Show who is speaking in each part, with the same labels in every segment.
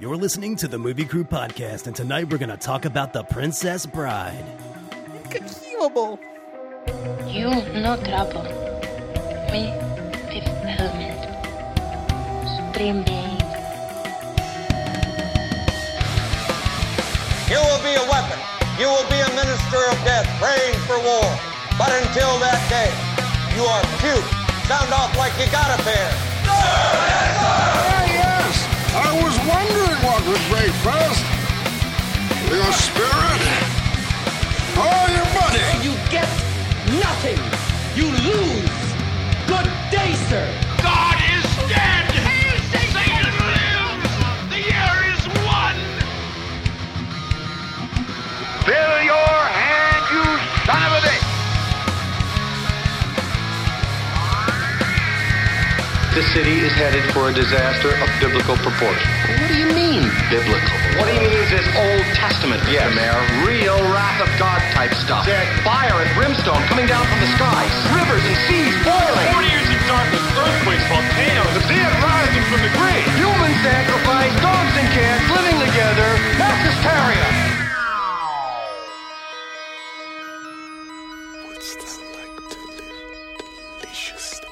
Speaker 1: You're listening to the Movie Crew Podcast, and tonight we're going to talk about The Princess Bride.
Speaker 2: Inconceivable.
Speaker 3: You no trouble. Me, fifth element. Supreme being.
Speaker 4: You will be a weapon. You will be a minister of death, praying for war. But until that day, you are cute. Sound off like you got a pair.
Speaker 5: Ah, yes! I was wondering what would break first. Your spirit or your money?
Speaker 6: You get nothing. You lose. Good day, sir.
Speaker 7: God is dead. Satan lives. The year is one. Fill your hand, you son of a bitch.
Speaker 8: The city is headed for a disaster of biblical proportion. What do you mean, biblical? What he means is Old Testament, yes. Mayor. Real wrath of God type stuff. There's fire and brimstone coming down from the skies. Rivers and seas
Speaker 9: 40
Speaker 8: boiling.
Speaker 9: years of darkness, earthquakes, volcanoes, the dead rising from the grave.
Speaker 8: Human sacrifice, dogs and cats living together. That's hysteria.
Speaker 5: What's that like to live deliciously?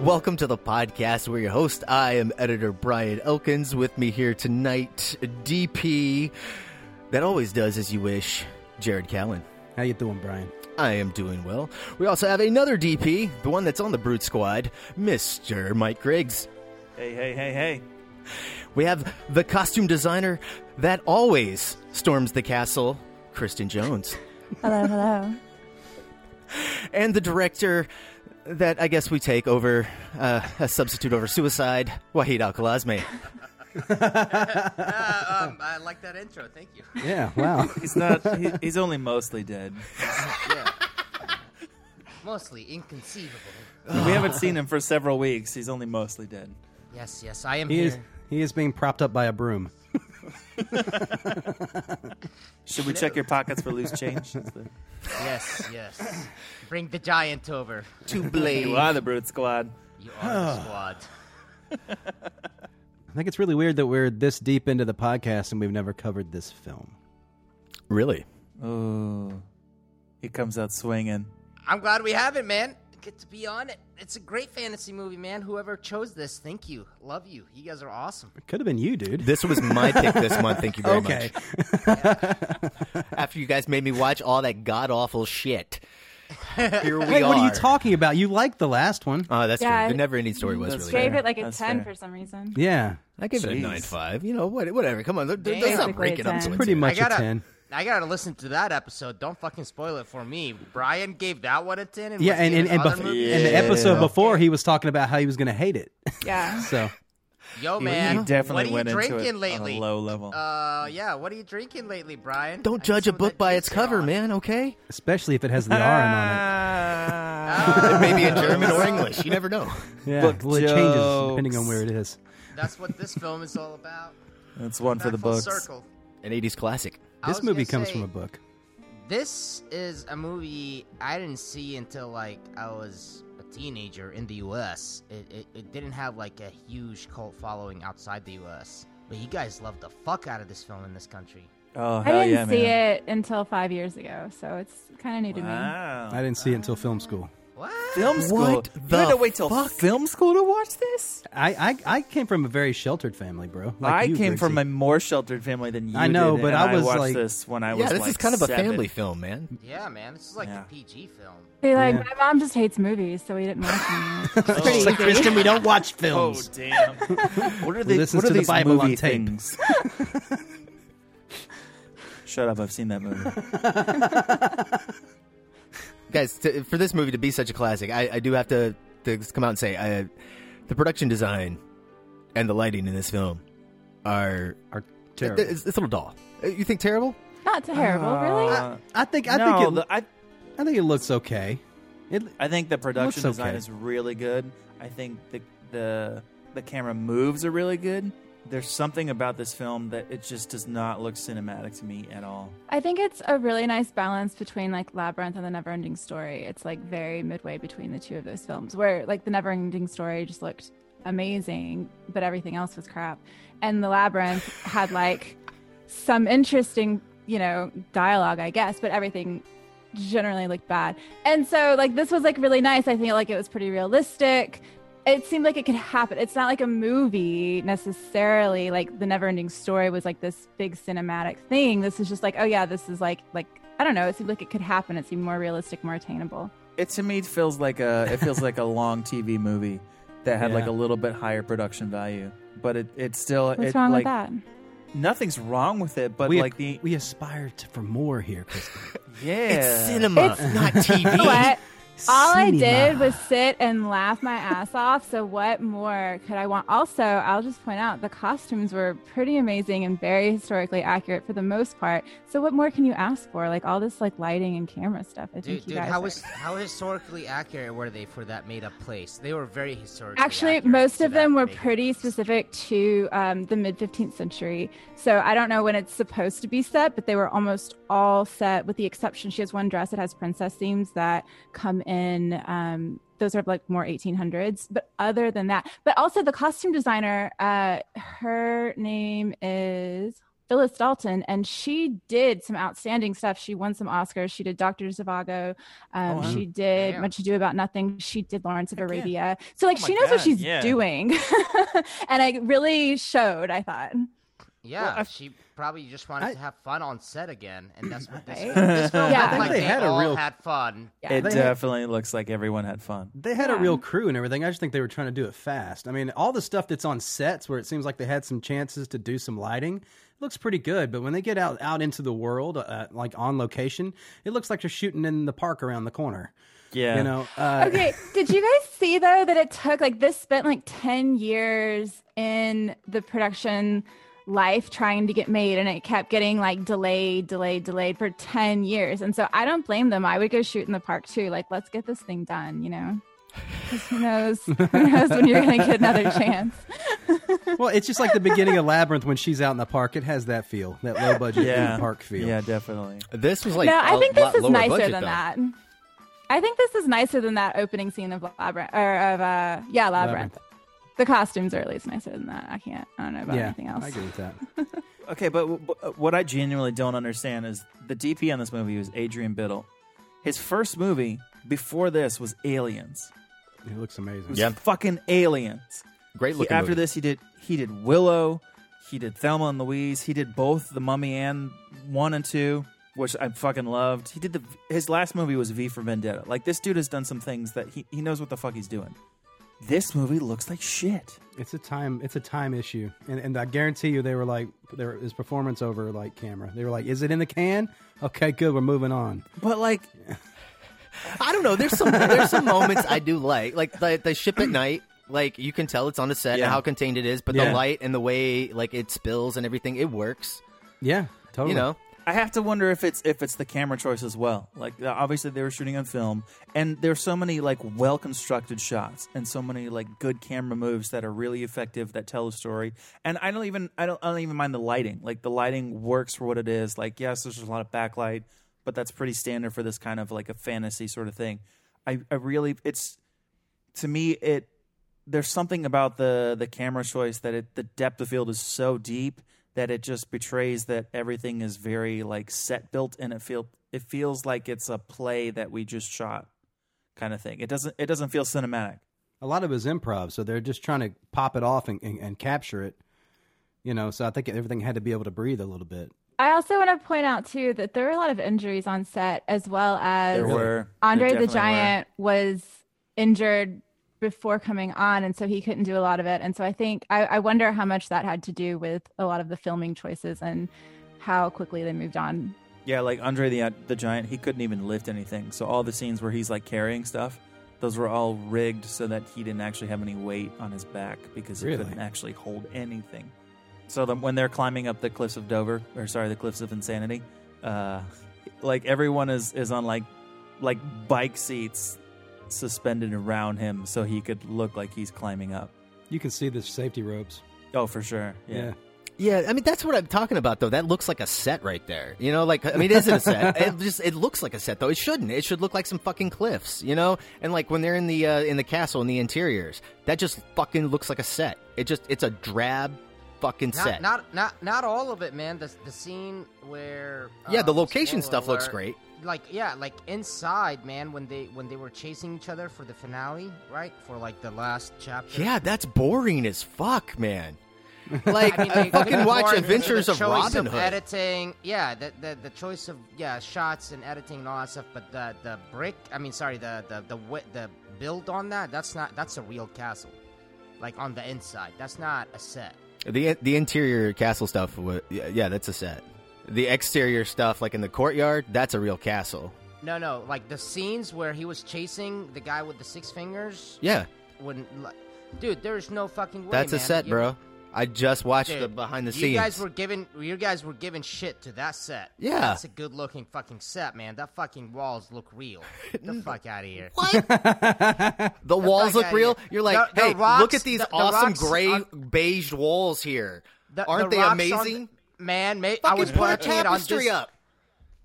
Speaker 10: Welcome to the podcast. We're your host. I am editor Brian Elkins. With me here tonight, DP. That always does as you wish, Jared Callen.
Speaker 1: How you doing, Brian?
Speaker 10: I am doing well. We also have another DP, the one that's on the Brute Squad, Mr. Mike Griggs.
Speaker 11: Hey, hey, hey, hey.
Speaker 10: We have the costume designer that always storms the castle, Kristen Jones.
Speaker 12: Hello, hello.
Speaker 10: and the director that I guess we take over uh, a substitute over suicide, Wahid Al Khalasmi.
Speaker 6: Um, I like that intro. Thank you.
Speaker 1: Yeah, wow.
Speaker 11: He's not. He, he's only mostly dead.
Speaker 6: Mostly inconceivable.
Speaker 11: We haven't seen him for several weeks. He's only mostly dead.
Speaker 6: Yes, yes, I am
Speaker 1: He
Speaker 6: here.
Speaker 1: is, he is being propped up by a broom.
Speaker 11: Should we check your pockets for loose change? That's the-
Speaker 6: Yes, yes. Bring the giant over.
Speaker 10: To blame.
Speaker 11: You are the brute squad.
Speaker 6: You are the squad.
Speaker 1: I think it's really weird that we're this deep into the podcast and we've never covered this film.
Speaker 10: Really?
Speaker 11: Oh, he comes out swinging.
Speaker 6: I'm glad we have it, man. Get to be on it. It's a great fantasy movie, man. Whoever chose this, thank you. Love you. You guys are awesome.
Speaker 1: It could have been you, dude.
Speaker 10: This was my pick this month. Thank you very
Speaker 1: okay.
Speaker 10: much. After you guys made me watch all that god awful shit, here we
Speaker 1: Wait,
Speaker 10: are.
Speaker 1: what are you talking about? You liked the last one.
Speaker 11: Uh,
Speaker 10: Oh, that's
Speaker 12: Yeah,
Speaker 10: true. The
Speaker 12: I-
Speaker 10: never ending story was really
Speaker 12: Gave
Speaker 10: good.
Speaker 12: it like a
Speaker 11: That's
Speaker 12: 10
Speaker 11: fair.
Speaker 12: for some reason.
Speaker 1: Yeah.
Speaker 10: I give it a
Speaker 11: Jeez.
Speaker 10: nine five. You know what? Whatever. Come on, let- let's
Speaker 6: Damn.
Speaker 10: not break it up. So
Speaker 1: Pretty
Speaker 10: much.
Speaker 1: much
Speaker 6: gotta-
Speaker 1: a 10.
Speaker 6: I gotta listen to that episode. Don't fucking spoil it for me. Brian gave that one a ten. And
Speaker 1: Yeah,
Speaker 6: was
Speaker 1: and, and,
Speaker 6: giving
Speaker 1: and,
Speaker 6: other
Speaker 1: bef-
Speaker 6: movies-
Speaker 1: and the episode before, he was talking about how he was going to hate it.
Speaker 12: Yeah.
Speaker 1: So,
Speaker 6: Yo,
Speaker 11: He-
Speaker 6: Oh, man,
Speaker 11: he definitely
Speaker 6: what are you
Speaker 11: went into
Speaker 6: drinking
Speaker 11: it
Speaker 6: lately?
Speaker 11: on a low level.
Speaker 6: Uh, yeah. What are you drinking lately, Brian?
Speaker 10: Don't
Speaker 6: I
Speaker 10: judge
Speaker 6: see
Speaker 10: a
Speaker 6: what
Speaker 10: book
Speaker 6: that
Speaker 10: by
Speaker 6: juice you're
Speaker 10: its cover,
Speaker 6: on.
Speaker 10: man. Okay.
Speaker 1: especially if it has the R on
Speaker 6: Uh,
Speaker 10: it may be in German or English. You never know.
Speaker 1: it. Yeah.
Speaker 11: Book
Speaker 1: well, it changes
Speaker 11: jokes.
Speaker 1: depending on where it is.
Speaker 6: That's what this film is all about.
Speaker 11: That's one for
Speaker 6: Back
Speaker 11: the
Speaker 6: full
Speaker 11: books.
Speaker 6: Circle.
Speaker 10: An eighties classic.
Speaker 6: I
Speaker 1: This
Speaker 6: was gonna
Speaker 1: movie comes
Speaker 6: say,
Speaker 1: from a book.
Speaker 6: This is a movie I didn't see until like I was a teenager in the U.S. It, it, it didn't have like a huge cult following outside the U.S. But you guys love the fuck out of this film in this country.
Speaker 11: Oh,
Speaker 12: I
Speaker 11: hell
Speaker 12: didn't
Speaker 11: yeah,
Speaker 12: see
Speaker 11: man.
Speaker 12: it until five years ago, so it's kind of new to me.
Speaker 1: I
Speaker 11: Wow.
Speaker 1: didn't see it until film school.
Speaker 6: What?
Speaker 11: Film school.
Speaker 10: What
Speaker 11: you
Speaker 10: the
Speaker 11: had to wait till
Speaker 10: fuck?
Speaker 11: film school to watch this?
Speaker 1: I, I, I came from a very sheltered family, bro. Like
Speaker 11: I
Speaker 1: you,
Speaker 11: came
Speaker 1: Grigsy.
Speaker 11: from a more sheltered family than you
Speaker 1: I know,
Speaker 11: did,
Speaker 1: but
Speaker 11: and
Speaker 1: I was
Speaker 11: watched
Speaker 1: like-
Speaker 11: this when I was
Speaker 10: Yeah, this
Speaker 11: like
Speaker 10: is kind of a
Speaker 11: seven.
Speaker 10: family
Speaker 8: Oh,
Speaker 10: film, man.
Speaker 6: Yeah, man, this is like
Speaker 11: Yeah.
Speaker 6: a PG film.
Speaker 12: They like my mom just hates movies, so we didn't watch them.
Speaker 11: Oh,
Speaker 1: It's like, Kristen, we don't watch
Speaker 11: oh
Speaker 1: films.
Speaker 11: damn! what are they?
Speaker 1: Listens
Speaker 11: What are
Speaker 1: to the
Speaker 11: these
Speaker 1: Bible on
Speaker 11: movie
Speaker 1: tape.
Speaker 11: things? Shut up! I've seen that movie.
Speaker 10: Guys, to, for this movie to be such a classic, I, I do have to, to come out and say I, the production design and the lighting in this film are
Speaker 1: Are terrible.
Speaker 10: it's, it's a little dull. Uh, You think terrible?
Speaker 12: Not terrible, really.
Speaker 1: I think I
Speaker 11: no,
Speaker 1: think it,
Speaker 11: the- I
Speaker 1: I think it looks okay. It,
Speaker 11: I think the production
Speaker 1: looks
Speaker 11: design
Speaker 1: okay.
Speaker 11: is really good. I think the the the camera moves are really good. There's something about this film that it just does not look cinematic to me at all.
Speaker 10: I think it's a really nice balance between like Labyrinth and the Neverending Story. It's like very midway between the two of those films, where like the Neverending Story just looked amazing, but everything else was crap, and the Labyrinth had like some interesting, you know, dialogue, I guess, but everything generally looked bad. And so like this was like really nice. I feel like it was pretty realistic. It seemed like it could happen. It's not like a movie necessarily. Like the Neverending Story was like this big cinematic thing. This is just like, oh yeah, this is like like I don't know. It seemed like it could happen. It seemed more realistic, more attainable.
Speaker 11: It to me feels like a it feels like a long TV movie that had like
Speaker 1: Yeah.
Speaker 11: a little bit higher production value, but it it still
Speaker 10: What's
Speaker 11: it,
Speaker 10: wrong
Speaker 11: like,
Speaker 10: with that?
Speaker 11: Nothing's wrong with it, but
Speaker 1: we,
Speaker 11: like the
Speaker 1: we aspire to, for more here, Kristen.
Speaker 11: yeah,
Speaker 8: It's cinema,
Speaker 1: It's-
Speaker 8: not TV.
Speaker 10: You know what? All I did
Speaker 8: Cinema.
Speaker 10: was sit and laugh my ass off. So what more could I want? Also, I'll just point out the costumes were pretty amazing and very historically accurate for the most part. So what more can you ask for? Like all this like lighting and camera stuff. I think
Speaker 5: Dude,
Speaker 10: you
Speaker 5: dude,
Speaker 10: guys.
Speaker 5: how
Speaker 10: are-
Speaker 5: was how historically accurate were they for that made up place? They were very historically
Speaker 10: Actually,
Speaker 5: accurate
Speaker 10: most
Speaker 5: to
Speaker 10: of
Speaker 5: that
Speaker 10: them were
Speaker 5: make-up
Speaker 10: pretty specific to um, the mid 15th century. So I don't know when it's supposed to be set, but they were almost all set, with the exception she has one dress that has princess themes that come in. Um, those are like more 1800s. But other than that, but also the costume designer, uh, her name is Phyllis Dalton, and she did some outstanding stuff. She won some Oscars. She did Doctor Zhivago. Um,
Speaker 13: wow.
Speaker 10: She did
Speaker 13: Damn.
Speaker 10: Much Ado About Nothing. She did Lawrence of Arabia. So
Speaker 5: Oh
Speaker 10: like
Speaker 5: my
Speaker 10: she knows what
Speaker 5: God,
Speaker 10: she's
Speaker 5: yeah.
Speaker 10: doing, and I really showed. I thought.
Speaker 5: Yeah, she probably just wanted to have fun on set again, and that's what this,
Speaker 10: Right?
Speaker 5: this film
Speaker 10: Yeah.
Speaker 5: yeah.
Speaker 10: I think
Speaker 5: like.
Speaker 10: they
Speaker 5: They,
Speaker 10: had
Speaker 1: a
Speaker 5: all
Speaker 1: real-
Speaker 5: had fun.
Speaker 1: Yeah.
Speaker 11: it
Speaker 1: They had-
Speaker 11: definitely looks like everyone had fun.
Speaker 1: They had a real crew and everything. I just think they were trying to do it fast. I mean, all the stuff that's on sets where it seems like they had some chances to do some lighting looks pretty good. But when they get out out into the world, uh, like on location, it looks like they're shooting in the park around the corner.
Speaker 11: Yeah,
Speaker 1: you know. Uh,
Speaker 10: okay, did you guys see though that it took like this spent like ten years in the production life trying to get made, and it kept getting like delayed, delayed, delayed for ten years. And so I don't blame them. I would go shoot in the park too. Like let's get this thing done. You know. 'Cause Who knows? Who knows when you're gonna get another chance?
Speaker 1: well, it's just like the beginning of Labyrinth when she's out in the park. It has that feel, that low budget
Speaker 11: Yeah.
Speaker 1: park feel.
Speaker 11: Yeah, definitely.
Speaker 8: This was
Speaker 10: no, I think this is nicer than that. I think this is nicer than that opening scene of Labyrinth or of uh yeah, Labyrinth. The costumes are at least nicer than that. I can't I don't know about
Speaker 11: Yeah,
Speaker 10: anything else.
Speaker 11: I agree with
Speaker 1: that.
Speaker 11: Okay, but, w- but, uh, what I genuinely don't understand is the DP on this movie was Adrian Biddle. His first movie before this was Aliens.
Speaker 1: It looks amazing.
Speaker 11: It was
Speaker 8: Yeah.
Speaker 11: fucking Aliens.
Speaker 8: Great
Speaker 11: He-
Speaker 8: looking
Speaker 11: after
Speaker 8: movie.
Speaker 11: this, he did he did Willow, he did Thelma and Louise, he did both The Mummy and one and two, which I fucking loved. He did the his last movie was V for Vendetta. Like this dude has done some things that he, he knows what the fuck he's doing. This movie looks like shit.
Speaker 1: It's a time. It's a time issue, and, and I guarantee you, they were like, there is performance over like camera. They were like, is it in the can? Okay, good. We're moving on.
Speaker 11: But like,
Speaker 8: I don't know. There's some there's some moments I do like, like the the ship at night. Like you can tell it's on a set
Speaker 1: Yeah.
Speaker 8: and how contained it is, but
Speaker 1: Yeah.
Speaker 8: the light and the way like it spills and everything, it works.
Speaker 1: Yeah, totally.
Speaker 8: You know,
Speaker 11: I have to wonder if it's if it's the camera choice as well. Like uh, obviously they were shooting on film, and there's so many like well constructed shots and so many like good camera moves that are really effective that tell a story. And I don't even I don't I don't even mind the lighting. Like the lighting works for what it is. Like yes, there's a lot of backlight, but that's pretty standard for this kind of like a fantasy sort of thing. I I really it's to me it there's something about the the camera choice that it the depth of field is so deep that it just betrays that everything is very like set built and it feel it feels like it's a play that we just shot kind of thing. It doesn't it doesn't feel cinematic.
Speaker 1: a lot of it was improv, so they're just trying to pop it off and, and, and capture it. You know, so I think everything had to be able to breathe a little bit.
Speaker 10: I also want to point out too that there were a lot of injuries on set as well as
Speaker 1: There were.
Speaker 10: Andre
Speaker 1: There
Speaker 10: the
Speaker 1: definitely
Speaker 10: Giant was injured before coming on and so he couldn't do a lot of it. And so I think I, I wonder how much that had to do with a lot of the filming choices and how quickly they moved on.
Speaker 11: Yeah, like Andre the uh, the Giant, he couldn't even lift anything. So all the scenes where he's like carrying stuff, those were all rigged so that he didn't actually have any weight on his back because he
Speaker 1: Really?
Speaker 11: couldn't actually hold anything. So then when they're climbing up the cliffs of Dover, or sorry, the cliffs of insanity, uh, like everyone is is on like like bike seats suspended around him so he could look like he's climbing up.
Speaker 1: You can see the safety ropes.
Speaker 11: Oh, for sure. Yeah.
Speaker 8: Yeah, I mean that's what I'm talking about though. That looks like a set right there. You know, like I mean it isn't a set. it just it looks like a set though. It shouldn't. It should look like some fucking cliffs, you know? And like when they're in the uh, in the castle in the interiors, that just fucking looks like a set. It just it's a drab fucking
Speaker 5: Not,
Speaker 8: set.
Speaker 5: not not not all of it, man. The the scene where
Speaker 8: yeah, the
Speaker 10: Oh,
Speaker 5: um,
Speaker 8: location
Speaker 5: spoiler
Speaker 8: stuff looks
Speaker 5: alert,
Speaker 8: great.
Speaker 5: Like yeah, like inside, man. When they when they were chasing each other for the finale, right? For like the last chapter.
Speaker 8: Yeah, that's boring as fuck, man. Like fucking watch
Speaker 5: Warren,
Speaker 8: Adventures
Speaker 5: the
Speaker 8: of
Speaker 5: choice
Speaker 8: Robin Hood.
Speaker 5: Editing, yeah, the, the the choice of yeah shots and editing and all that stuff. But the the brick, I mean, sorry, the the the wi- the build on that, that's not that's a real castle, like on the inside. That's not a set.
Speaker 8: The the interior castle stuff, wa- yeah, yeah, that's a set. The exterior stuff, like in the courtyard, that's a real castle.
Speaker 5: No, no, like the scenes where he was chasing the guy with the six fingers.
Speaker 8: Yeah,
Speaker 5: When, like, dude, there's no fucking way.
Speaker 8: that's a
Speaker 5: man.
Speaker 8: set,
Speaker 5: You-
Speaker 8: bro. I just watched
Speaker 5: Dude,
Speaker 8: the behind the
Speaker 5: you
Speaker 8: scenes.
Speaker 5: guys were giving you guys were giving shit to that set.
Speaker 8: Yeah.
Speaker 5: that's a good looking fucking set, man. That fucking walls look real. Get the fuck out of here. What?
Speaker 8: the walls look
Speaker 5: outta
Speaker 8: real.
Speaker 5: here.
Speaker 8: You're like,
Speaker 5: The- the
Speaker 8: hey, look
Speaker 5: rocks-
Speaker 8: at these
Speaker 5: the- the
Speaker 8: awesome
Speaker 5: rocks
Speaker 8: gray
Speaker 5: on-
Speaker 8: beige walls here. Aren't they amazing?
Speaker 5: man, ma- I
Speaker 8: Fucking
Speaker 5: was
Speaker 8: put a
Speaker 5: watching it on
Speaker 8: tapestry
Speaker 5: this-
Speaker 8: up.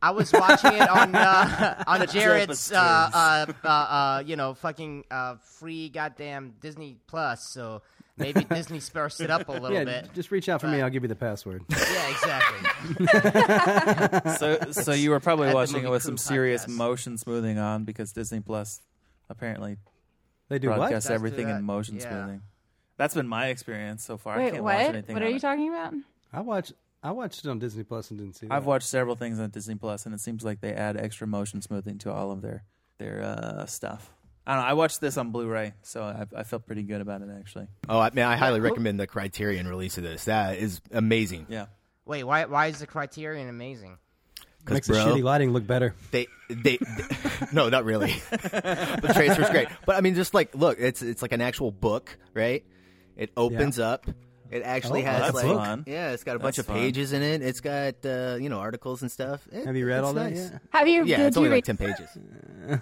Speaker 5: I was watching it on uh, on Jared's uh, uh,
Speaker 8: Tapestries.
Speaker 5: uh, uh, you know fucking uh, free goddamn Disney Plus. So maybe Disney spares it up a little
Speaker 1: yeah,
Speaker 5: bit.
Speaker 1: Just reach out for me. I'll give you the password.
Speaker 5: Yeah, exactly.
Speaker 11: so so you were
Speaker 5: At
Speaker 11: probably
Speaker 5: the
Speaker 11: watching it
Speaker 5: movie
Speaker 11: with some
Speaker 5: Crew
Speaker 11: serious
Speaker 5: podcast.
Speaker 11: motion smoothing on because Disney Plus apparently
Speaker 1: They do what?
Speaker 11: broadcast
Speaker 1: Does do
Speaker 11: everything
Speaker 1: that,
Speaker 11: in motion
Speaker 1: yeah.
Speaker 11: smoothing. That's been my experience so far. I
Speaker 10: Wait,
Speaker 11: can't
Speaker 10: what?
Speaker 11: watch anything.
Speaker 10: What
Speaker 11: on
Speaker 10: are you
Speaker 11: it.
Speaker 10: talking about?
Speaker 1: I watched I watched it on Disney Plus and didn't see. That.
Speaker 11: I've watched several things on Disney Plus, and it seems like they add extra motion smoothing to all of their their uh, stuff. I don't know. I watched this on Blu-ray, so I, I felt pretty good about it actually.
Speaker 8: Oh, I man, I highly recommend the Criterion release of this. That is amazing.
Speaker 11: Yeah,
Speaker 5: Wait, why why is the Criterion amazing?
Speaker 1: Makes the shitty lighting look better.
Speaker 8: They, they, no, not really. the transfer's great, but I mean, just like look, it's it's like an actual book, right? It opens up. It actually
Speaker 1: Oh,
Speaker 8: has
Speaker 1: that's
Speaker 8: like,
Speaker 1: fun.
Speaker 8: yeah, it's got a bunch
Speaker 1: That's
Speaker 8: of
Speaker 1: fun.
Speaker 8: pages in it. It's got uh, you know articles and stuff. It-
Speaker 1: Have you read
Speaker 8: it's
Speaker 1: all that
Speaker 8: nice.
Speaker 1: yet?
Speaker 10: Have you-
Speaker 8: Yeah,
Speaker 10: did
Speaker 8: it's only
Speaker 10: you
Speaker 8: like ten
Speaker 10: read-
Speaker 8: pages.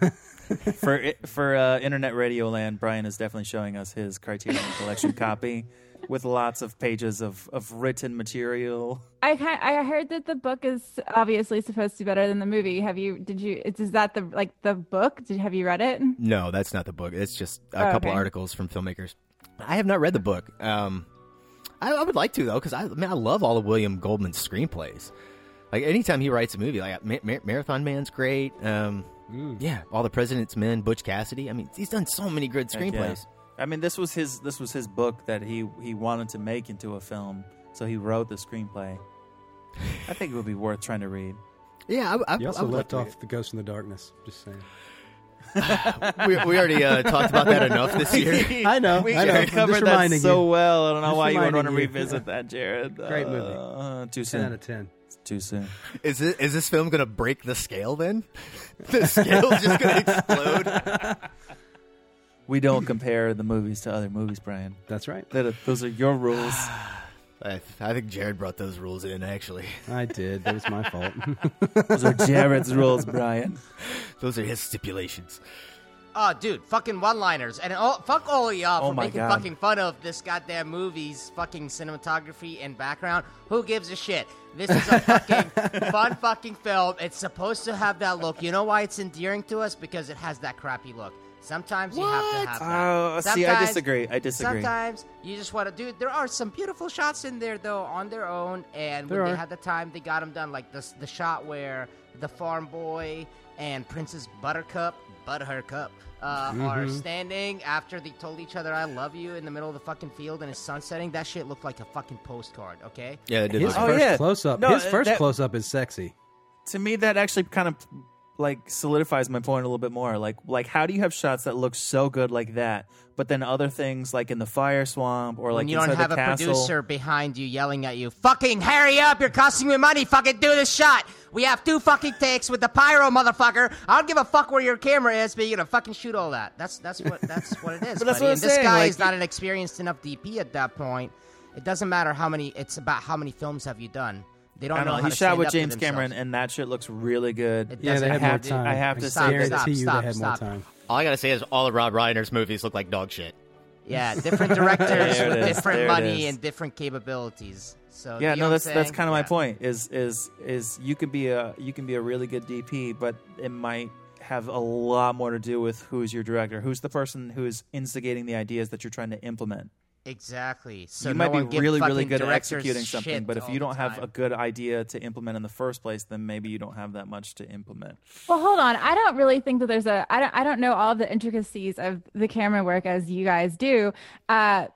Speaker 11: for it, for uh, internet radio land, Brian is definitely showing us his Criterion Collection copy with lots of pages of, of written material.
Speaker 10: I ki- I heard that the book is obviously supposed to be better than the movie. Have you? Did you? Is is that the like the book? Did have you read it?
Speaker 8: No, that's not the book. It's just a
Speaker 10: Oh,
Speaker 8: couple
Speaker 10: okay.
Speaker 8: articles from filmmakers. I have not read the book. Um, I, I would like to though, because I, I mean, I love all of William Goldman's screenplays. Like anytime he writes a movie, like Mar- Mar- Marathon Man's great. Um, Yeah, All the President's Men, Butch Cassidy. I mean, he's done so many good
Speaker 11: Heck yeah.
Speaker 8: screenplays.
Speaker 11: I mean, this was his this was his book that he he wanted to make into a film, so he wrote the screenplay. I think it would be worth trying to read.
Speaker 8: Yeah, I, I,
Speaker 1: you also
Speaker 8: I would
Speaker 1: left
Speaker 8: like
Speaker 1: off the Ghost in the Darkness. Just saying.
Speaker 8: we, we already uh, talked about that enough this year.
Speaker 1: I know.
Speaker 11: We
Speaker 1: I know.
Speaker 11: covered
Speaker 1: Just
Speaker 11: that
Speaker 1: reminding
Speaker 11: so
Speaker 1: you.
Speaker 11: well. I don't know
Speaker 1: Just
Speaker 11: why you would want to
Speaker 1: reminding you.
Speaker 11: revisit that, Jared.
Speaker 1: Great movie.
Speaker 11: Uh, too soon.
Speaker 1: 10 out of 10.
Speaker 11: It's too soon.
Speaker 8: Is this, is this film going to break the scale then? the scale's just going to explode.
Speaker 11: We don't compare the movies to other movies, Brian.
Speaker 1: That's right.
Speaker 11: those are your rules.
Speaker 8: I, I think Jared brought those rules in, actually.
Speaker 1: I did. That was my fault.
Speaker 11: Those are Jared's rules, Brian.
Speaker 8: Those are his stipulations.
Speaker 5: Oh, dude, fucking one-liners, and all, fuck all of y'all
Speaker 8: Oh
Speaker 5: for
Speaker 8: my
Speaker 5: making
Speaker 8: God.
Speaker 5: fucking fun of this goddamn movie's fucking cinematography and background. Who gives a shit? This is a fucking fun fucking film. It's supposed to have that look. You know why it's endearing to us? Because it has that crappy look. Sometimes you have to have that.
Speaker 11: Oh, see, I
Speaker 5: Sometimes-
Speaker 11: disagree. I disagree.
Speaker 5: Sometimes you just want to do. There are some beautiful shots in there though, on their own, and
Speaker 11: There
Speaker 5: when they
Speaker 11: are.
Speaker 5: had the time, they got them done. Like this, the shot where the farm boy and Princess Buttercup, Buttercup, uh, are
Speaker 11: Mm-hmm.
Speaker 13: Mhm.
Speaker 5: standing after they told each other "I love you" in the middle of the fucking field, and it's sunsetting. That shit looked like a fucking postcard. Okay.
Speaker 8: Yeah, it did
Speaker 1: His
Speaker 8: look
Speaker 1: first
Speaker 8: good.
Speaker 1: close up.
Speaker 8: No,
Speaker 1: his
Speaker 8: uh,
Speaker 1: first
Speaker 8: that-
Speaker 1: close up is sexy.
Speaker 11: to me that actually kind of like solidifies my point a little bit more like like how do you have shots that look so good like that but then other things like in the fire swamp or like
Speaker 5: when you don't
Speaker 11: inside
Speaker 5: have
Speaker 11: the
Speaker 5: a
Speaker 11: castle
Speaker 5: producer behind you yelling at you, fucking hurry up, you're costing me money, fucking do this shot. We have two fucking takes with the pyro, motherfucker. I don't give a fuck where your camera is, but you're gonna fucking shoot all that. That's that's what that's what it is.
Speaker 11: But that's
Speaker 5: buddy.
Speaker 11: what I'm
Speaker 5: and this
Speaker 11: saying,
Speaker 5: guy
Speaker 11: like-
Speaker 5: is not an experienced enough DP at that point. It doesn't matter how many. It's about how many films have you done. They don't
Speaker 11: I
Speaker 5: know.
Speaker 11: don't know.
Speaker 5: how
Speaker 11: He shot
Speaker 5: to stand
Speaker 11: with
Speaker 5: up for
Speaker 11: James Cameron,
Speaker 5: themselves.
Speaker 11: and that shit looks really good.
Speaker 5: Yeah, they
Speaker 11: I
Speaker 5: had
Speaker 11: have
Speaker 5: more
Speaker 11: to-
Speaker 5: time.
Speaker 11: I have to
Speaker 5: Stop,
Speaker 11: say, that-
Speaker 5: stop, stop, stop.
Speaker 8: All I gotta say is all of Rob Reiner's movies look like dog shit.
Speaker 5: Yeah, different directors
Speaker 11: There it
Speaker 5: with
Speaker 11: is,
Speaker 5: different
Speaker 11: there it
Speaker 5: money
Speaker 11: is.
Speaker 5: and different capabilities. So
Speaker 11: yeah,
Speaker 5: you
Speaker 11: no,
Speaker 5: know what I'm
Speaker 11: that's that's
Speaker 5: saying?
Speaker 11: kind of my point. Is is is you can be a you can be a really good DP, but it might have a lot more to do with who's your director, who's the person who is instigating the ideas that you're trying to implement.
Speaker 5: Exactly. So
Speaker 11: you
Speaker 5: no
Speaker 11: might
Speaker 5: one
Speaker 11: be
Speaker 5: give
Speaker 11: really really
Speaker 5: fucking
Speaker 11: good at
Speaker 5: directors
Speaker 11: executing
Speaker 5: shit
Speaker 11: something, but if
Speaker 5: all
Speaker 11: you
Speaker 5: the
Speaker 11: don't have
Speaker 5: time.
Speaker 11: a good idea to implement in the first place, then maybe you don't have that much to implement.
Speaker 10: Well, hold on. I don't really think that there's a. I don't. I don't know all of the intricacies of the camera work as you guys do. Uh,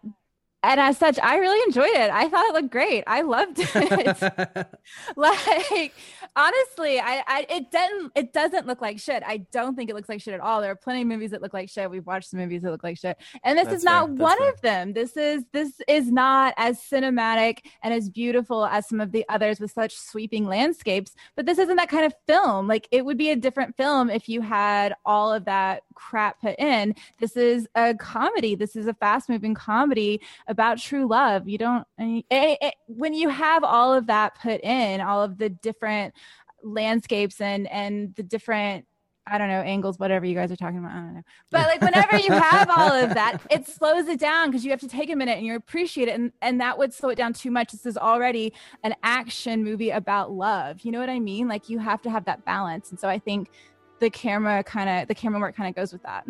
Speaker 10: and as such, I really enjoyed it. I thought it looked great. I loved it. like honestly, I, I it doesn't it doesn't look like shit. I don't think it looks like shit at all. There are plenty of movies that look like shit. We've watched some movies that look like shit, and this
Speaker 13: That's
Speaker 10: is not
Speaker 13: fair. That's
Speaker 10: one
Speaker 13: fair.
Speaker 10: of them. This is this is not as cinematic and as beautiful as some of the others with such sweeping landscapes. But this isn't that kind of film. Like it would be a different film if you had all of that crap put in. This is a comedy. This is a fast moving comedy about true love. You don't I mean, it- it- when you have all of that put in, all of the different landscapes and and the different I don't know angles, whatever you guys are talking about. I don't know. But like whenever you have all of that, it slows it down because you have to take a minute and you appreciate it, and and that would slow it down too much. This is already an action movie about love. You know what I mean? Like you have to have that balance, and so I think the camera kind of the camera work kind of goes with that.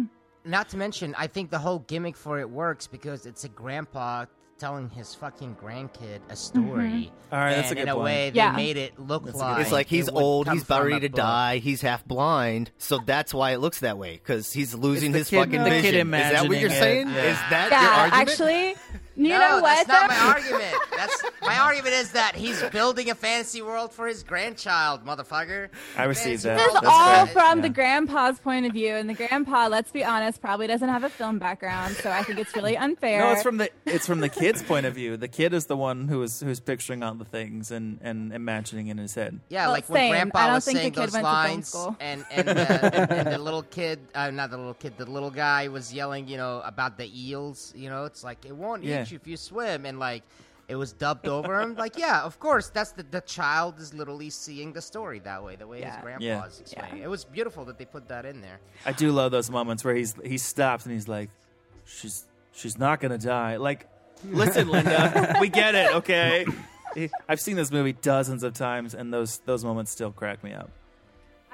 Speaker 5: Not to mention, I think the whole gimmick for it works because it's a grandpa telling his fucking grandkid
Speaker 10: Mm-hmm.
Speaker 5: a story.
Speaker 8: All right, that's a
Speaker 5: And in
Speaker 8: good
Speaker 5: a
Speaker 8: point.
Speaker 5: way,
Speaker 8: Yeah.
Speaker 5: they made it look like
Speaker 8: It's like he's
Speaker 5: it would
Speaker 8: old,
Speaker 5: come
Speaker 8: he's
Speaker 5: from
Speaker 8: about ready
Speaker 5: a
Speaker 8: to
Speaker 5: book.
Speaker 8: die, he's half blind, so that's why it looks that way because he's losing
Speaker 11: the
Speaker 8: his
Speaker 11: kid-
Speaker 8: fucking
Speaker 11: the kid
Speaker 8: vision. Is that what
Speaker 11: imagining
Speaker 8: you're
Speaker 11: it.
Speaker 8: saying?
Speaker 11: Yeah.
Speaker 8: Is that
Speaker 10: yeah,
Speaker 8: your argument?
Speaker 10: actually, you
Speaker 5: no,
Speaker 10: know
Speaker 5: That's
Speaker 10: what?
Speaker 5: not
Speaker 10: though?
Speaker 5: my argument. That's my argument is that he's building a fantasy world for his grandchild, motherfucker.
Speaker 11: I received that.
Speaker 10: This is
Speaker 11: That's
Speaker 10: all
Speaker 11: fair.
Speaker 10: from
Speaker 11: Yeah.
Speaker 10: the grandpa's point of view, and the grandpa, let's be honest, probably doesn't have a film background, so I think it's really unfair.
Speaker 11: No, it's from the it's from the kid's point of view. The kid is the one who is who's picturing all the things and and imagining in his head.
Speaker 5: Yeah,
Speaker 10: Well,
Speaker 5: like when
Speaker 10: same. I
Speaker 5: Grandpa
Speaker 10: don't
Speaker 5: was
Speaker 10: think the
Speaker 5: saying
Speaker 10: kid
Speaker 5: those
Speaker 10: went to film
Speaker 5: lines,
Speaker 10: school.
Speaker 5: and and, uh, and, and the little kid, uh, not the little kid, the little guy was yelling, you know, about the eels. You know, it's like it won't
Speaker 11: Yeah.
Speaker 5: eat you if you swim, and like it was dubbed over him. Like, yeah, of course, that's the the child is literally seeing the story that way, the way his
Speaker 10: Yeah.
Speaker 11: Yeah.
Speaker 5: grandpa's explaining. It was beautiful that they put that in there.
Speaker 11: I do love those moments where he's he stops and he's like, "She's she's not gonna die." Like, listen, Linda, we get it, okay? I've seen this movie dozens of times, and those those moments still crack me up.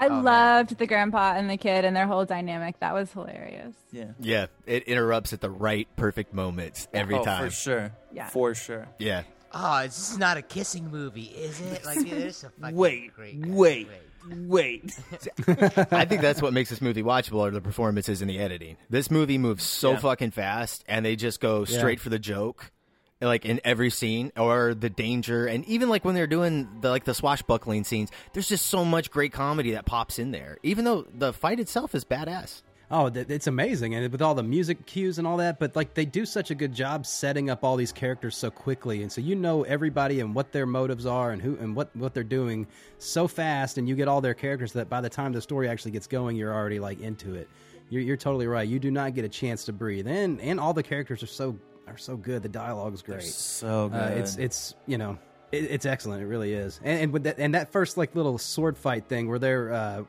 Speaker 11: Oh,
Speaker 10: I loved the grandpa and the kid and their whole dynamic. That was hilarious.
Speaker 11: Yeah.
Speaker 8: Yeah, it interrupts at the right perfect moments every
Speaker 11: Oh,
Speaker 8: time.
Speaker 11: for sure,
Speaker 10: Yeah.
Speaker 11: for sure.
Speaker 8: Yeah.
Speaker 5: Oh, this is not a kissing movie, is it? Like, dude, there's a fucking
Speaker 11: Wait,
Speaker 5: great
Speaker 11: wait, wait.
Speaker 8: I think that's what makes this movie watchable are the performances and the editing. This movie moves so
Speaker 11: Yeah.
Speaker 8: fucking fast and they just go
Speaker 11: Yeah.
Speaker 8: straight for the joke like in every scene or the danger and even like when they're doing the like the swashbuckling scenes there's just so much great comedy that pops in there even though the fight itself is badass
Speaker 1: Oh, th- it's amazing, and with all the music cues and all that. But like, they do such a good job setting up all these characters so quickly, and so you know everybody and what their motives are and who and what what they're doing so fast, and you get all their characters that by the time the story actually gets going, you're already like into it. You're, you're totally right. You do not get a chance to breathe, and and all the characters are so are so good. The dialogue's great,
Speaker 8: Oh,
Speaker 11: so
Speaker 1: Uh, it's
Speaker 11: good.
Speaker 1: it's you know. it- It's excellent. It really is, and and, with that, and that first like little sword fight thing where they're uh,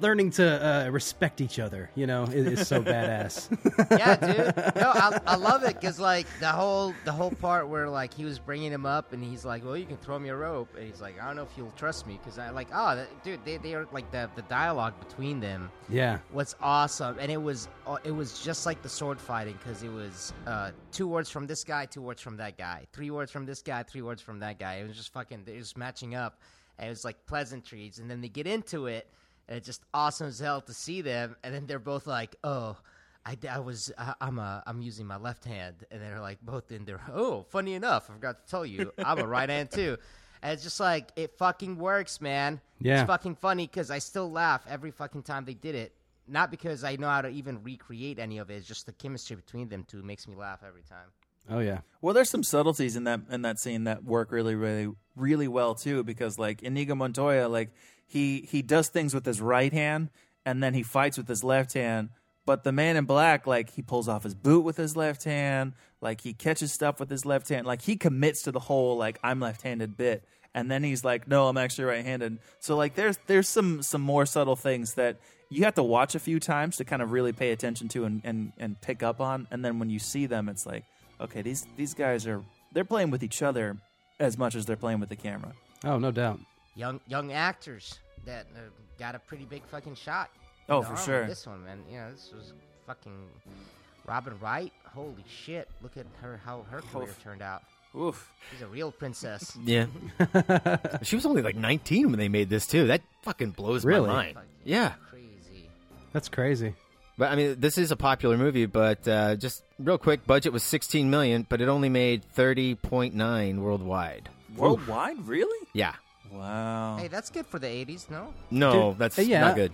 Speaker 1: learning to uh, respect each other, you know, is, is so badass.
Speaker 5: yeah, dude. No, I, I love it because like the whole the whole part where like he was bringing him up and he's like, "Well, you can throw me a rope," and he's like, "I don't know if you'll trust me," because I like, oh, that, dude, they they are like the the dialogue between them
Speaker 1: Yeah.
Speaker 5: was awesome, and it was uh, it was just like the sword fighting because it was uh, two words from this guy, two words from that guy, three words from this guy, three words from that guy. It was just fucking it was matching up, and it was like pleasantries, and then they get into it, and it's just awesome as hell to see them, and then they're both like, oh. I, d- I was I, I'm a I'm using my left hand and they're like both in their oh funny enough I forgot to tell you I'm a right hand too and it's just like it fucking works man
Speaker 1: Yeah.
Speaker 5: it's fucking funny because I still laugh every fucking time they did it. Not because I know how to even recreate any of it. It's just the chemistry between them two makes me laugh every time.
Speaker 1: Oh yeah.
Speaker 11: Well, there's some subtleties in that in that scene that work really, really, really well too. Because like Inigo Montoya, like he he does things with his right hand and then he fights with his left hand. But the Man in Black, like he pulls off his boot with his left hand, like he catches stuff with his left hand, like he commits to the whole like I'm left-handed bit, and then he's like, "No, I'm actually right-handed." So like, there's there's some some more subtle things that you have to watch a few times to kind of really pay attention to and and and pick up on, and then when you see them, it's like, okay, these these guys are they're playing with each other as much as they're playing with the camera.
Speaker 1: Oh, no doubt.
Speaker 5: young young actors that uh, got a pretty big fucking shot.
Speaker 11: Oh,
Speaker 5: in the
Speaker 11: for
Speaker 5: arm with
Speaker 11: sure.
Speaker 5: This one, man. You know, this was fucking Robin Wright. Holy shit! Look at her how her career
Speaker 8: Oof.
Speaker 5: turned out.
Speaker 11: Oof.
Speaker 5: She's a real princess.
Speaker 8: Yeah. she was only like 19 when they made this too. That fucking blows
Speaker 1: Really?
Speaker 8: my mind. Yeah.
Speaker 1: That's crazy.
Speaker 8: But I mean, this is a popular movie, but uh, just real quick, budget was 16 million, but it only made 30.9 worldwide.
Speaker 11: Worldwide, really?
Speaker 8: Yeah.
Speaker 11: Wow.
Speaker 5: Hey, that's good for the '80s, no?
Speaker 8: No,
Speaker 1: Dude,
Speaker 8: that's
Speaker 1: uh, yeah.
Speaker 8: not good.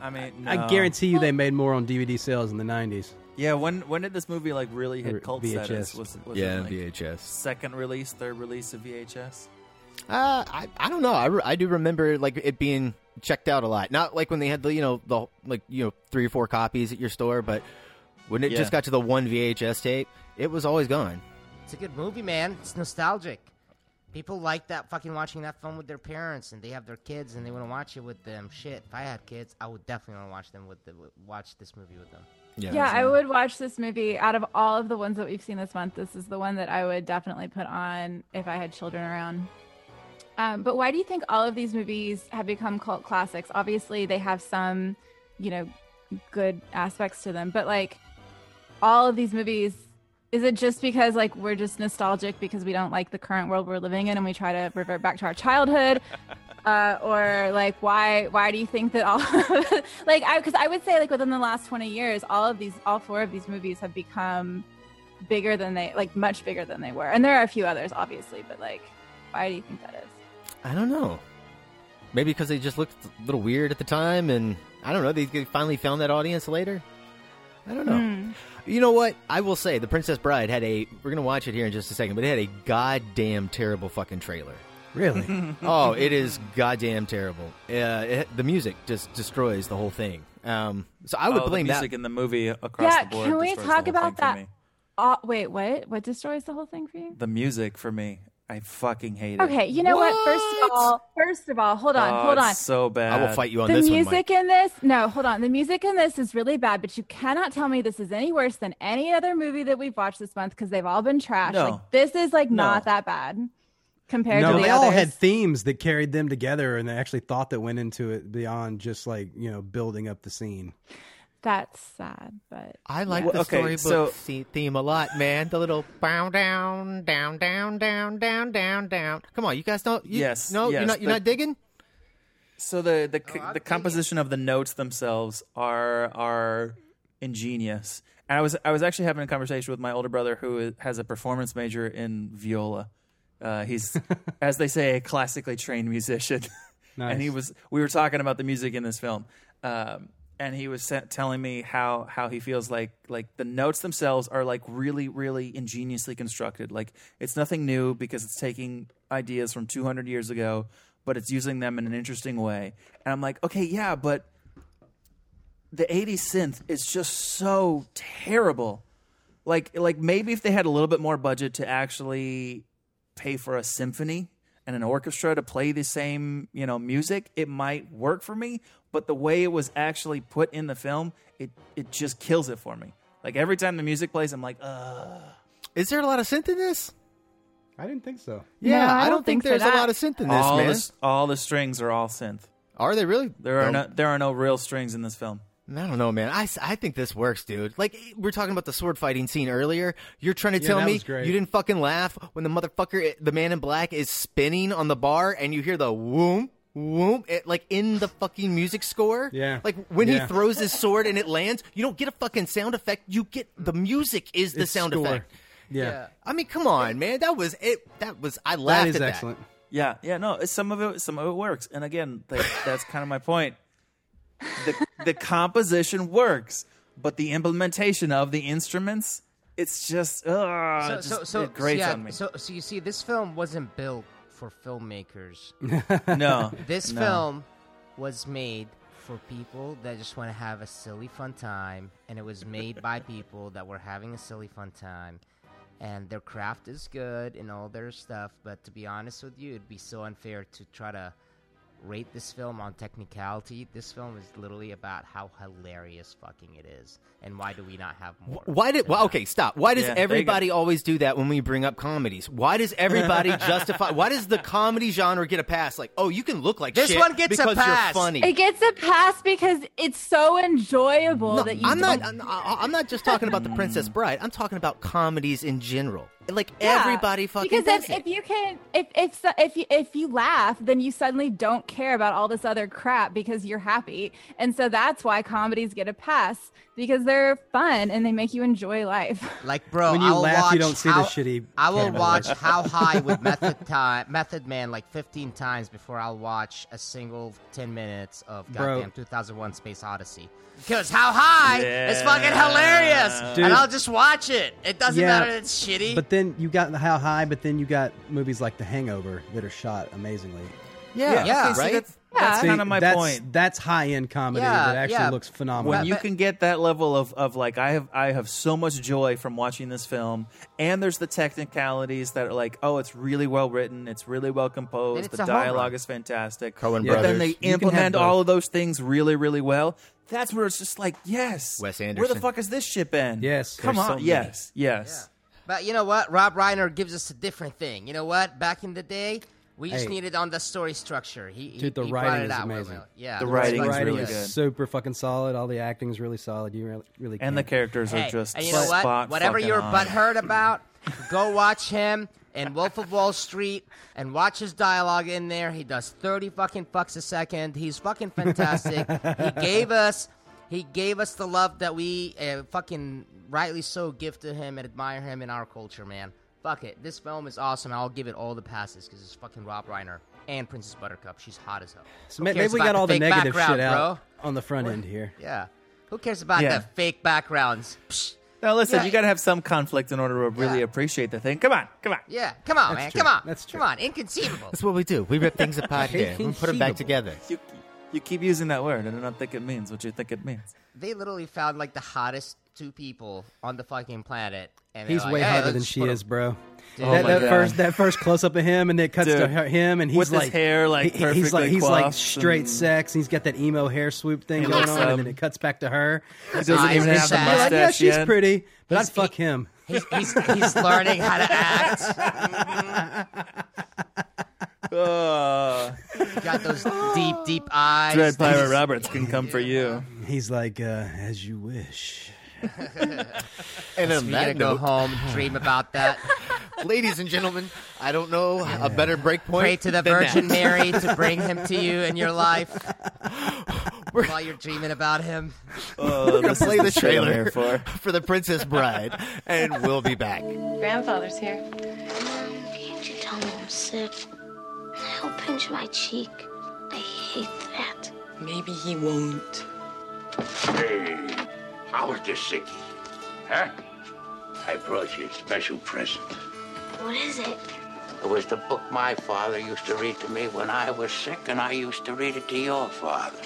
Speaker 11: I mean,
Speaker 1: I
Speaker 11: no.
Speaker 1: guarantee you they made more on DVD sales in the 90s.
Speaker 11: Yeah, when when did this movie like really
Speaker 1: Or
Speaker 11: hit cult
Speaker 1: VHS.
Speaker 11: status? Was, it- was
Speaker 8: Yeah,
Speaker 11: it, like,
Speaker 8: VHS.
Speaker 11: Second release, third release of VHS.
Speaker 8: Uh, I, I don't know. I, re- I do remember like it being checked out a lot. Not like when they had the you know the like you know three or four copies at your store, but when it
Speaker 5: Yeah.
Speaker 8: just got to the one VHS tape, it was always gone.
Speaker 5: It's a good movie, man. It's nostalgic. People like that fucking watching that film with their parents, and they have their kids, and they want to watch it with them. Shit, if I had kids, I would definitely want to watch them with the, watch this movie with them.
Speaker 10: Yeah, I would watch this movie. Out of all of the ones that we've seen this month, this is the one that I would definitely put on if I had children around. Um, but why do you think all of these movies have become cult classics? Obviously, they have some, you know, good aspects to them, but like all of these movies, is it just because like we're just nostalgic because we don't like the current world we're living in and we try to revert back to our childhood? uh, or like why why do you think that all like I because I would say like within the last twenty years all of these all four of these movies have become bigger than they like much bigger than they were and there are a few others obviously but like why do you think that is
Speaker 8: I don't know. Maybe because they just looked a little weird at the time, and I don't know. They they finally found that audience later. I don't know. You know what? I will say, The Princess Bride had a. We're gonna watch it here in just a second, but it had a goddamn terrible fucking trailer.
Speaker 1: Really?
Speaker 8: oh, it is goddamn terrible. Uh, it, the music just destroys the whole thing. Um, so I would
Speaker 11: Oh,
Speaker 8: blame
Speaker 11: the
Speaker 8: that.
Speaker 11: music in the movie across
Speaker 10: yeah
Speaker 11: the board.
Speaker 10: can
Speaker 11: destroys
Speaker 10: we
Speaker 11: the
Speaker 10: talk
Speaker 11: whole thing
Speaker 10: about
Speaker 11: for
Speaker 10: that
Speaker 11: me.
Speaker 10: uh, wait what what destroys the whole thing for you
Speaker 11: The music for me, I fucking hate it.
Speaker 10: okay you know what, first of all first of all hold on
Speaker 11: Oh,
Speaker 10: hold
Speaker 11: it's
Speaker 10: on
Speaker 11: So bad.
Speaker 8: I will fight you on
Speaker 10: the
Speaker 8: this one.
Speaker 10: music in this no hold on the music in this is really bad but you cannot tell me this is any worse than any other movie that we've watched this month because they've all been trash
Speaker 1: No.
Speaker 10: like this is like
Speaker 1: No.
Speaker 10: not that bad compared
Speaker 1: no,
Speaker 10: to the
Speaker 1: they
Speaker 10: others
Speaker 1: all had themes that carried them together, and they actually thought that went into it beyond just like you know building up the scene.
Speaker 10: that's sad but
Speaker 8: I like
Speaker 10: yeah.
Speaker 8: the storybook the- theme a lot, man. The little bow down, down, down, down, down, down, down. Come on, you guys don't. You,
Speaker 11: Yes,
Speaker 8: no, you're
Speaker 11: yes,
Speaker 8: not. You're
Speaker 11: the-
Speaker 8: not digging.
Speaker 11: So the the c the composition of the notes themselves are are ingenious. And I was I was actually having a conversation with my older brother who is, has a performance major in viola. Uh, he's, as they say, a classically trained musician.
Speaker 1: Nice.
Speaker 11: And he was we were talking about the music in this film, um, and he was sa- telling me how how he feels like like the notes themselves are like really really ingeniously constructed. Like it's nothing new because it's taking ideas from 200 years ago, but it's using them in an interesting way. And I'm like, okay, yeah, but the 80s synth is just so terrible. Like like maybe if they had a little bit more budget to actually pay for a symphony and an orchestra to play the same, you know, music, it might work for me, but the way it was actually put in the film, it it just kills it for me. Like every time the music plays, I'm like, uh
Speaker 8: Is there a lot of synth in this?
Speaker 1: I didn't think so.
Speaker 8: Yeah, I, don't think, there's a lot of synth in this,
Speaker 11: all
Speaker 8: man.
Speaker 11: The, s- all the strings are all synth.
Speaker 8: Are they really?
Speaker 11: There are
Speaker 8: No.
Speaker 11: no there are no real strings in this film.
Speaker 8: I don't know, man. I, s- I think this works, dude. Like eh, we're talking about the sword fighting scene earlier. You're trying to
Speaker 11: Yeah,
Speaker 8: tell
Speaker 11: that
Speaker 8: me
Speaker 11: was great.
Speaker 8: you didn't fucking laugh when the motherfucker, eh, the man in black, is spinning on the bar and you hear the whoom whoom, it, like in the fucking music score.
Speaker 1: Yeah.
Speaker 8: Like when
Speaker 1: Yeah.
Speaker 8: he throws his sword and it lands, you don't get a fucking sound effect. You get the music is the
Speaker 1: It's
Speaker 8: sound
Speaker 1: score.
Speaker 8: effect.
Speaker 1: Yeah.
Speaker 8: I mean, come on, man. That was it. That was I laughed.
Speaker 1: That is
Speaker 8: at
Speaker 1: excellent.
Speaker 11: Yeah, yeah, no, it's- some of it, some of it works, and again, like, that's kind of my point. The the composition works, but the implementation of the instruments, it's just, uh,
Speaker 5: so,
Speaker 11: just
Speaker 5: so, so,
Speaker 11: it grates
Speaker 5: yeah,
Speaker 11: on me.
Speaker 5: So, so you see, this film wasn't built for filmmakers.
Speaker 11: No,
Speaker 5: this
Speaker 11: no.
Speaker 5: film was made for people that just want to have a silly fun time, and it was made by people that were having a silly fun time. and their craft is good and all their stuff. But to be honest with you, it'd be so unfair to try to rate this film on technicality. This film is literally about how hilarious fucking it is, and why do we not have more?
Speaker 8: Why did? Well, okay, stop. Why does everybody always do that when we bring up comedies? Why does everybody justify? Why does the comedy genre get a pass? Like, oh, you can look like
Speaker 5: This
Speaker 8: shit
Speaker 5: one gets a
Speaker 8: because
Speaker 5: pass.
Speaker 8: You're funny.
Speaker 10: It gets a pass because it's so enjoyable
Speaker 8: No,
Speaker 10: that you.
Speaker 8: I'm not.
Speaker 10: don't-
Speaker 8: I'm, I- I'm not just talking about the Princess Bride. I'm talking about comedies in general. Like
Speaker 10: Yeah,
Speaker 8: everybody fucking
Speaker 10: because
Speaker 8: does
Speaker 10: if,
Speaker 8: it.
Speaker 10: if you can if if so- if you, if you laugh then you suddenly don't care about all this other crap because you're happy and so that's why comedies get a pass because they're fun and they make you enjoy life
Speaker 5: Like, bro,
Speaker 1: When you
Speaker 5: I'll
Speaker 1: laugh, you
Speaker 5: watch
Speaker 1: don't see the
Speaker 5: how,
Speaker 1: shitty
Speaker 5: I will
Speaker 1: camera
Speaker 5: watch
Speaker 1: lights.
Speaker 5: How High with Method Ti- Method Man like 15 times before I'll watch a single 10 minutes of
Speaker 1: Bro.
Speaker 5: goddamn 2001 Space Odyssey. Because How High is fucking hilarious,
Speaker 1: Dude.
Speaker 5: and I'll just watch it. It doesn't matter that it's shitty.
Speaker 1: But then you got the How High, but then you got movies like The Hangover that are shot amazingly.
Speaker 11: Yeah, Yeah, okay, see, right? that's- that's
Speaker 1: See,
Speaker 11: kinda my
Speaker 1: that's-
Speaker 11: point.
Speaker 1: That's high end comedy that actually looks phenomenal.
Speaker 11: When you can get that level of, of like I have I have so much joy from watching this film, and there's the technicalities that are like, oh, it's really well written, it's really well
Speaker 5: Then
Speaker 11: composed,
Speaker 5: it's
Speaker 11: the
Speaker 5: a home run.
Speaker 11: dialogue is fantastic.
Speaker 8: Coen
Speaker 11: but then
Speaker 8: Brothers.
Speaker 11: they
Speaker 8: You can have
Speaker 11: implement
Speaker 8: both.
Speaker 11: all of those things really, really well. That's where it's just like, yes,
Speaker 8: Wes
Speaker 11: Where
Speaker 8: Anderson.
Speaker 11: the fuck has this shit been?
Speaker 1: Yes,
Speaker 11: come
Speaker 1: there's
Speaker 11: on,
Speaker 1: so many.
Speaker 11: yes, yes.
Speaker 5: But you know what? Rob Reiner gives us a different thing. You know what? Back in the day, we just
Speaker 1: Hey.
Speaker 5: needed on the story structure. He, he-
Speaker 1: Dude, the
Speaker 5: he brought
Speaker 1: writing
Speaker 5: it
Speaker 1: is
Speaker 5: out well,
Speaker 1: amazing.
Speaker 5: well. Yeah,
Speaker 11: writing is really
Speaker 1: is
Speaker 11: good.
Speaker 1: super fucking solid. All the acting is really solid. You really, really
Speaker 11: And
Speaker 1: can't-
Speaker 11: the characters are just
Speaker 5: and you know what?
Speaker 11: spot
Speaker 5: Whatever
Speaker 11: fucking
Speaker 5: you're
Speaker 11: on.
Speaker 5: butthurt about, go watch him in Wolf of Wall Street and watch his dialogue in there. He does thirty fucking fucks a second. He's fucking fantastic. he gave us. He gave us the love that we uh, fucking rightly so give to him and admire him in our culture, man. Fuck it. This film is awesome. I'll give it all the passes because it's fucking Rob Reiner and Princess Buttercup. She's hot as hell.
Speaker 1: So
Speaker 5: Who
Speaker 1: ma- maybe
Speaker 5: cares
Speaker 1: we
Speaker 5: about
Speaker 1: got all the,
Speaker 5: fake
Speaker 1: negative shit
Speaker 5: background,
Speaker 1: out
Speaker 5: bro?
Speaker 1: on the front
Speaker 5: What?
Speaker 1: end here.
Speaker 5: Yeah. Who cares about
Speaker 11: Yeah.
Speaker 5: the fake backgrounds? Psh.
Speaker 11: Now listen,
Speaker 5: Yeah.
Speaker 11: you got to have some conflict in order to really appreciate the thing. Come on, come on.
Speaker 5: Yeah, come on,
Speaker 11: That's
Speaker 5: man.
Speaker 11: true.
Speaker 5: Come on.
Speaker 11: That's
Speaker 5: Come on. Inconceivable.
Speaker 8: That's what we do. We rip things apart here. We put them back together.
Speaker 11: You, you keep using that word, and I don't think it means what you think it means.
Speaker 5: They literally found like the hottest two people on the fucking planet. And they're
Speaker 1: He's
Speaker 5: like,
Speaker 1: way
Speaker 5: "Hey,
Speaker 1: hotter
Speaker 5: let's
Speaker 1: than
Speaker 5: just
Speaker 1: she
Speaker 5: put 'em-"
Speaker 1: is, bro.
Speaker 5: Dude.
Speaker 1: that
Speaker 5: Oh my
Speaker 1: that
Speaker 5: God.
Speaker 1: first that first close up of him, and it cuts to
Speaker 11: Dude.
Speaker 1: her- him, and he's
Speaker 11: With his
Speaker 1: like
Speaker 11: hair, like,
Speaker 1: he- he's like
Speaker 11: perfectly
Speaker 1: he's like
Speaker 11: coiffed
Speaker 1: straight
Speaker 11: and-
Speaker 1: sex, and he's got that emo hair swoop thing
Speaker 11: He
Speaker 1: going
Speaker 11: looks,
Speaker 1: on,
Speaker 11: um,
Speaker 1: and then it cuts back to her.
Speaker 11: he doesn't
Speaker 1: Eyes
Speaker 11: even
Speaker 1: and
Speaker 11: have the
Speaker 1: shit. You're like, yeah,
Speaker 11: mustache
Speaker 1: she's
Speaker 11: yet.
Speaker 1: pretty, but I'd fuck him.
Speaker 5: He's, he's, he's learning how to act.
Speaker 11: Uh,
Speaker 5: He's got those deep, deep eyes.
Speaker 11: Dread Pirate Roberts can come for you.
Speaker 1: He's like, uh, as you wish.
Speaker 8: And
Speaker 5: We're gonna go home, dream about that.
Speaker 8: ladies and gentlemen, I don't know a better break point.
Speaker 5: Pray to the
Speaker 8: than
Speaker 5: Virgin
Speaker 8: that.
Speaker 5: Mary to bring him to you in your life while you're dreaming about him.
Speaker 8: We're gonna
Speaker 11: this is
Speaker 8: play the
Speaker 11: the shit I'm
Speaker 8: trailer
Speaker 11: here
Speaker 8: for.
Speaker 11: for.
Speaker 8: the Princess Bride, and we'll be back.
Speaker 13: Grandfather's here.
Speaker 3: Can't you tell me I'm sick? He'll pinch my cheek. I hate that.
Speaker 13: Maybe he won't.
Speaker 14: Hey, how's the sickie? Huh? I brought you a special present.
Speaker 3: What is it?
Speaker 14: It was the book my father used to read to me when I was sick, and I used to read it to your father.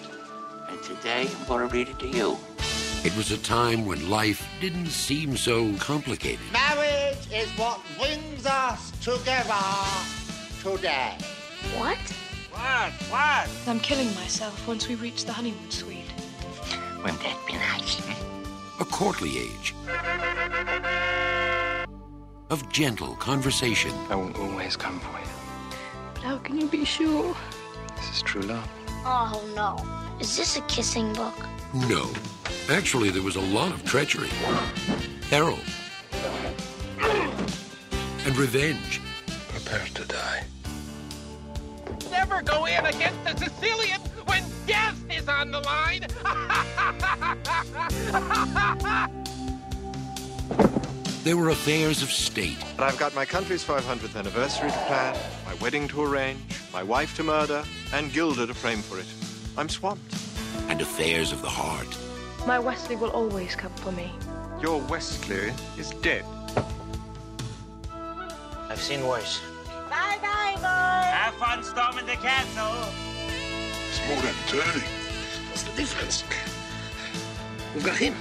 Speaker 14: And today, I'm going to read it to you.
Speaker 4: It was a time when life didn't seem so complicated.
Speaker 2: Marriage is what brings us together today.
Speaker 3: What?
Speaker 2: What? What?
Speaker 13: I'm killing myself once we reach the honeymoon suite.
Speaker 4: Wouldn't that be nice? A courtly age. Of gentle conversation. I will always come for you.
Speaker 13: But how can you be sure?
Speaker 4: This is true love.
Speaker 3: Oh no. Is this a kissing book?
Speaker 4: No. Actually, there was a lot of treachery, peril, and revenge. Prepare to die.
Speaker 7: Never go in against the Sicilian when death is on the line.
Speaker 4: There were affairs of state.
Speaker 15: And I've got my country's 500th anniversary to plan, my wedding to arrange, my wife to murder, and Gilda to frame for it. I'm swamped.
Speaker 4: and affairs of the heart.
Speaker 13: My Wesley will always come for me.
Speaker 15: Your Westley is dead.
Speaker 14: I've seen worse.
Speaker 7: Bye bye, boys. Have fun storming the castle.
Speaker 16: It's more than turning.
Speaker 14: What's the difference? We've got him.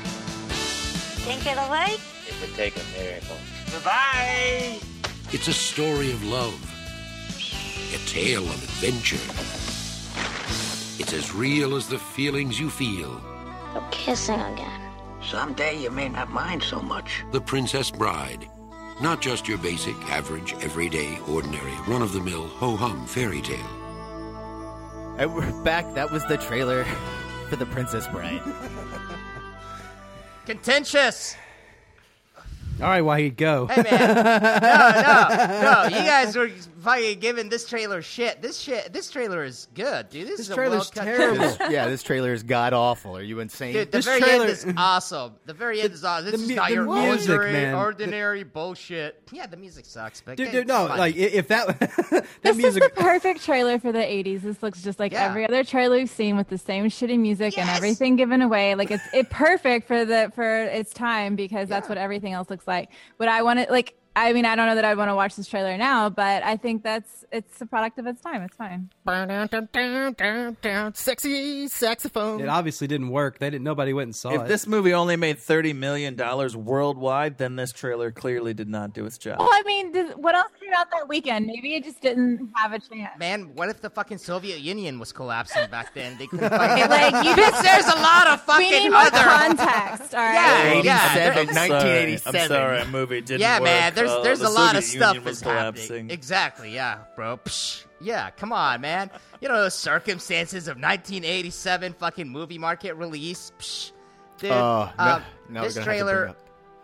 Speaker 7: Think it'll work?
Speaker 14: It would take a miracle.
Speaker 2: Goodbye.
Speaker 4: It's a story of love, a tale of adventure. It's as real as the feelings you feel.
Speaker 3: Go kissing again.
Speaker 14: Someday you may not mind so much.
Speaker 4: The Princess Bride. Not just your basic, average, everyday, ordinary, run of the mill, ho hum fairy tale.
Speaker 8: And we're back. That was the trailer for The Princess Bride.
Speaker 5: Contentious.
Speaker 1: All right, Wahid, go.
Speaker 5: Hey man, no, no, no! You guys were fucking giving this trailer shit. This shit, this trailer is good, dude. This,
Speaker 1: This
Speaker 5: is a
Speaker 1: trailer's
Speaker 5: well-cut
Speaker 1: terrible.
Speaker 5: trailer.
Speaker 8: yeah, this trailer is god awful. Are you insane?
Speaker 5: Dude, the
Speaker 8: This
Speaker 5: very
Speaker 8: trailer-
Speaker 5: end is awesome. The very end is awesome. This
Speaker 8: the
Speaker 5: is
Speaker 8: mu-
Speaker 5: not
Speaker 8: the
Speaker 5: your
Speaker 8: music,
Speaker 5: ordinary,
Speaker 8: man.
Speaker 5: ordinary bullshit. Yeah, the music sucks, but
Speaker 1: Dude,
Speaker 5: it's
Speaker 1: dude, no,
Speaker 5: fun.
Speaker 1: like i- if that that
Speaker 10: This
Speaker 1: music.
Speaker 10: is the perfect trailer for the 80s. This looks just like every other trailer we've seen with the same shitty music and everything given away. Like it's it perfect for the for its time because that's what everything else looks like. But I want to like I mean I don't know that I'd want to watch this trailer now, but I think that's it's a product of its time. It's fine.
Speaker 8: Sexy saxophone.
Speaker 1: It obviously didn't work. They didn't. Nobody went and saw
Speaker 11: If
Speaker 1: it.
Speaker 11: this movie only made thirty million dollars worldwide, then this trailer clearly did not do its job.
Speaker 10: Well, I mean, does, what else came out that weekend? Maybe it just didn't have a chance.
Speaker 5: Man, what if the fucking Soviet Union was collapsing back then? They couldn't fucking
Speaker 10: Like, you just-
Speaker 5: there's a lot of
Speaker 10: We
Speaker 5: fucking
Speaker 10: need more
Speaker 5: other
Speaker 10: context, all
Speaker 5: Yeah,
Speaker 10: right?
Speaker 5: yeah. there-
Speaker 11: I'm sorry, I'm sorry, that movie didn't
Speaker 5: yeah,
Speaker 11: work.
Speaker 5: man. There's
Speaker 11: Uh,
Speaker 5: there's
Speaker 11: the
Speaker 5: a lot of
Speaker 11: Soviet
Speaker 5: stuff
Speaker 11: Union was
Speaker 5: that's happening.
Speaker 11: collapsing.
Speaker 5: Exactly. Yeah, bro. Psh. Yeah, come on, man. You know those circumstances of 1987 fucking movie market release. Psh. Dude,
Speaker 11: Oh, no-
Speaker 5: um,
Speaker 11: now we're
Speaker 5: this
Speaker 11: gonna have to bring it
Speaker 5: trailer,
Speaker 11: up.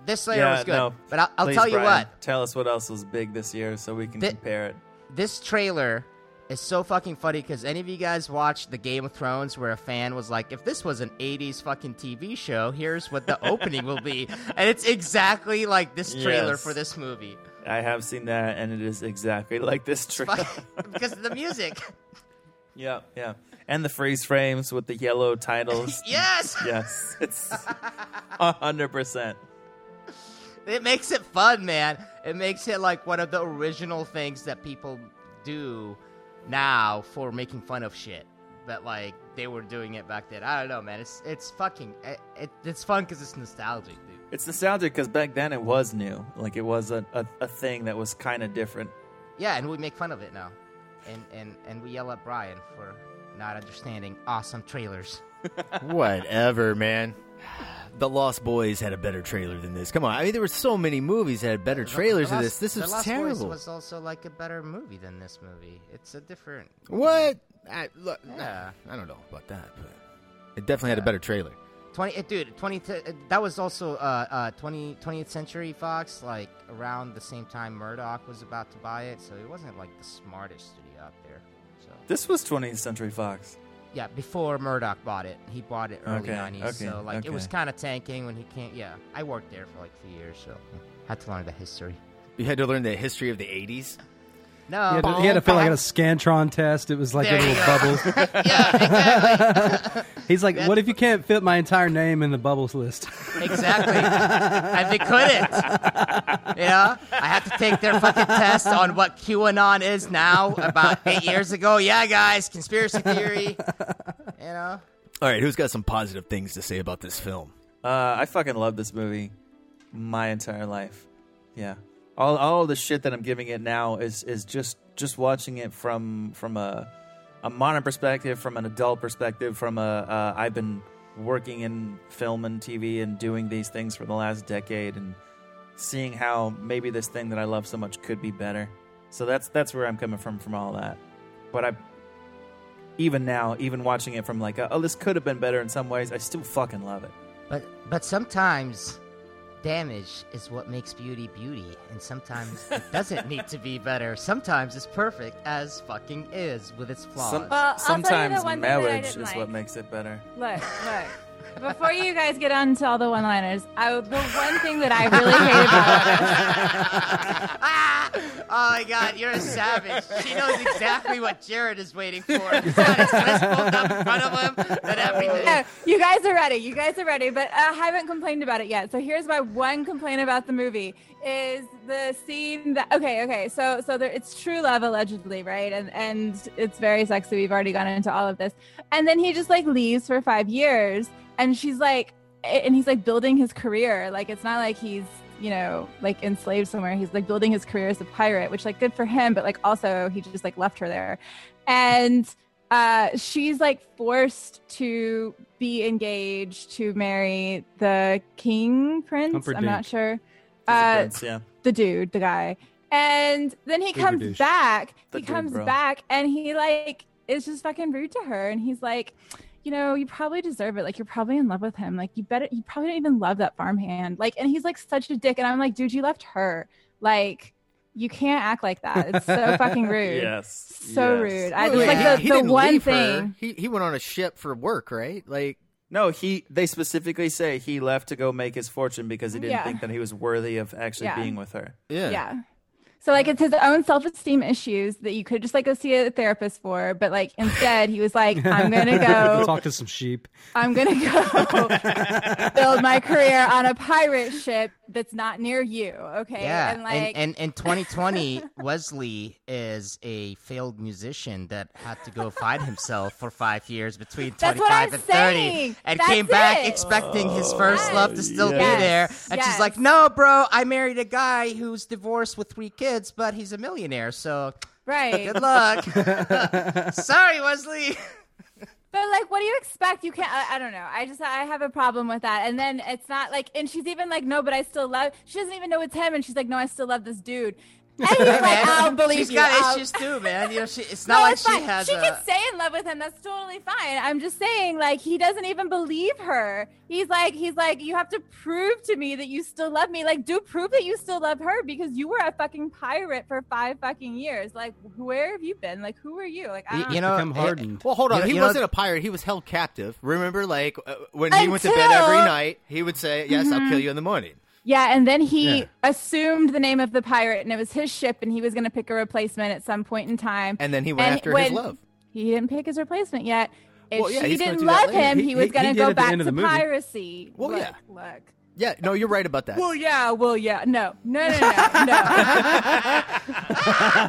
Speaker 5: this trailer
Speaker 11: yeah,
Speaker 5: was good.
Speaker 11: No,
Speaker 5: but I'll, I'll
Speaker 11: Please,
Speaker 5: tell you
Speaker 11: Brian,
Speaker 5: what.
Speaker 11: Tell us what else was big this year, so we can
Speaker 5: Thi-
Speaker 11: compare it.
Speaker 5: this trailer is so fucking funny because any of you guys watched the Game of Thrones where a fan was like, if this was an 80s fucking TV show, here's what the opening will be. And it's exactly like this trailer
Speaker 11: Yes.
Speaker 5: for this movie
Speaker 11: I have seen that, and it is exactly like this trailer.
Speaker 5: because of the music.
Speaker 11: yeah, yeah. And the freeze frames with the yellow titles.
Speaker 5: Yes!
Speaker 11: yes, it's hundred percent.
Speaker 5: It makes it fun, man. It makes it like one of the original things that people do now for making fun of shit. But like they were doing it back then. I don't know, man. It's it's fucking it, it, it's fun because it's nostalgic, dude.
Speaker 11: It's nostalgic because back then it was new. Like it was a, a, a thing that was kind of different.
Speaker 5: Yeah, and we make fun of it now, and and and we yell at Brian for not understanding awesome trailers.
Speaker 8: Whatever, man. The Lost Boys had a better trailer than this. Come on, I mean, there were so many movies that had better trailers
Speaker 5: The
Speaker 8: than this.
Speaker 5: Lost-
Speaker 8: This
Speaker 5: The
Speaker 8: is
Speaker 5: Lost Boys
Speaker 8: terrible.
Speaker 5: was also like a better movie than this movie. It's a different.
Speaker 8: What? I, look,
Speaker 5: Yeah.
Speaker 8: I don't know about that, but it definitely had a better trailer.
Speaker 5: 20 uh, dude 20 th- uh, that was also uh, uh 20 20th century fox like around the same time murdoch was about to buy it so it wasn't like the smartest studio out there so
Speaker 11: This was 20th Century Fox.
Speaker 5: yeah before murdoch bought it he bought it early
Speaker 11: Okay,
Speaker 5: 90s
Speaker 11: okay,
Speaker 5: so like it was
Speaker 11: okay.
Speaker 5: kind of tanking when he can't yeah i worked there for like three years so had to learn the history
Speaker 8: You had to learn the history of the '80s.
Speaker 5: no
Speaker 1: he, had to, he had to fill like a scantron test. It was like
Speaker 5: There
Speaker 1: a
Speaker 5: you
Speaker 1: little
Speaker 5: go.
Speaker 1: bubbles. He's like, what if you can't fit my entire name in the bubbles list?
Speaker 5: Exactly. and they couldn't. You know? I had to take their fucking test on what QAnon is now about eight years ago. Yeah, guys, conspiracy theory. You know?
Speaker 8: All right, who's got some positive things to say about this film?
Speaker 11: Uh, I fucking love this movie my entire life. Yeah. All all the shit that I'm giving it now is is just just watching it from from a a modern perspective, from an adult perspective, from a uh, I've been working in film and TV and doing these things for the last decade and seeing how maybe this thing that I love so much could be better. So that's that's where I'm coming from from all that. But I even now, even watching it from like, oh, this could have been better in some ways, I still fucking love it.
Speaker 5: But but sometimes damage is what makes beauty beauty, and sometimes it doesn't need to be better. Sometimes it's perfect as fucking is with its flaws.
Speaker 11: Some-
Speaker 10: Well, I'll tell you the
Speaker 11: sometimes
Speaker 10: one thing that I
Speaker 11: marriage is
Speaker 10: didn't
Speaker 11: what
Speaker 10: like.
Speaker 11: makes it better.
Speaker 10: Look, look. Before you guys get on to all the one-liners, I, the one thing that I really hate about
Speaker 5: oh my god, you're a savage. She knows exactly what Jared is waiting for. He's got his fist pulled up in front of him and everything.
Speaker 10: No, you guys are ready. You guys are ready, but I haven't complained about it yet. So here's my one complaint about the movie is the scene that okay, okay. So so there, it's true love allegedly, right? And and it's very sexy. We've already gone into all of this. And then he just like leaves for 5 years and she's like and he's like building his career. Like it's not like he's you know, like enslaved somewhere. He's like building his career as a pirate, which like good for him, but like also he just like left her there. And uh, she's like forced to be engaged to marry the king prince. I'm
Speaker 11: Humperdinck.
Speaker 10: not sure.
Speaker 11: He's a
Speaker 10: Uh,
Speaker 11: prince, yeah.
Speaker 10: the dude, the guy. And then he
Speaker 11: Big
Speaker 10: comes
Speaker 11: douche.
Speaker 10: back.
Speaker 11: The
Speaker 10: he
Speaker 11: dude,
Speaker 10: comes
Speaker 11: bro.
Speaker 10: back and he like is just fucking rude to her and he's like, you know, you probably deserve it. Like you're probably in love with him. Like you better you probably don't even love that farmhand. Like and he's like such a dick and I'm like, dude, you left her. Like you can't act like that. It's so fucking rude. So rude. I just
Speaker 8: Wait,
Speaker 10: like
Speaker 8: he-
Speaker 10: the,
Speaker 8: he
Speaker 10: the
Speaker 8: didn't
Speaker 10: one
Speaker 8: leave her.
Speaker 10: thing.
Speaker 8: He, he went on a ship for work, right? Like
Speaker 11: No, he. They specifically say he left to go make his fortune because he didn't
Speaker 10: Yeah.
Speaker 11: think that he was worthy of actually
Speaker 10: Yeah.
Speaker 11: being with her.
Speaker 10: Yeah. So like it's his own self-esteem issues that you could just like go see a therapist for, but like instead he was like, I'm gonna go
Speaker 1: talk to some sheep.
Speaker 10: I'm gonna go build my career on a pirate ship that's not near you. Okay.
Speaker 5: Yeah,
Speaker 10: And like
Speaker 5: and, and in 2020, Wesley is a failed musician that had to go find himself for five years between
Speaker 10: That's
Speaker 5: 25
Speaker 10: what I'm
Speaker 5: and 30,
Speaker 10: saying.
Speaker 5: and
Speaker 10: That's
Speaker 5: came back
Speaker 10: it.
Speaker 5: expecting his first love to still
Speaker 10: yes.
Speaker 5: be there, and she's
Speaker 10: Yes.
Speaker 5: like, "No, bro, I married a guy who's divorced with three kids, but he's a millionaire, so
Speaker 10: right.
Speaker 5: good luck." Sorry, Wesley.
Speaker 10: But like, what do you expect? You can't. I, I don't know. I just I have a problem with that. And then it's not like, and she's even like, no, but I still love. She doesn't even know it's him, and she's like, no, I still love this dude. And he's like,
Speaker 5: man,
Speaker 10: I'll believe
Speaker 5: she's
Speaker 10: you.
Speaker 5: got
Speaker 10: I'll-
Speaker 5: issues too, man. You know, she, it's
Speaker 10: No,
Speaker 5: not like
Speaker 10: it's
Speaker 5: she
Speaker 10: fine.
Speaker 5: has.
Speaker 10: she
Speaker 5: a,
Speaker 10: can stay in love with him. That's totally fine. I'm just saying, like, he doesn't even believe her. He's like, he's like, you have to prove to me that you still love me. Like, do prove that you still love her because you were a fucking pirate for five fucking years. Like, where have you been? Like, who are you? Like, I don't
Speaker 8: Well, hold on.
Speaker 5: You know-
Speaker 8: he
Speaker 5: you know-
Speaker 8: wasn't a pirate. He was held captive. Remember, like uh, when he went to
Speaker 10: Until-
Speaker 8: bed every night, he would say, "Yes, I'll
Speaker 10: Mhm.
Speaker 8: kill you in the morning."
Speaker 10: Yeah, and then he
Speaker 8: Yeah.
Speaker 10: assumed the name of the pirate, and it was his ship, and he was going to pick a replacement at some point in time.
Speaker 8: And then he went after his
Speaker 10: when
Speaker 8: love.
Speaker 10: He didn't pick his replacement yet. If
Speaker 8: Well, yeah,
Speaker 10: she
Speaker 8: he's gonna
Speaker 10: didn't
Speaker 8: do that
Speaker 10: love
Speaker 8: later.
Speaker 10: him,
Speaker 8: He-
Speaker 10: he, was
Speaker 8: he-
Speaker 10: going
Speaker 8: he
Speaker 10: to
Speaker 8: did at
Speaker 10: go
Speaker 8: the
Speaker 10: back
Speaker 8: end of
Speaker 10: to
Speaker 8: the movie.
Speaker 10: piracy.
Speaker 8: Well,
Speaker 10: look,
Speaker 8: yeah.
Speaker 10: Look.
Speaker 8: Yeah, no, you're right about that.
Speaker 10: Well, yeah. Well, yeah. No, no, no, no,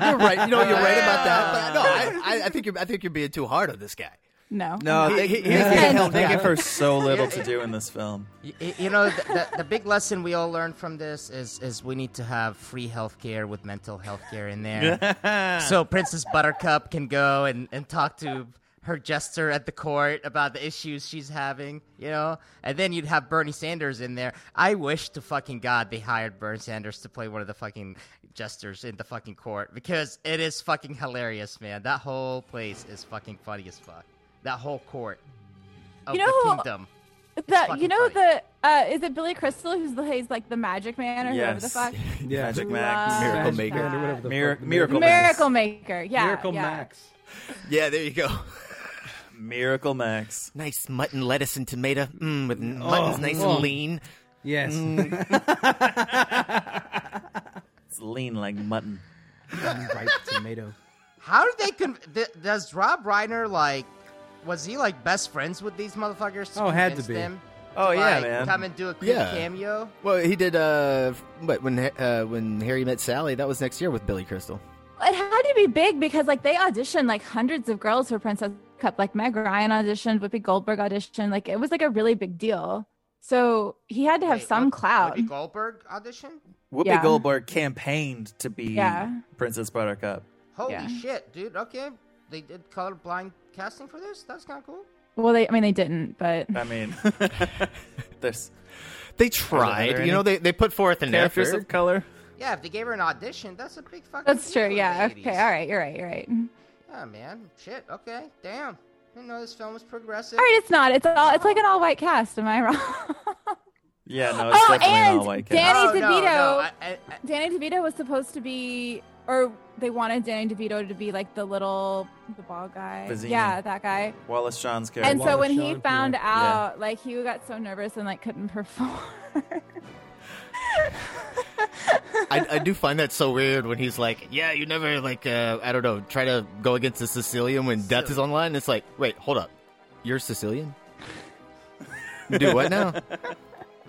Speaker 8: you're right. You know, you're right about that. But no, I, I, I think you're, I think you're being too hard on this guy.
Speaker 10: no.
Speaker 11: No, they, they,
Speaker 8: He- he- he's getting held
Speaker 11: they
Speaker 8: back.
Speaker 11: give her so little to do in this film.
Speaker 5: Y- you know the, the, the big lesson we all learned from this is is we need to have free healthcare with mental health care in there so princess buttercup can go and, and talk to her jester at the court about the issues she's having you know and then you'd have bernie sanders in there i wish to fucking god they hired bernie sanders to play one of the fucking jesters in the fucking court because it is fucking hilarious man that whole place is fucking funny as fuck that whole court of
Speaker 10: You know
Speaker 5: the
Speaker 10: who-
Speaker 5: kingdom
Speaker 10: The,
Speaker 5: fucking
Speaker 10: you know the uh, is it Billy Crystal who's plays like the magic man or whoever the
Speaker 11: Yes.
Speaker 10: fuck
Speaker 1: Yeah.
Speaker 11: Magic Max,
Speaker 10: Love
Speaker 8: Miracle Maker.
Speaker 10: that.
Speaker 1: whatever the
Speaker 11: Mir-
Speaker 1: fuck the
Speaker 11: Miracle Max.
Speaker 10: Miracle Maker. Yeah.
Speaker 1: Miracle
Speaker 10: yeah.
Speaker 1: Max.
Speaker 8: Yeah, there you go.
Speaker 11: Miracle Max.
Speaker 8: Nice mutton, lettuce, and tomato. Mm, with mutton's nice
Speaker 1: oh.
Speaker 8: and lean.
Speaker 1: Yes.
Speaker 11: It's lean like mutton.
Speaker 1: Ripe tomato.
Speaker 5: How did they con- th- Does Rob Reiner like? Was he like best friends with these motherfuckers? To
Speaker 8: Oh, had to
Speaker 5: convince
Speaker 8: be.
Speaker 5: Them
Speaker 11: Oh,
Speaker 5: to,
Speaker 11: yeah,
Speaker 5: like,
Speaker 11: man.
Speaker 5: Come and do a quick
Speaker 8: Yeah.
Speaker 5: cameo.
Speaker 8: Well, he did. Uh, what when uh, when Harry met Sally? That was next year with Billy Crystal.
Speaker 10: It had to be big because like they auditioned like hundreds of girls for Princess Cup. Like Meg Ryan auditioned, Whoopi Goldberg auditioned. Like it was like a really big deal. So he had to have some clout.
Speaker 5: Whoopi Goldberg audition.
Speaker 11: Whoopi
Speaker 10: Yeah.
Speaker 11: Goldberg campaigned to be
Speaker 10: Yeah.
Speaker 11: Princess Buttercup.
Speaker 5: Holy
Speaker 10: Yeah.
Speaker 5: shit, dude! Okay, they did colorblind casting for this. That's kind of cool.
Speaker 10: Well, they I mean they didn't, but
Speaker 11: I mean, there's
Speaker 8: They
Speaker 11: Are there
Speaker 8: tried.
Speaker 11: any
Speaker 8: You know, they, they put forth an
Speaker 11: characters
Speaker 8: effort.
Speaker 11: of color.
Speaker 5: Yeah, if they gave her an audition, that's a big fucking.
Speaker 10: that's
Speaker 5: deal
Speaker 10: true.
Speaker 5: in the
Speaker 10: Yeah.
Speaker 5: 80s.
Speaker 10: Okay. All right. You're right. You're right. All
Speaker 5: Yeah, man. Shit. Okay. Damn. I didn't know this film was progressive.
Speaker 10: right. It's not. It's all. It's like an all white cast. Am I wrong?
Speaker 11: Yeah, no, it's
Speaker 10: Oh,
Speaker 11: definitely an
Speaker 10: and
Speaker 11: all-white cast.
Speaker 10: Danny
Speaker 5: Oh, no,
Speaker 10: DeVito.
Speaker 5: no, I- I- I-
Speaker 10: Danny DeVito was supposed to be, or they wanted Danny DeVito to be like the little, the bald guy.
Speaker 11: Vizzini.
Speaker 10: Yeah, that guy.
Speaker 11: Wallace Shawn's character.
Speaker 10: and so when he found
Speaker 11: Yeah.
Speaker 10: out, like he got so nervous and like couldn't perform.
Speaker 8: I, I do find that so weird when he's like, "Yeah, you never like uh, I don't know, try to go against the Sicilian when death is online." It's like, wait, hold up, you're Sicilian? do what now?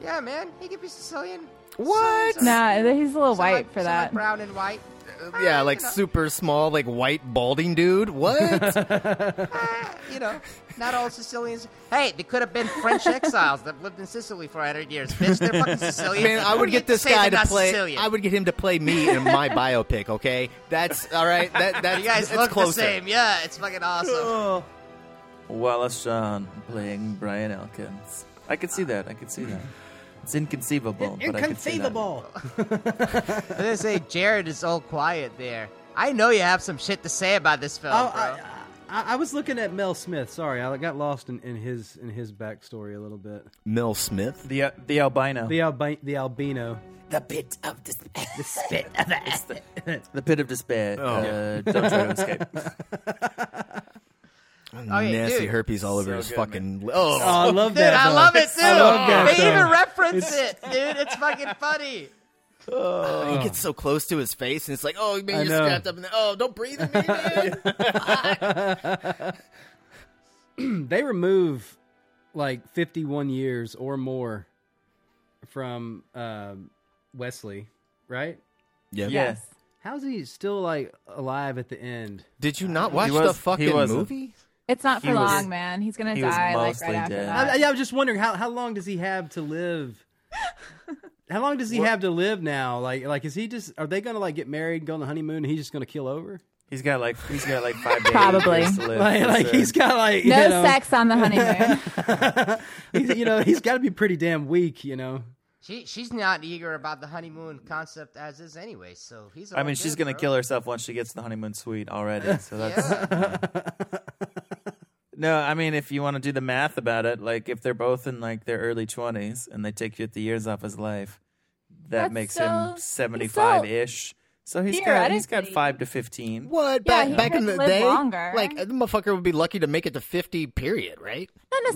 Speaker 5: Yeah, man. He could be Sicilian.
Speaker 8: What?
Speaker 10: nah, he's a little
Speaker 5: Semi-
Speaker 10: white for that.
Speaker 5: Brown and white. Ah,
Speaker 8: Yeah, like super small, like white balding dude. What?
Speaker 5: You you know, not all Sicilians. Hey, they could have been French exiles that lived in Sicily for 100 years. Bitch, they're fucking Sicilian.
Speaker 8: Man, I
Speaker 5: What
Speaker 8: would
Speaker 5: do
Speaker 8: get
Speaker 5: you
Speaker 8: this
Speaker 5: say
Speaker 8: guy
Speaker 5: they're
Speaker 8: to
Speaker 5: not
Speaker 8: play.
Speaker 5: Sicilian?
Speaker 8: I would get him to play me in my biopic. Okay, that's all right. That that's
Speaker 5: you guys
Speaker 8: that's
Speaker 5: look
Speaker 8: closer.
Speaker 5: the same. Yeah, it's fucking awesome.
Speaker 11: Wallace Shawn playing Brian Elkins. I could see that. I could see that. It's inconceivable. but I could see that.
Speaker 5: I was gonna say Jared is all quiet there. I know you have some shit to say about this film,
Speaker 1: Oh,
Speaker 5: bro.
Speaker 1: I, I was looking at Mel Smith. Sorry, I got lost in, in his in his backstory a little bit.
Speaker 8: Mel Smith,
Speaker 11: the uh, the albino,
Speaker 1: the albi- the albino,
Speaker 11: the bit of the,
Speaker 5: the spit of the,
Speaker 11: the pit of despair. Uh,
Speaker 8: Yeah.
Speaker 11: don't try to escape.
Speaker 5: Oh, yeah,
Speaker 8: Nasty
Speaker 5: dude.
Speaker 8: herpes all over
Speaker 5: So
Speaker 8: his
Speaker 5: good,
Speaker 8: fucking.
Speaker 5: man.
Speaker 8: Oh.
Speaker 5: So Dude, I love it too. they even reference
Speaker 8: It's-
Speaker 5: it, dude. It's fucking funny.
Speaker 8: Oh, he gets so close to his face, and it's like, oh man,
Speaker 5: I
Speaker 8: you're
Speaker 5: know.
Speaker 8: strapped up in there. Oh, don't breathe in me, man.
Speaker 1: they remove like 51 years or more from um, Wesley, right?
Speaker 8: Yeah. Yes.
Speaker 1: How's he still like alive at the end?
Speaker 8: Did you not watch the fucking movie?
Speaker 10: It's not for
Speaker 1: He was-
Speaker 10: long, man. He's gonna
Speaker 1: he was
Speaker 10: die like
Speaker 1: mostly
Speaker 10: right after
Speaker 1: dead.
Speaker 10: that.
Speaker 1: I, yeah, I was just wondering how, how long does he have to live? How long does he have to live now? Like like is he just are they gonna like get married, go on the honeymoon, and he's just gonna kill over?
Speaker 11: He's got like he's got like five days
Speaker 10: Probably.
Speaker 11: to live.
Speaker 1: like,
Speaker 11: for
Speaker 1: like
Speaker 11: sure.
Speaker 1: he's got like you
Speaker 10: no
Speaker 1: know,
Speaker 10: sex on the honeymoon.
Speaker 1: He's, you know he's got to be pretty damn weak, you know.
Speaker 5: She she's not eager about the honeymoon concept as is anyway. So he's.
Speaker 11: I
Speaker 5: all
Speaker 11: mean, she's
Speaker 5: good,
Speaker 11: gonna
Speaker 5: bro.
Speaker 11: kill herself once she gets to the honeymoon suite already. So that's. No, I mean, if you want to do the math about it, like if they're both in like their early twenties and they take fifty years off his life, that
Speaker 10: That's
Speaker 11: makes
Speaker 10: so-
Speaker 11: him seventy-five ish. So he's got he's got
Speaker 10: Theoretically.
Speaker 11: five to fifteen.
Speaker 8: What
Speaker 10: Yeah,
Speaker 8: back
Speaker 10: he
Speaker 8: back in
Speaker 10: could
Speaker 8: the
Speaker 10: live
Speaker 8: day,
Speaker 10: longer.
Speaker 8: like the motherfucker would be lucky to make it to fifty. Period. Right? Right.
Speaker 10: Not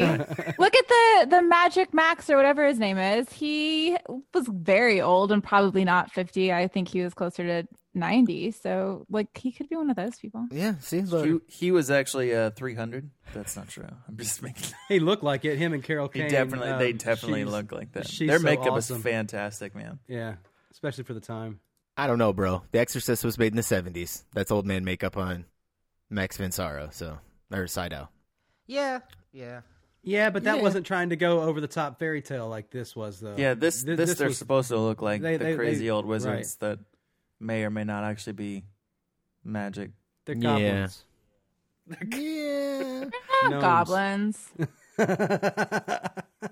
Speaker 10: necessarily. Look at the the Magic Max or whatever his name is. He was very old and probably not fifty. I think he was closer to ninety. So like he could be one of those people.
Speaker 8: Yeah, see,
Speaker 11: he, he was actually uh, three hundred. That's not true. I'm just making.
Speaker 1: He looked like it. Him and Carol
Speaker 11: He
Speaker 1: Kane.
Speaker 11: definitely,
Speaker 1: um,
Speaker 11: they definitely
Speaker 1: she's-
Speaker 11: look like that.
Speaker 1: she's
Speaker 11: Their
Speaker 1: so
Speaker 11: makeup
Speaker 1: awesome.
Speaker 11: is fantastic, man.
Speaker 1: Yeah, especially for the time.
Speaker 8: I don't know, bro. The Exorcist was made in the seventies. That's old man makeup on Max Vinsaro, so or Sido.
Speaker 5: Yeah, yeah.
Speaker 1: Yeah, but that
Speaker 5: Yeah.
Speaker 1: wasn't trying to go over the top fairy tale like this was, though.
Speaker 11: Yeah, this
Speaker 1: Th-
Speaker 11: this, they're
Speaker 1: was-
Speaker 11: supposed to look like
Speaker 1: They-
Speaker 11: the
Speaker 1: they- they-
Speaker 11: crazy old
Speaker 1: right.
Speaker 11: wizards that may or may not actually be magic.
Speaker 1: They're
Speaker 8: Yeah. goblins.
Speaker 10: Yeah.
Speaker 11: Gnomes.
Speaker 10: Goblins.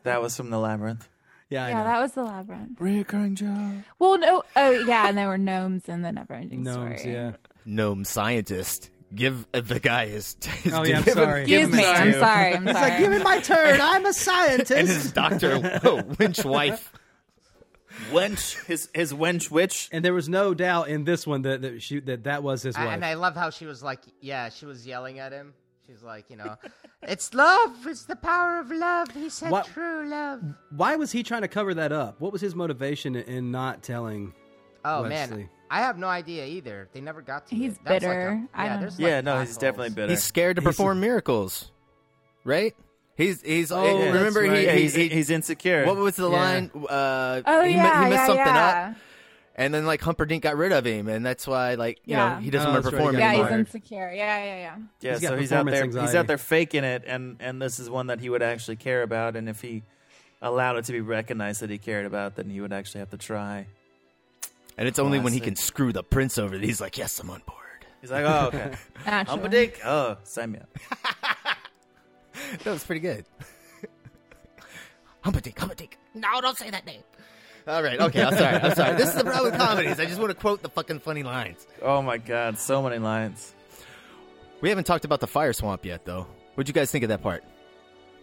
Speaker 11: That was from the labyrinth.
Speaker 1: Yeah,
Speaker 10: yeah, that was the labyrinth.
Speaker 11: Reoccurring job.
Speaker 10: Well, no. Oh, yeah, and there were gnomes in the Neverending Story.
Speaker 8: Gnome scientist. Give the guy his. his
Speaker 1: Oh, yeah, I'm
Speaker 8: give him-
Speaker 1: sorry.
Speaker 8: give
Speaker 10: Excuse
Speaker 8: him
Speaker 10: me.
Speaker 8: his
Speaker 10: I'm
Speaker 8: due.
Speaker 10: sorry. I'm
Speaker 1: It's
Speaker 10: sorry.
Speaker 1: like, give me my turn. I'm a scientist.
Speaker 8: and his doctor Winch wife.
Speaker 11: wench, his his wench witch.
Speaker 1: And there was no doubt in this one that that she, that, that was his
Speaker 5: I-
Speaker 1: wife.
Speaker 5: and I love how she was like, yeah, she was yelling at him. She's like, you know, it's love. It's the power of love. He said
Speaker 1: What-
Speaker 5: true love.
Speaker 1: Why was he trying to cover that up? What was his motivation in- in not telling?
Speaker 5: Oh
Speaker 1: Wesley?
Speaker 5: man, I have no idea either. They never got to.
Speaker 10: He's
Speaker 5: it. That was
Speaker 10: bitter.
Speaker 5: Like a,
Speaker 10: I
Speaker 5: yeah,
Speaker 10: don't-
Speaker 5: there's
Speaker 11: Yeah,
Speaker 5: like
Speaker 11: no,
Speaker 5: plot
Speaker 11: he's definitely
Speaker 5: holes.
Speaker 11: bitter.
Speaker 8: He's scared to perform miracles, right? He's he's
Speaker 11: Oh,
Speaker 8: eh,
Speaker 11: yeah,
Speaker 8: remember
Speaker 11: that's
Speaker 8: he,
Speaker 11: right.
Speaker 8: he-
Speaker 11: He's-
Speaker 8: he-
Speaker 11: he's insecure.
Speaker 8: What was the
Speaker 11: Yeah.
Speaker 8: line? Uh,
Speaker 10: Oh,
Speaker 8: he, mi-
Speaker 10: yeah,
Speaker 8: he missed
Speaker 10: yeah,
Speaker 8: something
Speaker 10: yeah.
Speaker 8: up, and then like Humperdinck got rid of him, and that's why like you know
Speaker 10: Yeah.
Speaker 8: he doesn't
Speaker 11: Oh,
Speaker 8: want to
Speaker 11: that's right,
Speaker 8: perform
Speaker 11: he got
Speaker 10: Yeah,
Speaker 8: anymore.
Speaker 10: he's insecure. Yeah, yeah, yeah.
Speaker 11: Yeah,
Speaker 8: He's got
Speaker 11: so he's out
Speaker 8: performance
Speaker 11: there. He's
Speaker 8: anxiety.
Speaker 11: out there faking it, and and this is one that he would actually care about. And if he allowed it to be recognized that he cared about, then he would actually have to try.
Speaker 8: and it's only when he
Speaker 11: Classic.
Speaker 8: can screw the prince over that he's like, yes, I'm on board.
Speaker 11: He's like, oh, okay,
Speaker 10: Naturally.
Speaker 11: I'm a dick. Oh, sign me up.
Speaker 8: That was pretty good. Humperdinck, Humperdinck. No, don't say that name. All right, okay, I'm sorry, I'm sorry. This is the problem with comedies. I just want to quote the fucking funny lines.
Speaker 11: Oh my god, so many lines.
Speaker 8: We haven't talked about the fire swamp yet, though. What'd you guys think of that part?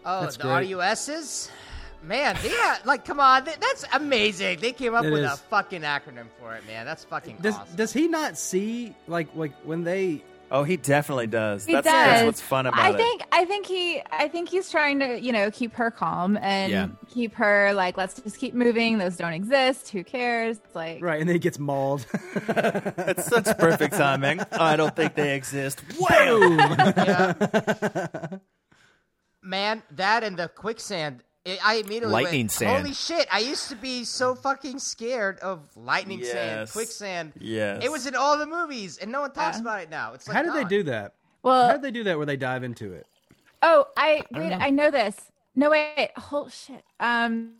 Speaker 5: Oh,
Speaker 8: That's
Speaker 5: the
Speaker 8: great.
Speaker 5: RUSs? Man, yeah, like, come on. th- That's amazing. They came up
Speaker 1: It
Speaker 5: with a
Speaker 1: is.
Speaker 5: fucking acronym for it, man. That's fucking
Speaker 1: Does
Speaker 5: awesome.
Speaker 1: does he not see like like when they?
Speaker 11: Oh, he definitely does.
Speaker 10: He
Speaker 11: that's,
Speaker 10: does.
Speaker 11: that's what's fun about
Speaker 10: I
Speaker 11: it.
Speaker 10: think I think he I think he's trying to you know keep her calm and
Speaker 1: Yeah.
Speaker 10: keep her like let's just keep moving. Those don't exist. Who cares? It's like
Speaker 1: Right, and then he gets mauled.
Speaker 11: That's such perfect timing. I don't think they exist.
Speaker 5: Man, that and the quicksand. I- I immediately went,
Speaker 8: Lightning sand.
Speaker 5: Holy shit! I used to be so fucking scared of lightning sand,
Speaker 8: Yes.
Speaker 5: quicksand.
Speaker 8: Yes.
Speaker 5: It was in all the movies, and no one talks about it now. It's like
Speaker 1: How did
Speaker 5: gone.
Speaker 1: they do that?
Speaker 10: Well,
Speaker 1: How did they do that where they dive into it?
Speaker 10: Oh, I
Speaker 1: I
Speaker 10: wait,
Speaker 1: don't know.
Speaker 10: I know this. No wait, whole shit. Um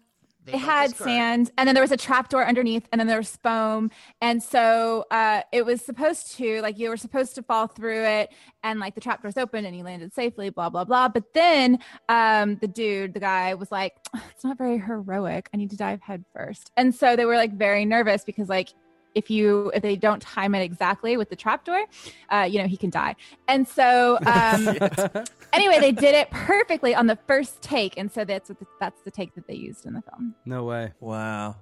Speaker 10: it had sand and then there was a trapdoor underneath and then there was foam. And so uh it was supposed to like you were supposed to fall through it and like the trapdoor's open and you landed safely, blah blah blah. But then um the dude, the guy was like, It's not very heroic. I need to dive head first. And so they were like very nervous because like if you if they don't time it exactly with the trapdoor, uh, you know, he can die. And so um anyway, they did it perfectly on the first take, and so that's what the, that's the take that they used in the film.
Speaker 1: No way.
Speaker 11: Wow.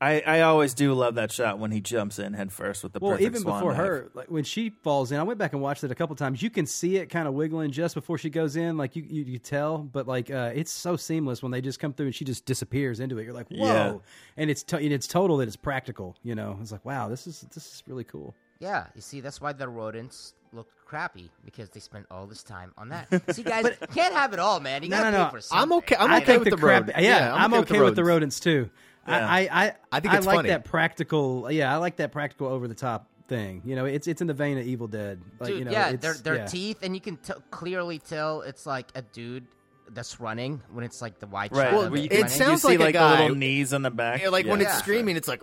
Speaker 11: I, I always do love that shot when he jumps in head first with the
Speaker 1: well,
Speaker 11: perfect
Speaker 1: even
Speaker 11: swan
Speaker 1: before
Speaker 11: dive.
Speaker 1: her, like when she falls in, I went back and watched it a couple times. You can see it kind of wiggling just before she goes in, like you you, you tell. But like uh, it's so seamless when they just come through and she just disappears into it. You're like, whoa!
Speaker 11: Yeah.
Speaker 1: And it's to- and it's total that it's practical. You know, it's like wow, this is this is really cool.
Speaker 5: Yeah, you see, that's why the rodents look crappy because they spent all this time on that. See, guys, you can't have it all, man. You
Speaker 8: No,
Speaker 5: gotta
Speaker 8: no,
Speaker 5: pay
Speaker 8: no.
Speaker 5: for something.
Speaker 8: I'm okay. I'm
Speaker 1: I
Speaker 8: okay
Speaker 1: think
Speaker 8: with the,
Speaker 1: the crap-
Speaker 8: rodent.
Speaker 1: yeah, I'm okay with the rodents too.
Speaker 8: Yeah.
Speaker 1: I, I, I,
Speaker 8: I think it's
Speaker 1: like
Speaker 8: funny.
Speaker 1: that practical. Yeah, I like that practical over the top thing. You know, it's it's in the vein of Evil Dead. Like,
Speaker 5: dude,
Speaker 1: you know,
Speaker 5: yeah,
Speaker 1: it's,
Speaker 5: their their
Speaker 1: yeah.
Speaker 5: teeth, and you can t- clearly tell it's like a dude that's running when it's like the wide
Speaker 11: Right.
Speaker 5: shot
Speaker 11: Well,
Speaker 5: of
Speaker 11: you-
Speaker 5: it
Speaker 11: it
Speaker 5: running.
Speaker 11: sounds You see, like a like, the guy- little knees on the back.
Speaker 8: Yeah, like when
Speaker 11: Yeah.
Speaker 8: it's
Speaker 11: Yeah.
Speaker 8: screaming, it's like.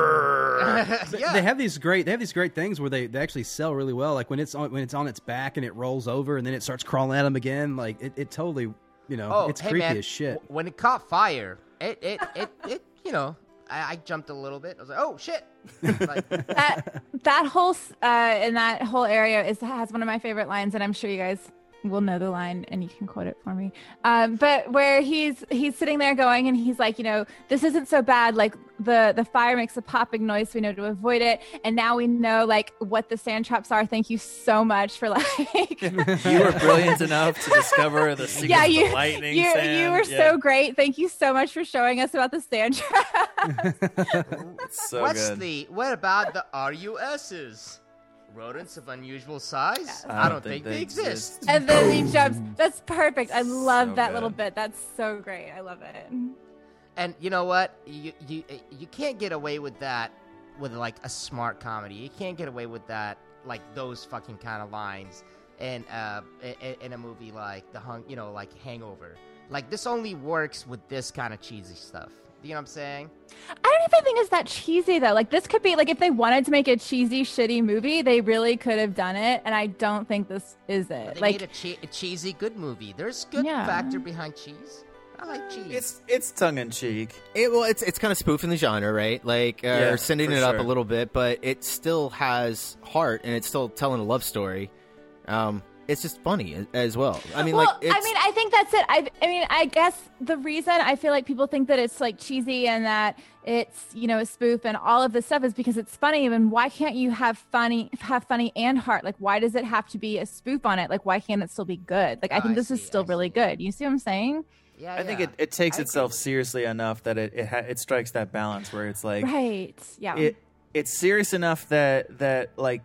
Speaker 8: "Arrgh."
Speaker 1: They- They have these great they have these great things where they, they actually sell really well. Like when it's on when it's on its back and it rolls over and then it starts crawling at them again. Like it, it totally you know
Speaker 5: Oh,
Speaker 1: it's
Speaker 5: hey,
Speaker 1: creepy
Speaker 5: man,
Speaker 1: as shit.
Speaker 5: w- When it caught fire, it it it, it you know, I, I jumped a little bit. I was like, oh shit!
Speaker 10: That that whole s- uh, and that whole area is has one of my favorite lines, and I'm sure you guys will know the line and you can quote it for me. Um, but where he's he's sitting there going, and he's like, you know, this isn't so bad. Like the the fire makes a popping noise, so we know to avoid it, and now we know like what the sand traps are. Thank you so much for like
Speaker 11: you were brilliant enough to discover the secret
Speaker 10: yeah,
Speaker 11: of
Speaker 10: you,
Speaker 11: the lightning
Speaker 10: you,
Speaker 11: sand.
Speaker 10: you were
Speaker 11: Yeah.
Speaker 10: so great. Thank you so much for showing us about the sand trap.
Speaker 11: It's so
Speaker 5: What's
Speaker 11: good.
Speaker 5: the what about the RUSs? Rodents of unusual size?
Speaker 11: I
Speaker 5: I
Speaker 11: don't
Speaker 5: don't
Speaker 11: think
Speaker 5: think
Speaker 11: they
Speaker 5: they exist.
Speaker 10: and then he jumps. That's perfect. I love
Speaker 5: So
Speaker 10: that little
Speaker 5: good.
Speaker 10: bit. That's so great. I love it.
Speaker 5: And you know what? You you you can't get away with that with like a smart comedy. You can't get away with that like those fucking kind of lines in uh in, in a movie like the hung you know like Hangover. Like this only works with this kind of cheesy stuff. You know what I'm saying?
Speaker 10: I don't even think it's that cheesy though. Like this could be like if they wanted to make a cheesy, shitty movie, they really could have done it. And I don't think this is it.
Speaker 5: They
Speaker 10: like
Speaker 5: made a, che- a cheesy good movie. There's good
Speaker 10: Yeah.
Speaker 5: factor behind cheese. I like cheese.
Speaker 11: It's it's tongue in cheek.
Speaker 8: It, well, it's it's kind of spoofing the genre, right? Like, uh,
Speaker 11: Yeah,
Speaker 8: or sending
Speaker 11: for
Speaker 8: it up
Speaker 11: sure.
Speaker 8: a little bit, but it still has heart and it's still telling a love story. Um, it's just funny a- as well. I mean,
Speaker 10: well,
Speaker 8: like, it's,
Speaker 10: I mean, I think that's it. I, I mean, I guess the reason I feel like people think that it's like cheesy and that it's you know a spoof and all of this stuff is because it's funny. And why can't you have funny, have funny and heart? Like, why does it have to be a spoof on it? Like, why can't it still be good? Like, I think this is still really good. You see what I'm saying?
Speaker 5: Yeah,
Speaker 11: I think it, it takes itself seriously enough that it it, ha- it strikes that balance where it's like
Speaker 10: right. Yeah.
Speaker 11: it it's serious enough that that like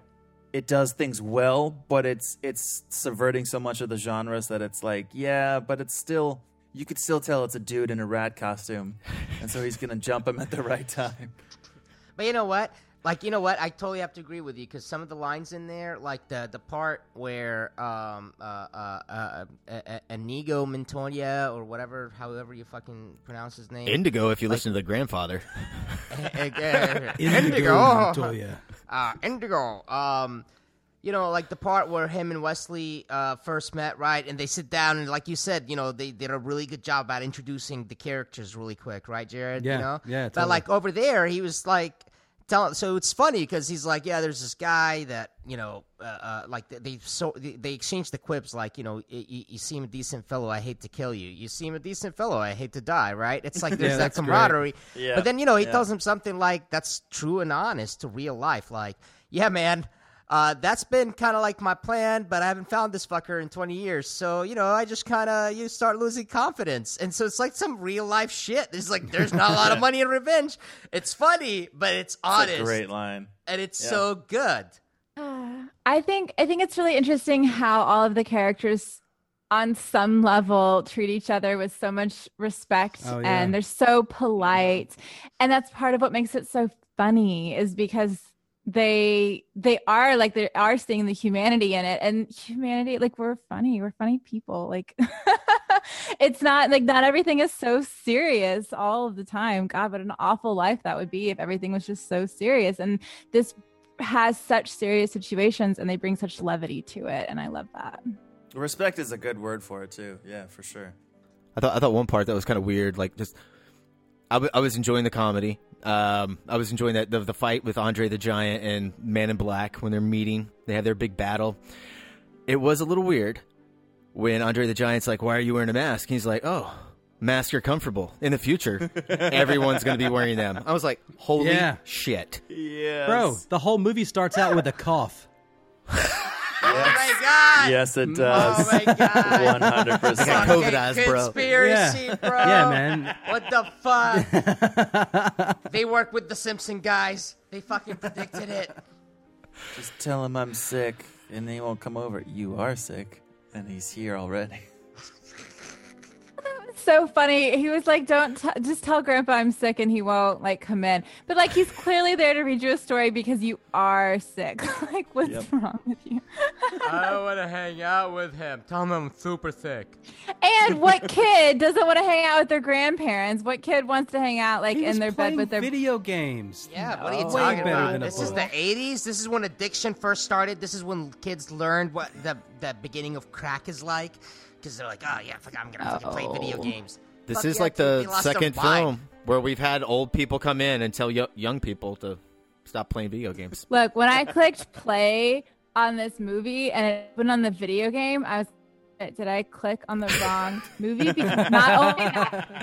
Speaker 11: it does things well, but it's it's subverting so much of the genres that it's like yeah, but it's still you could still tell it's a dude in a rat costume, and so he's gonna jump him at the right time.
Speaker 5: But you know what? Like you know what? I totally have to agree with you because some of the lines in there, like the the part where um uh uh, uh, uh Inigo Montoya or whatever, however you fucking pronounce his name,
Speaker 8: Indigo, if you listen to the grandfather.
Speaker 5: Indigo.
Speaker 8: Montoya.
Speaker 5: Uh, Indigo. Um, you know, like the part where him and Wesley uh, first met, right? And they sit down, and like you said, you know, they did a really good job at introducing the characters really quick, right, Jared?
Speaker 1: Yeah,
Speaker 5: You know?
Speaker 1: yeah,
Speaker 5: But
Speaker 1: totally.
Speaker 5: like over there, he was like telling. So it's funny because he's like, yeah, there's this guy that you know, uh, uh, like they, they so they, they exchange the quips, like you know, you, you you seem a decent fellow, I hate to kill you. You seem a decent fellow, I hate to die, right? It's like there's
Speaker 1: Yeah,
Speaker 5: that
Speaker 1: that's great.
Speaker 5: camaraderie.
Speaker 1: Yeah,
Speaker 5: But then you know, he
Speaker 1: yeah.
Speaker 5: tells him something like that's true and honest to real life. Like, yeah, man, uh, that's been kind of like my plan, but I haven't found this fucker in 20 years. So you know, I just kind of you start losing confidence, and so it's like some real life shit. It's like there's not a lot of money in revenge. It's funny, but it's honest,
Speaker 11: It's a great line.
Speaker 5: and it's
Speaker 11: Yeah.
Speaker 5: so good.
Speaker 10: I think I think it's really interesting how all of the characters on some level treat each other with so much respect
Speaker 17: Oh, yeah.
Speaker 10: and they're so polite. And that's part of what makes it so funny is because they they are like they are seeing the humanity in it and humanity like we're funny we're funny people like it's not like not everything is so serious all of the time god what an awful life that would be if everything was just so serious and this has such serious situations and they bring such levity to it and i love that
Speaker 11: Respect is a good word for it too. Yeah, for sure.
Speaker 8: I thought I thought one part that was kind of weird, like just I, w- I was enjoying the comedy. Um, I was enjoying that the, the fight with Andre the Giant and Man in Black when they're meeting. They have their big battle. It was a little weird when Andre the Giant's like, "Why are you wearing a mask?" And he's like, "Oh, masks are comfortable. In the future, everyone's going to be wearing them." I was like, "Holy
Speaker 1: Yeah.
Speaker 8: shit!"
Speaker 11: Yeah,
Speaker 1: Bro, the whole movie starts out with a cough.
Speaker 11: Oh my god. Yes, it
Speaker 5: Oh
Speaker 11: does.
Speaker 1: my God.
Speaker 11: One hundred
Speaker 8: I
Speaker 11: percent.
Speaker 8: got COVID eyes, bro.
Speaker 5: Conspiracy,
Speaker 1: Yeah.
Speaker 5: bro.
Speaker 1: Yeah, man.
Speaker 5: What the fuck? they work with the Simpson guys. They fucking predicted it.
Speaker 11: Just tell him I'm sick, and he won't come over. You are sick, and he's here already.
Speaker 10: so funny. He was like, "Don't t- just tell Grandpa I'm sick, and he won't like come in." But like, he's clearly there to read you a story because you are sick. like, what's
Speaker 5: Yep.
Speaker 10: wrong with you?
Speaker 5: I don't want to hang out with him. Tell him I'm super sick.
Speaker 10: And what kid doesn't want to hang out with their grandparents? What kid wants to hang out like
Speaker 1: He was
Speaker 10: in their bed
Speaker 1: playing
Speaker 10: with their?
Speaker 1: video games.
Speaker 5: Yeah,
Speaker 8: Oh,
Speaker 5: what are you
Speaker 1: Way
Speaker 5: talking
Speaker 1: better
Speaker 5: about?
Speaker 1: than a
Speaker 5: This is the
Speaker 1: book.
Speaker 5: '80s. This is when addiction first started. This is when kids learned what the the beginning of crack is like, because they're like, "Oh yeah, fuck, I'm gonna fucking play video games."
Speaker 8: This
Speaker 5: Fuck
Speaker 8: is
Speaker 5: yeah,
Speaker 8: like
Speaker 5: dude,
Speaker 8: the
Speaker 5: they lost their
Speaker 8: second
Speaker 5: mind.
Speaker 8: film where we've had old people come in and tell yo- young people to stop playing video games.
Speaker 10: Look, when I clicked play on this movie and it opened on the video game, I was. "Shit, Did I click on the wrong movie? Because not only not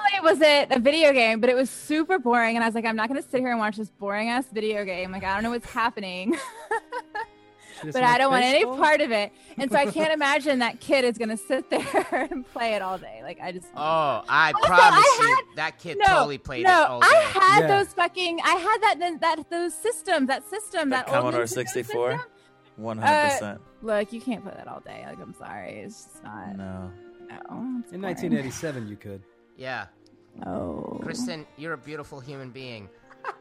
Speaker 10: only was it a video game, but it was super boring. And I was like, I'm not going to sit here and watch this boring ass video game. Like, I don't know what's happening,
Speaker 1: Just
Speaker 10: but
Speaker 1: like
Speaker 10: I don't want any
Speaker 1: baseball?
Speaker 10: part of it. And so I can't imagine that kid is going to sit there and play it all day. Like, I just.
Speaker 5: Oh, I
Speaker 10: Also,
Speaker 5: promise
Speaker 10: I
Speaker 5: you, that kid
Speaker 10: no,
Speaker 5: totally played
Speaker 10: no,
Speaker 5: it all day.
Speaker 10: I had
Speaker 11: Yeah.
Speaker 10: those fucking, I had that that those systems, that system, that, old
Speaker 11: Commodore
Speaker 10: Nintendo
Speaker 11: sixty
Speaker 10: system.
Speaker 11: four. One hundred percent.
Speaker 10: Look, you can't play that all day. Like, I'm sorry, it's just not.
Speaker 11: No.
Speaker 10: No. it's
Speaker 1: In
Speaker 10: boring.
Speaker 1: 1987, you could.
Speaker 5: Yeah.
Speaker 10: Oh.
Speaker 5: Kristen, you're a beautiful human being.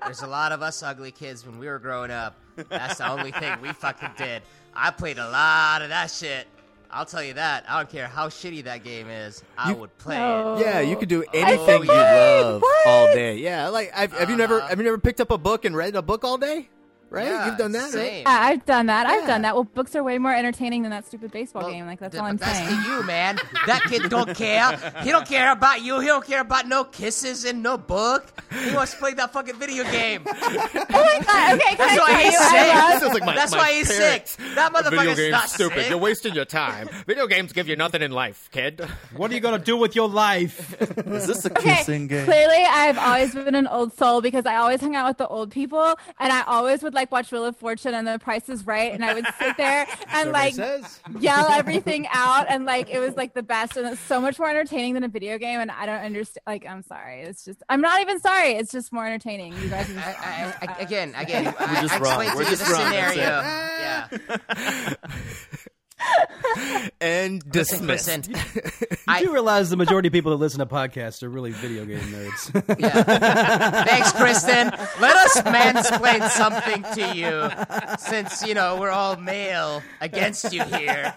Speaker 5: There's a lot of us ugly kids when we were growing up. That's the only thing we fucking did. I played a lot of that shit. I'll tell you that. I don't care how shitty that game is. I would play it.
Speaker 8: Yeah, you could do
Speaker 5: Oh,
Speaker 8: anything you
Speaker 5: yeah.
Speaker 8: love all day. Yeah, like I've, have you never have you never picked up a book and read a book all day? Right? You've done that,
Speaker 10: Yeah,
Speaker 8: right?
Speaker 10: I've done that. I've done that. Well, books are way more entertaining than that stupid baseball game. Like that's all I'm
Speaker 5: That's
Speaker 10: saying.
Speaker 5: to you, man. That kid don't care. He don't care about you. He don't care about no kisses and no book. He wants to play that fucking video game.
Speaker 10: Oh okay,
Speaker 5: That's why he's
Speaker 8: That
Speaker 5: sick.
Speaker 8: sounds like my-
Speaker 5: That's
Speaker 8: my
Speaker 5: why he's sick.
Speaker 8: parents.
Speaker 5: That
Speaker 8: Video
Speaker 5: motherfucker's
Speaker 8: games
Speaker 5: not
Speaker 8: stupid.
Speaker 5: sick.
Speaker 8: You're wasting your time. Video games give you nothing in life, kid.
Speaker 1: What are you gonna do with your life?
Speaker 11: Is this a
Speaker 10: Okay, Clearly, I've always been an old soul because I always hung out with the old people, and I always would like watch Wheel of Fortune and The Price is Right, and I would sit there and
Speaker 1: Survey
Speaker 10: like
Speaker 1: says.
Speaker 10: yell everything out, and like it was like the best, and it's so much more entertaining than a video game. And I don't understand. Like, I'm sorry, it's just I'm not even sorry. It's just more entertaining. You guys, are just
Speaker 5: I, I, again, again, I,
Speaker 10: We're just
Speaker 5: I
Speaker 10: wrong.
Speaker 5: explained
Speaker 10: We're
Speaker 5: to you
Speaker 10: just
Speaker 5: the
Speaker 10: wrong, that's
Speaker 5: scenario.
Speaker 10: it.
Speaker 5: Yeah.
Speaker 8: and
Speaker 5: Listen,
Speaker 8: dismissed.
Speaker 5: Kristen,
Speaker 1: You do realize the majority of people that listen to podcasts are really video game nerds.
Speaker 5: Thanks, Kristen. Let us mansplain something to you, since you know we're all male against you here.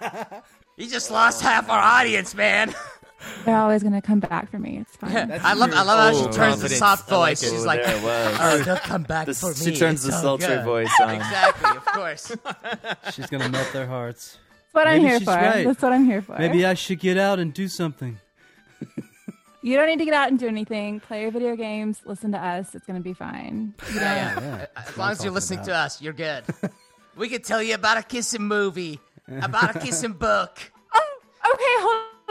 Speaker 5: You just lost half our audience, man.
Speaker 10: they're always gonna come back for me. It's fine.
Speaker 5: I love, I love how
Speaker 11: Oh,
Speaker 5: she turns
Speaker 11: confidence.
Speaker 5: the soft
Speaker 11: I like
Speaker 5: voice.
Speaker 11: it.
Speaker 5: She's
Speaker 11: Oh,
Speaker 5: like,
Speaker 11: there it was.
Speaker 5: "Oh, they'll come back
Speaker 11: This-
Speaker 5: for me."
Speaker 11: she turns
Speaker 5: It's
Speaker 11: the
Speaker 5: so
Speaker 11: sultry
Speaker 5: good."
Speaker 11: voice on.
Speaker 5: Exactly, of course.
Speaker 1: She's gonna melt their hearts.
Speaker 10: That's what I'm
Speaker 1: Maybe
Speaker 10: here
Speaker 1: she's
Speaker 10: for.
Speaker 1: right.
Speaker 10: That's what I'm here for.
Speaker 1: Maybe I should get out and do something.
Speaker 10: You don't need to get out and do anything. Play your video games. Listen to us. It's gonna be fine. You don't-
Speaker 5: Yeah, yeah. As long as you're listening to us, you're good. we could tell you about a kissing movie, about a kissing book.
Speaker 10: Oh, Okay,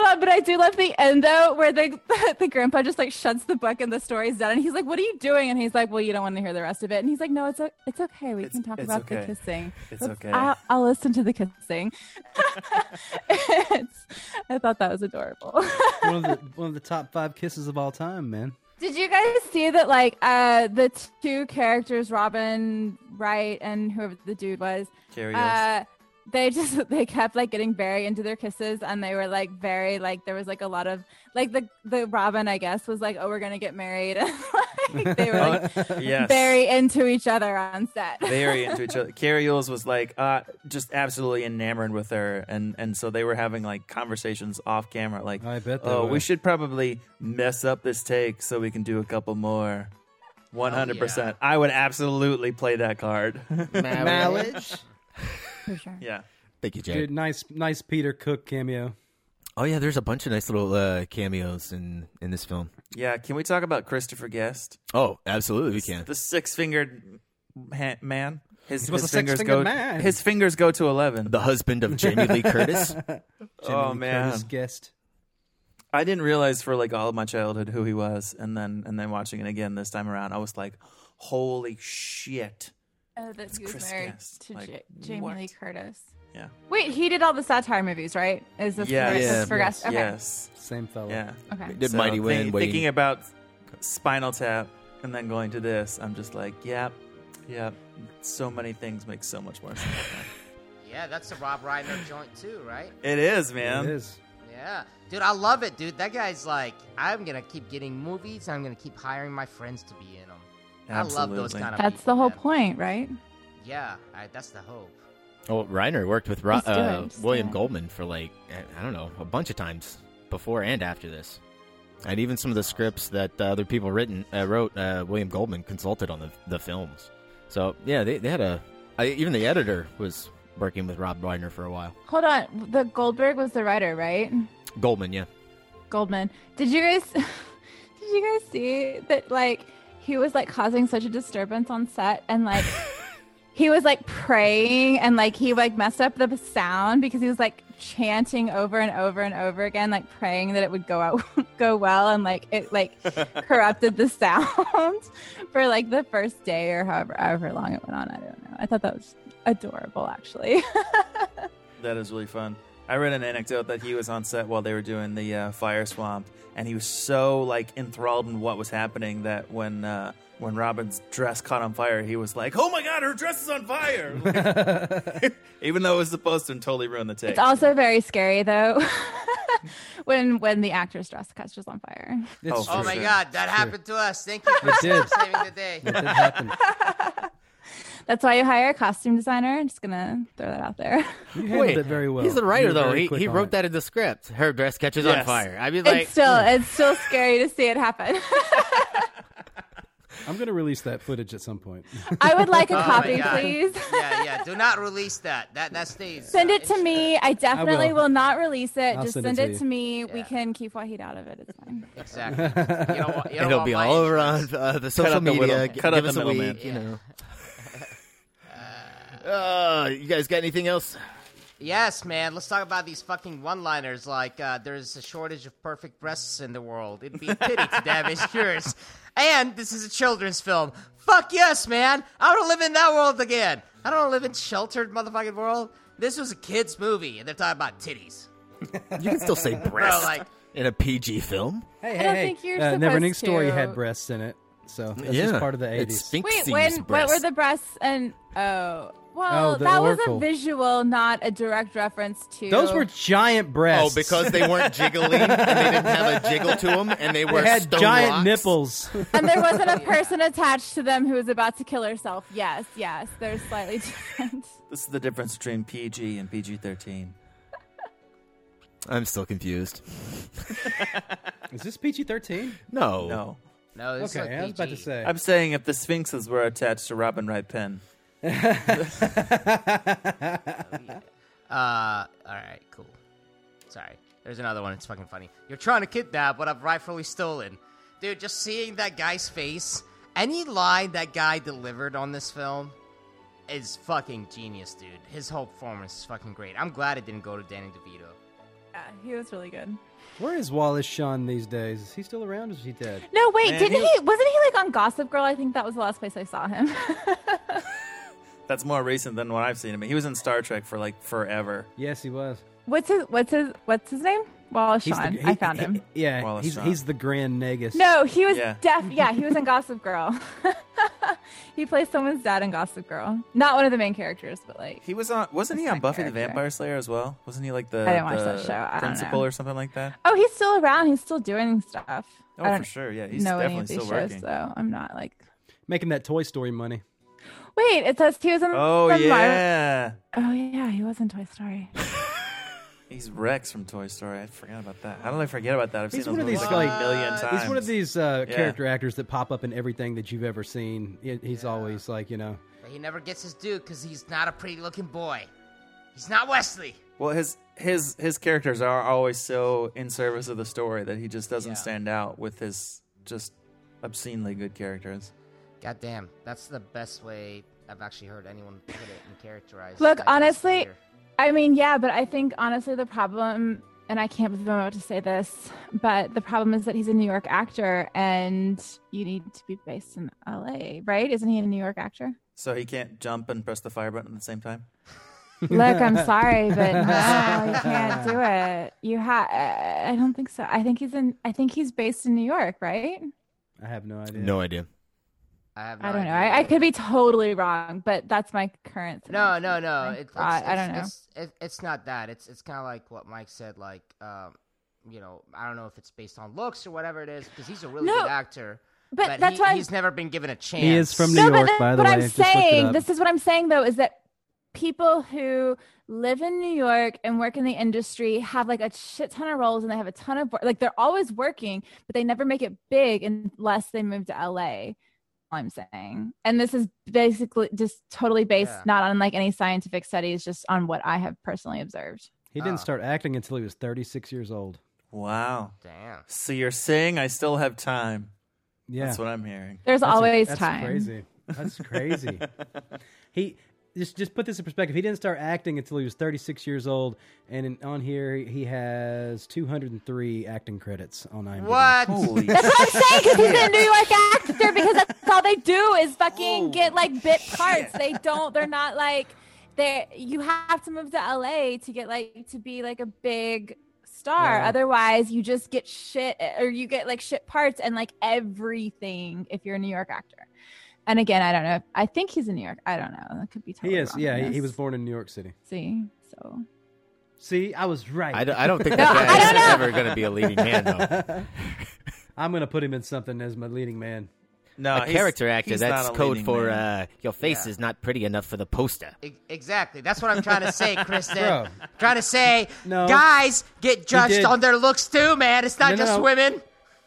Speaker 10: hold on. But I do love the end though, where the the grandpa just like shuts the book and the story's done, and he's like, "What are you doing?" And he's like, "Well, you don't want to hear the rest of it." And he's like, "No, it's o- it's okay. We can talk
Speaker 11: it's
Speaker 10: about
Speaker 11: okay.
Speaker 10: the kissing.
Speaker 11: It's
Speaker 10: Let's-
Speaker 11: okay."
Speaker 10: I'll, I'll listen to the kissing." It's- I thought that was adorable.
Speaker 1: One of the one of the top five kisses of all time, man.
Speaker 10: Did you guys see that? Like, uh, the two characters, Robin Wright and whoever the dude was,
Speaker 11: Carrie
Speaker 10: uh, they just they kept like getting very into their kisses, and they were like very like there was like a lot of like the the Robin I guess was like, oh, we're gonna get married, and like they were like
Speaker 11: yes.
Speaker 10: very into each other on set.
Speaker 11: very into each other. Carrie Yules was like uh, just absolutely enamored with her, and and so they were having like conversations off camera, like I bet.
Speaker 1: they
Speaker 11: Oh,
Speaker 1: were.
Speaker 11: we should probably mess up this take so we can do a couple more. One hundred percent. I would absolutely play that card.
Speaker 1: Mileage?
Speaker 10: For sure.
Speaker 11: Yeah.
Speaker 8: Thank you, Jack.
Speaker 1: Dude, nice, nice Peter Cook cameo.
Speaker 8: Oh yeah, there's a bunch of nice little uh, cameos in in this film.
Speaker 11: Yeah. Can we talk about Christopher Guest,
Speaker 8: Oh, absolutely, we can.
Speaker 11: the six fingered ha- man? His,
Speaker 8: He was
Speaker 11: his
Speaker 8: a
Speaker 11: fingers
Speaker 8: six-fingered
Speaker 11: go.
Speaker 8: man.
Speaker 11: His fingers go to eleven.
Speaker 8: The husband of Jamie Lee Curtis.
Speaker 11: oh
Speaker 1: Jamie Lee
Speaker 11: man,
Speaker 1: Curtis guest.
Speaker 11: I didn't realize for like all of my childhood who he was, and then and then watching it again this time around, I was like, "Holy shit!"
Speaker 10: Oh, that he was
Speaker 11: Chris
Speaker 10: married
Speaker 11: Guest.
Speaker 10: to
Speaker 11: Like,
Speaker 10: Ja- Jamie
Speaker 11: what?
Speaker 10: Lee Curtis.
Speaker 11: Yeah.
Speaker 10: Wait, he did all the satire movies, right? Is this
Speaker 11: Yes.
Speaker 10: for, is this
Speaker 11: Yes.
Speaker 10: for Guest?
Speaker 11: Yes.
Speaker 10: Okay.
Speaker 11: Yes.
Speaker 1: Same fellow.
Speaker 11: Yeah.
Speaker 10: Okay.
Speaker 8: Did Mighty Wind,
Speaker 11: thi-
Speaker 8: Waiting.
Speaker 11: Thinking about Spinal Tap and then going to this, I'm just like, "Yep, yep." So many things make so much more sense.
Speaker 5: Yeah, that's a Rob Reiner joint too, right?
Speaker 11: it is, man.
Speaker 1: It is.
Speaker 5: Yeah, dude, I love it, dude. That guy's like, I'm gonna keep getting movies. I'm gonna keep hiring my friends to be in them. I love those
Speaker 11: Absolutely.
Speaker 5: kind of.
Speaker 10: That's the whole point, right?
Speaker 5: people. Yeah, I, that's the hope.
Speaker 8: Oh, Reiner worked with Ro-
Speaker 10: He's doing-
Speaker 8: uh,
Speaker 10: he's
Speaker 8: William
Speaker 10: doing.
Speaker 8: Goldman for like I- I don't know a bunch of times before and after this, and even some of the scripts that uh, other people written uh, wrote. Uh, William Goldman consulted on the the films. So yeah, they they had a I, even the editor was working with Rob Reiner for a while.
Speaker 10: Hold on. The Goldberg was the writer, right?
Speaker 8: Goldman, yeah.
Speaker 10: Goldman. Did you guys did you guys see that like he was like causing such a disturbance on set and like he was like praying and like he like messed up the sound because he was like chanting over and over and over again like praying that it would go out go well and like it like corrupted the sound for like the first day or however however long it went on I don't know I thought that was adorable actually
Speaker 11: That is really fun. I read an anecdote that he was on set while they were doing the uh, fire swamp, and he was so like enthralled in what was happening that when uh, when Robin's dress caught on fire, he was like, "Oh my god, her dress is on fire!" Like, even though it was supposed to totally ruin the take.
Speaker 10: It's also very scary though when when the actor's dress catches on fire.
Speaker 11: It's Oh, true.
Speaker 5: oh my
Speaker 11: sure.
Speaker 5: God, that
Speaker 11: Sure.
Speaker 5: happened to us. Thank you
Speaker 1: It
Speaker 5: for
Speaker 1: did.
Speaker 5: saving the day.
Speaker 10: That's why you hire a costume designer. I'm just gonna throw that out there.
Speaker 1: You handled it very well.
Speaker 8: He's the
Speaker 1: You
Speaker 8: writer
Speaker 1: were
Speaker 8: though.
Speaker 1: very
Speaker 8: He,
Speaker 1: quick
Speaker 8: he
Speaker 1: on
Speaker 8: wrote
Speaker 1: it.
Speaker 8: that in the script. Her dress catches on
Speaker 1: Yes.
Speaker 8: fire. I mean, like
Speaker 10: it's still it's still scary to see it happen.
Speaker 1: I'm gonna release that footage at some point.
Speaker 10: I would like
Speaker 5: Oh
Speaker 10: a
Speaker 5: my
Speaker 10: copy,
Speaker 5: God.
Speaker 10: please.
Speaker 5: yeah, yeah. Do not release that. That that stays. uh,
Speaker 10: Send it to me. I definitely will.
Speaker 1: will.
Speaker 10: not release it.
Speaker 1: I'll
Speaker 10: just
Speaker 1: send
Speaker 10: send,
Speaker 1: it
Speaker 10: it
Speaker 1: to
Speaker 10: to,
Speaker 1: you.
Speaker 10: me. We can keep Wahid out of it. It's fine.
Speaker 5: Exactly. You don't want- you don't
Speaker 8: it'll
Speaker 5: want
Speaker 8: be
Speaker 5: my
Speaker 8: all over
Speaker 5: entrance.
Speaker 8: on uh, the
Speaker 11: Cut
Speaker 8: social
Speaker 11: out the
Speaker 8: media.
Speaker 11: middle-
Speaker 8: G-
Speaker 11: cut out
Speaker 8: give
Speaker 11: the
Speaker 8: us a
Speaker 11: middleman.
Speaker 8: week, you know. Uh, you guys got anything else?
Speaker 5: Yes, man. Let's talk about these fucking one-liners. Like, uh, there's a shortage of perfect breasts in the world. It'd be a pity to damage yours. And this is a children's film. Fuck yes, man. I want to live in that world again. I don't want to live in sheltered motherfucking world. This was a kids' movie, and they're talking about titties.
Speaker 8: You can still say breast
Speaker 5: like-
Speaker 8: in a PG film.
Speaker 1: Hey,
Speaker 10: I don't think you're
Speaker 1: uh, Never Ending
Speaker 10: supposed
Speaker 1: Story
Speaker 10: to-
Speaker 1: had breasts in it, so that's
Speaker 8: Yeah,
Speaker 1: just part of the
Speaker 8: it's
Speaker 1: 80s.
Speaker 8: sphinx-
Speaker 10: Wait,
Speaker 8: Seems
Speaker 10: when what were
Speaker 8: breasts.
Speaker 10: the breasts and oh well
Speaker 1: Oh, the
Speaker 10: that
Speaker 1: Oracle.
Speaker 10: was a visual, not a direct reference to
Speaker 1: Those were giant breasts.
Speaker 8: Oh, because they weren't jiggly and they didn't have a jiggle to them, and they were
Speaker 1: They had
Speaker 8: stone
Speaker 1: giant
Speaker 8: rocks.
Speaker 1: nipples.
Speaker 10: and there wasn't a person attached to them who was about to kill herself. Yes, yes, they're slightly different.
Speaker 11: This is the difference between PG and PG-13.
Speaker 8: I'm still confused.
Speaker 1: Is this PG-13?
Speaker 8: No,
Speaker 11: No,
Speaker 5: No, this
Speaker 1: Okay,
Speaker 5: is like
Speaker 1: I was about to
Speaker 5: PG.
Speaker 1: say.
Speaker 11: I'm saying if the sphinxes were attached to Robin Wright Penn,
Speaker 5: Uh, all right, cool. Sorry. There's another one. It's fucking funny. You're trying to kidnap what I've rightfully stolen. Dude, just seeing that guy's face, any line that guy delivered on this film is fucking genius, dude. His whole performance is fucking great. I'm glad it didn't go to Danny DeVito.
Speaker 10: Yeah, he was really good.
Speaker 1: Where is Wallace Shawn these days? Is he still around? Or is he dead?
Speaker 10: No, wait,
Speaker 11: Man, he-
Speaker 10: didn't he, Wasn't he like on Gossip Girl? I think that was the last place I saw him.
Speaker 11: that's more recent than what I've seen. I mean, he was in Star Trek for like forever.
Speaker 1: Yes, he was.
Speaker 10: what's his What's his What's his name? Wallace Shawn.
Speaker 1: he-
Speaker 10: I found him.
Speaker 1: he- yeah,
Speaker 11: Wallace
Speaker 1: he's
Speaker 11: Shawn.
Speaker 1: he's the Grand Negus.
Speaker 10: no, he was
Speaker 11: Yeah.
Speaker 10: deaf. Yeah, he was in Gossip Girl. He plays someone's dad in Gossip Girl. Not one of the main characters, but like
Speaker 11: He was on. Wasn't he on Buffy the Vampire Slayer as well? Wasn't he like the,
Speaker 10: I didn't watch
Speaker 11: the
Speaker 10: that show. I don't
Speaker 11: principal
Speaker 10: know.
Speaker 11: or something like that?
Speaker 10: Oh, he's still around. He's still doing stuff.
Speaker 11: Oh,
Speaker 10: I
Speaker 11: for
Speaker 10: don't
Speaker 11: sure. Yeah, he's
Speaker 10: know any
Speaker 11: definitely
Speaker 10: of these
Speaker 11: still
Speaker 10: shows,
Speaker 11: working.
Speaker 10: though. I'm not like.
Speaker 1: Making that Toy Story money.
Speaker 10: Wait, it says he was in.
Speaker 11: Oh
Speaker 10: never mind.
Speaker 11: yeah,
Speaker 10: Oh yeah, he was in Toy Story.
Speaker 11: he's Rex from Toy Story. I forgot about that. How did I forget about that? I've
Speaker 1: He's
Speaker 11: seen
Speaker 1: one of
Speaker 11: those
Speaker 1: these
Speaker 11: movies,
Speaker 1: like
Speaker 11: a million times.
Speaker 1: He's one of these uh,
Speaker 11: Yeah.
Speaker 1: character actors that pop up in everything that you've ever seen. He- He's always like you know.
Speaker 5: But he never gets his due because he's not a pretty looking boy. He's not Wesley.
Speaker 11: Well, his his his characters are always so in service of the story that he just doesn't stand out with his just obscenely good characters.
Speaker 5: God damn, that's the best way I've actually heard anyone put it and characterize.
Speaker 10: Look,
Speaker 5: Snyder's
Speaker 10: honestly,
Speaker 5: career.
Speaker 10: I mean, yeah, but I think honestly the problem, and I can't believe I'm about to say this, but the problem is that he's a New York actor, and you need to be based in L.A., right? Isn't he a New York actor?
Speaker 11: So he can't jump and press the fire button at the same time.
Speaker 10: Look, I'm sorry, but no, you can't do it. You have. I don't think so. I think he's in. I think he's based in New York, right?
Speaker 1: I have no idea.
Speaker 8: No idea.
Speaker 5: I have. No
Speaker 10: I don't know.
Speaker 5: idea.
Speaker 10: I, I could be totally wrong, but that's my current.
Speaker 5: No,
Speaker 10: synopsis.
Speaker 5: no, no.
Speaker 10: Thank
Speaker 5: It, it's,
Speaker 10: God. I
Speaker 5: it's-
Speaker 10: don't know.
Speaker 5: It's, it, it's not that. It's it's kind of like what Mike said. Like, um, you know, I don't know if it's based on looks or whatever it is, because he's a really
Speaker 10: No,
Speaker 5: good actor.
Speaker 10: but
Speaker 5: but
Speaker 10: that's
Speaker 5: he,
Speaker 10: why I'm-
Speaker 5: he's never been given a chance.
Speaker 1: He is from New York,
Speaker 10: that-
Speaker 1: by the
Speaker 10: what
Speaker 1: way.
Speaker 10: I'm
Speaker 1: I just looked it
Speaker 10: saying,
Speaker 1: up.
Speaker 10: this is what I'm saying though, is that people who live in New York and work in the industry have like a shit ton of roles and they have a ton of like they're always working, but they never make it big unless they move to LA. I'm saying, and this is basically just totally based
Speaker 1: Yeah.
Speaker 10: not on like any scientific studies, just on what I have personally observed.
Speaker 1: He
Speaker 11: Ah.
Speaker 1: didn't start acting until he was 36 years old.
Speaker 11: Wow.
Speaker 5: Damn.
Speaker 11: So you're saying I still have time?
Speaker 1: Yeah.
Speaker 11: That's what I'm hearing.
Speaker 10: There's
Speaker 1: That's a-
Speaker 10: always
Speaker 1: that's
Speaker 10: time.
Speaker 1: Crazy. That's crazy. he just just put this in perspective. He didn't start acting until he was 36 years old, and in, on here he has 203 acting credits on IMDb.
Speaker 5: What?
Speaker 11: Holy
Speaker 10: That's what I'm saying because he's a New York actor because that's all they do is fucking get like bit parts. They don't. They're not like they. You have to move to LA to get like to be like a big star.
Speaker 17: Yeah.
Speaker 10: Otherwise, you just get shit or you get like shit parts and like everything if you're a New York actor. And again, I don't know. if- I think he's in New York. I don't know. That could be totally
Speaker 1: He is.
Speaker 10: wrong
Speaker 1: Yeah,
Speaker 10: on
Speaker 1: he, he
Speaker 10: this.
Speaker 1: was born in New York City.
Speaker 10: See, so
Speaker 1: See, I was right.
Speaker 8: I don't- I don't think that No, guy I is don't know. ever gonna be a leading man,
Speaker 1: though. I'm gonna put him in something as my leading man.
Speaker 11: No,
Speaker 8: a character actor.
Speaker 1: he's
Speaker 8: That's
Speaker 1: not a
Speaker 8: code
Speaker 1: leading
Speaker 8: for
Speaker 1: man.
Speaker 8: uh, your face is not pretty enough for the poster.
Speaker 5: E- Exactly. That's what I'm trying to say, Kristen.
Speaker 8: Bro.
Speaker 5: Trying to say, guys get judged
Speaker 1: did.
Speaker 5: on their looks too, man. It's
Speaker 1: No,
Speaker 5: not
Speaker 1: no,
Speaker 5: just
Speaker 1: no.
Speaker 5: women.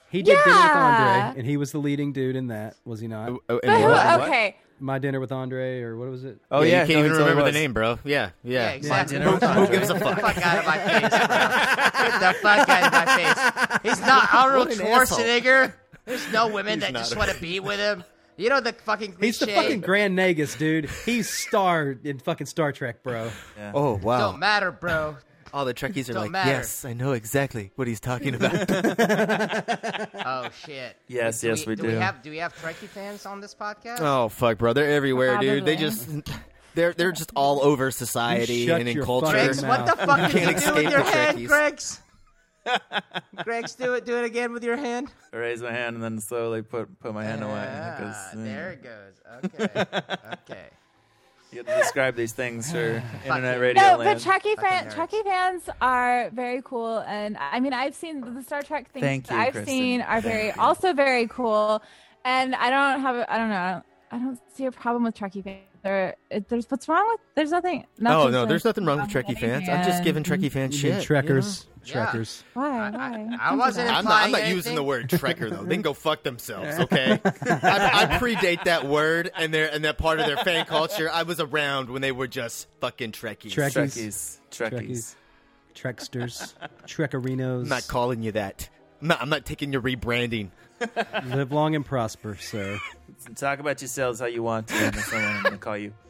Speaker 1: He did dinner with
Speaker 5: Yeah.
Speaker 1: Andre, and he was the leading dude in that, was he not?
Speaker 8: in But who- what?
Speaker 10: okay.
Speaker 1: My dinner with Andre, or what was it?
Speaker 8: Oh, Yeah, you yeah, can't no, even he totally remember the was. name, bro. Yeah, yeah. Yeah, exactly. Who- who gives a fuck?
Speaker 5: Fuck out of my face, bro. Get the fuck out of my face. He's not Arnold
Speaker 1: What an asshole.
Speaker 5: Schwarzenegger. There's no women
Speaker 1: He's
Speaker 5: that just
Speaker 1: not.
Speaker 5: want to be with him. You know the fucking cliche.
Speaker 1: He's the fucking Grand Nagus, dude. He's starred in fucking Star Trek, bro.
Speaker 8: Oh wow!
Speaker 5: Don't matter, bro.
Speaker 8: All the Trekkies are
Speaker 5: Don't
Speaker 8: like,
Speaker 5: matter.
Speaker 8: yes, I know exactly what he's talking about.
Speaker 5: Oh shit.
Speaker 8: Yes, yes, we
Speaker 5: we
Speaker 8: do.
Speaker 5: have do we have Trekkie fans on this podcast?
Speaker 8: oh fuck, bro! They're everywhere, dude. They
Speaker 5: Probably.
Speaker 8: just they're they're just all over society
Speaker 5: You shut
Speaker 8: and in
Speaker 5: your
Speaker 8: culture.
Speaker 5: fucking Griggs, what the fuck
Speaker 8: you
Speaker 5: did you do
Speaker 8: can't escape
Speaker 5: with your
Speaker 8: the
Speaker 5: hand,
Speaker 8: Trekkies.
Speaker 5: Griggs? Griggs, do it. Do it again with your hand.
Speaker 11: I raise my hand and then slowly put put my hand away. mm,
Speaker 5: Ah,
Speaker 8: mm.
Speaker 5: there it goes.
Speaker 11: yeah.
Speaker 5: Okay. Okay.
Speaker 11: You have to describe these things for internet radio.
Speaker 10: No,
Speaker 11: land.
Speaker 10: but Trekkie fans, Trekkie fans are very cool, and I mean, I've seen the Star Trek things
Speaker 11: Thank
Speaker 10: that
Speaker 11: you,
Speaker 10: I've
Speaker 11: Kristen.
Speaker 10: seen are
Speaker 11: Thank
Speaker 10: very
Speaker 11: you.
Speaker 10: also very cool, and I don't have, a- I don't know, I don't, I don't see a problem with Trekkie fans. There, it, there's what's wrong with? There's
Speaker 8: Oh
Speaker 10: nothing. nothing's
Speaker 8: no, there's
Speaker 10: wrong
Speaker 8: nothing wrong with
Speaker 10: with
Speaker 8: Trekkie fans.
Speaker 10: anything,
Speaker 8: I'm just
Speaker 10: and-
Speaker 8: giving Trekkie fans
Speaker 1: You mean
Speaker 8: shit. you know?
Speaker 1: Trekkers.
Speaker 5: Yeah.
Speaker 1: Trekkers.
Speaker 10: Why? Why?
Speaker 5: I wasn't
Speaker 8: I'm
Speaker 5: implying
Speaker 8: not, I'm not
Speaker 5: anything.
Speaker 8: using the word trekker though. They can go fuck themselves, okay? I, I predate that word and their and that part of their fan culture. I was around when they were just fucking Trekkies.
Speaker 1: Trekkies. Treksters. Trekkerinos.
Speaker 8: I'm not calling you that. I'm not, I'm not taking your rebranding.
Speaker 1: Live long and prosper, sir.
Speaker 11: Talk about yourselves how you want to, and that's what I'm going to call you.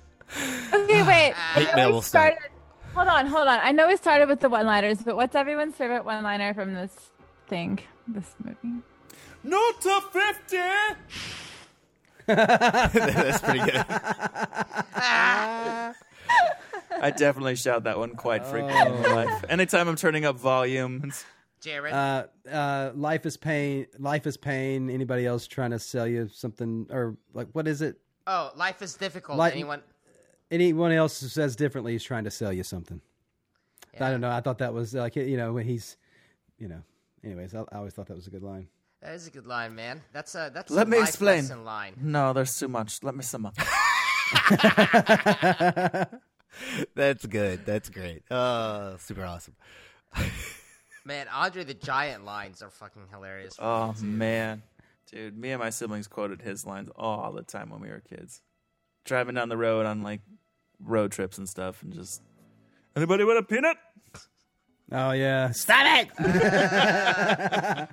Speaker 10: Okay, wait.
Speaker 11: Hate
Speaker 10: I know
Speaker 11: mail
Speaker 10: we
Speaker 11: will start.
Speaker 10: started. Hold on, hold on. I know we started with the one-liners, but what's everyone's favorite one-liner from this thing, this movie?
Speaker 11: Not to fifty.
Speaker 8: That's pretty good.
Speaker 5: Ah,
Speaker 8: Ah.
Speaker 11: I definitely shout that one quite frequently in my
Speaker 1: Oh.
Speaker 11: life. Anytime I'm turning up volume, it's-
Speaker 5: Jared.
Speaker 1: Uh,
Speaker 8: Ah.
Speaker 1: uh, life is pain. Life is pain. Anybody else trying to sell you something or like what is it?
Speaker 5: Oh, life is difficult.
Speaker 1: Like-
Speaker 5: Anyone?
Speaker 1: Anyone else who says differently is trying to sell you something. I don't know. I thought that was like you know when he's, you know. Anyways, I, I always thought that was a good line.
Speaker 5: That is a good line, man. That's a that's
Speaker 11: Let
Speaker 5: a
Speaker 11: me
Speaker 5: life
Speaker 11: explain.
Speaker 5: lesson line.
Speaker 11: No, there's too much. Let me sum up.
Speaker 8: That's good. That's great. Uh, super awesome.
Speaker 5: Man, Andre the Giant lines are fucking hilarious. for
Speaker 11: Oh
Speaker 5: me, too.
Speaker 11: man, dude, me and my siblings quoted his lines all the time when we were kids, driving down the road on like road trips and stuff, and just anybody want a peanut?
Speaker 1: Oh yeah,
Speaker 5: Stop
Speaker 1: it!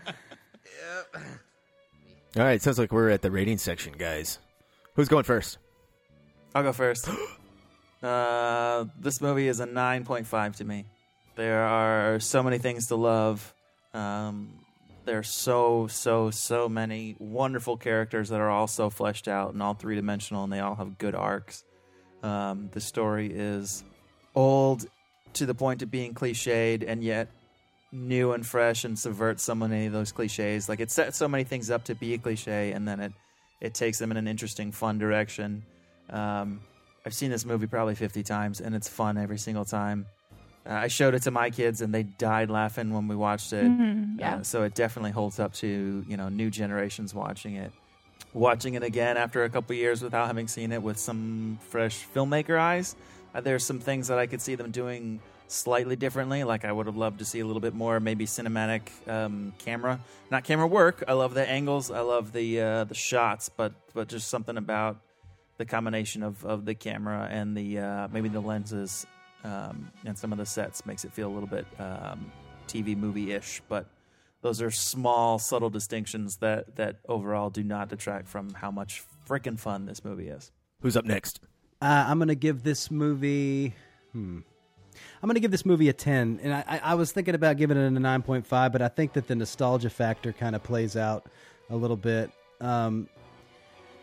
Speaker 8: All right, sounds like we're at the rating section, guys. Who's going first?
Speaker 11: I'll go first. uh, this movie is a 9.5 to me. There are so many things to love. Um, there are so, so, so many wonderful characters that are all so fleshed out and all three dimensional, and they all have good arcs. Um, the story is old to the point of being cliched, and yet new and fresh and subverts so many of those cliches. Like it sets so many things up to be a cliche, and then it it takes them in an interesting, fun direction. Um, I've seen this movie probably fifty times, and it's fun every single time. Uh, I showed it to my kids, and they died laughing when we watched it.
Speaker 10: Mhm, yeah.
Speaker 11: Uh, so it definitely holds up to you know new generations watching it. Watching it again after a couple years without having seen it with some fresh filmmaker eyes, uh, there's some things that I could see them doing slightly differently. Like I would have loved to see a little bit more, maybe cinematic um, camera, not camera work. I love the angles, I love the uh, the shots, but but just something about the combination of, of the camera and the uh, maybe the lenses um, and some of the sets makes it feel a little bit um, TV movie ish. But those are small, subtle distinctions that that overall do not detract from how much freaking fun this movie is.
Speaker 8: Who's up next?
Speaker 1: Uh, I'm gonna give this movie. Hmm. I'm gonna give this movie a ten, and I, I I was thinking about giving it a nine point five, but I think that the nostalgia factor kind of plays out a little bit. Um,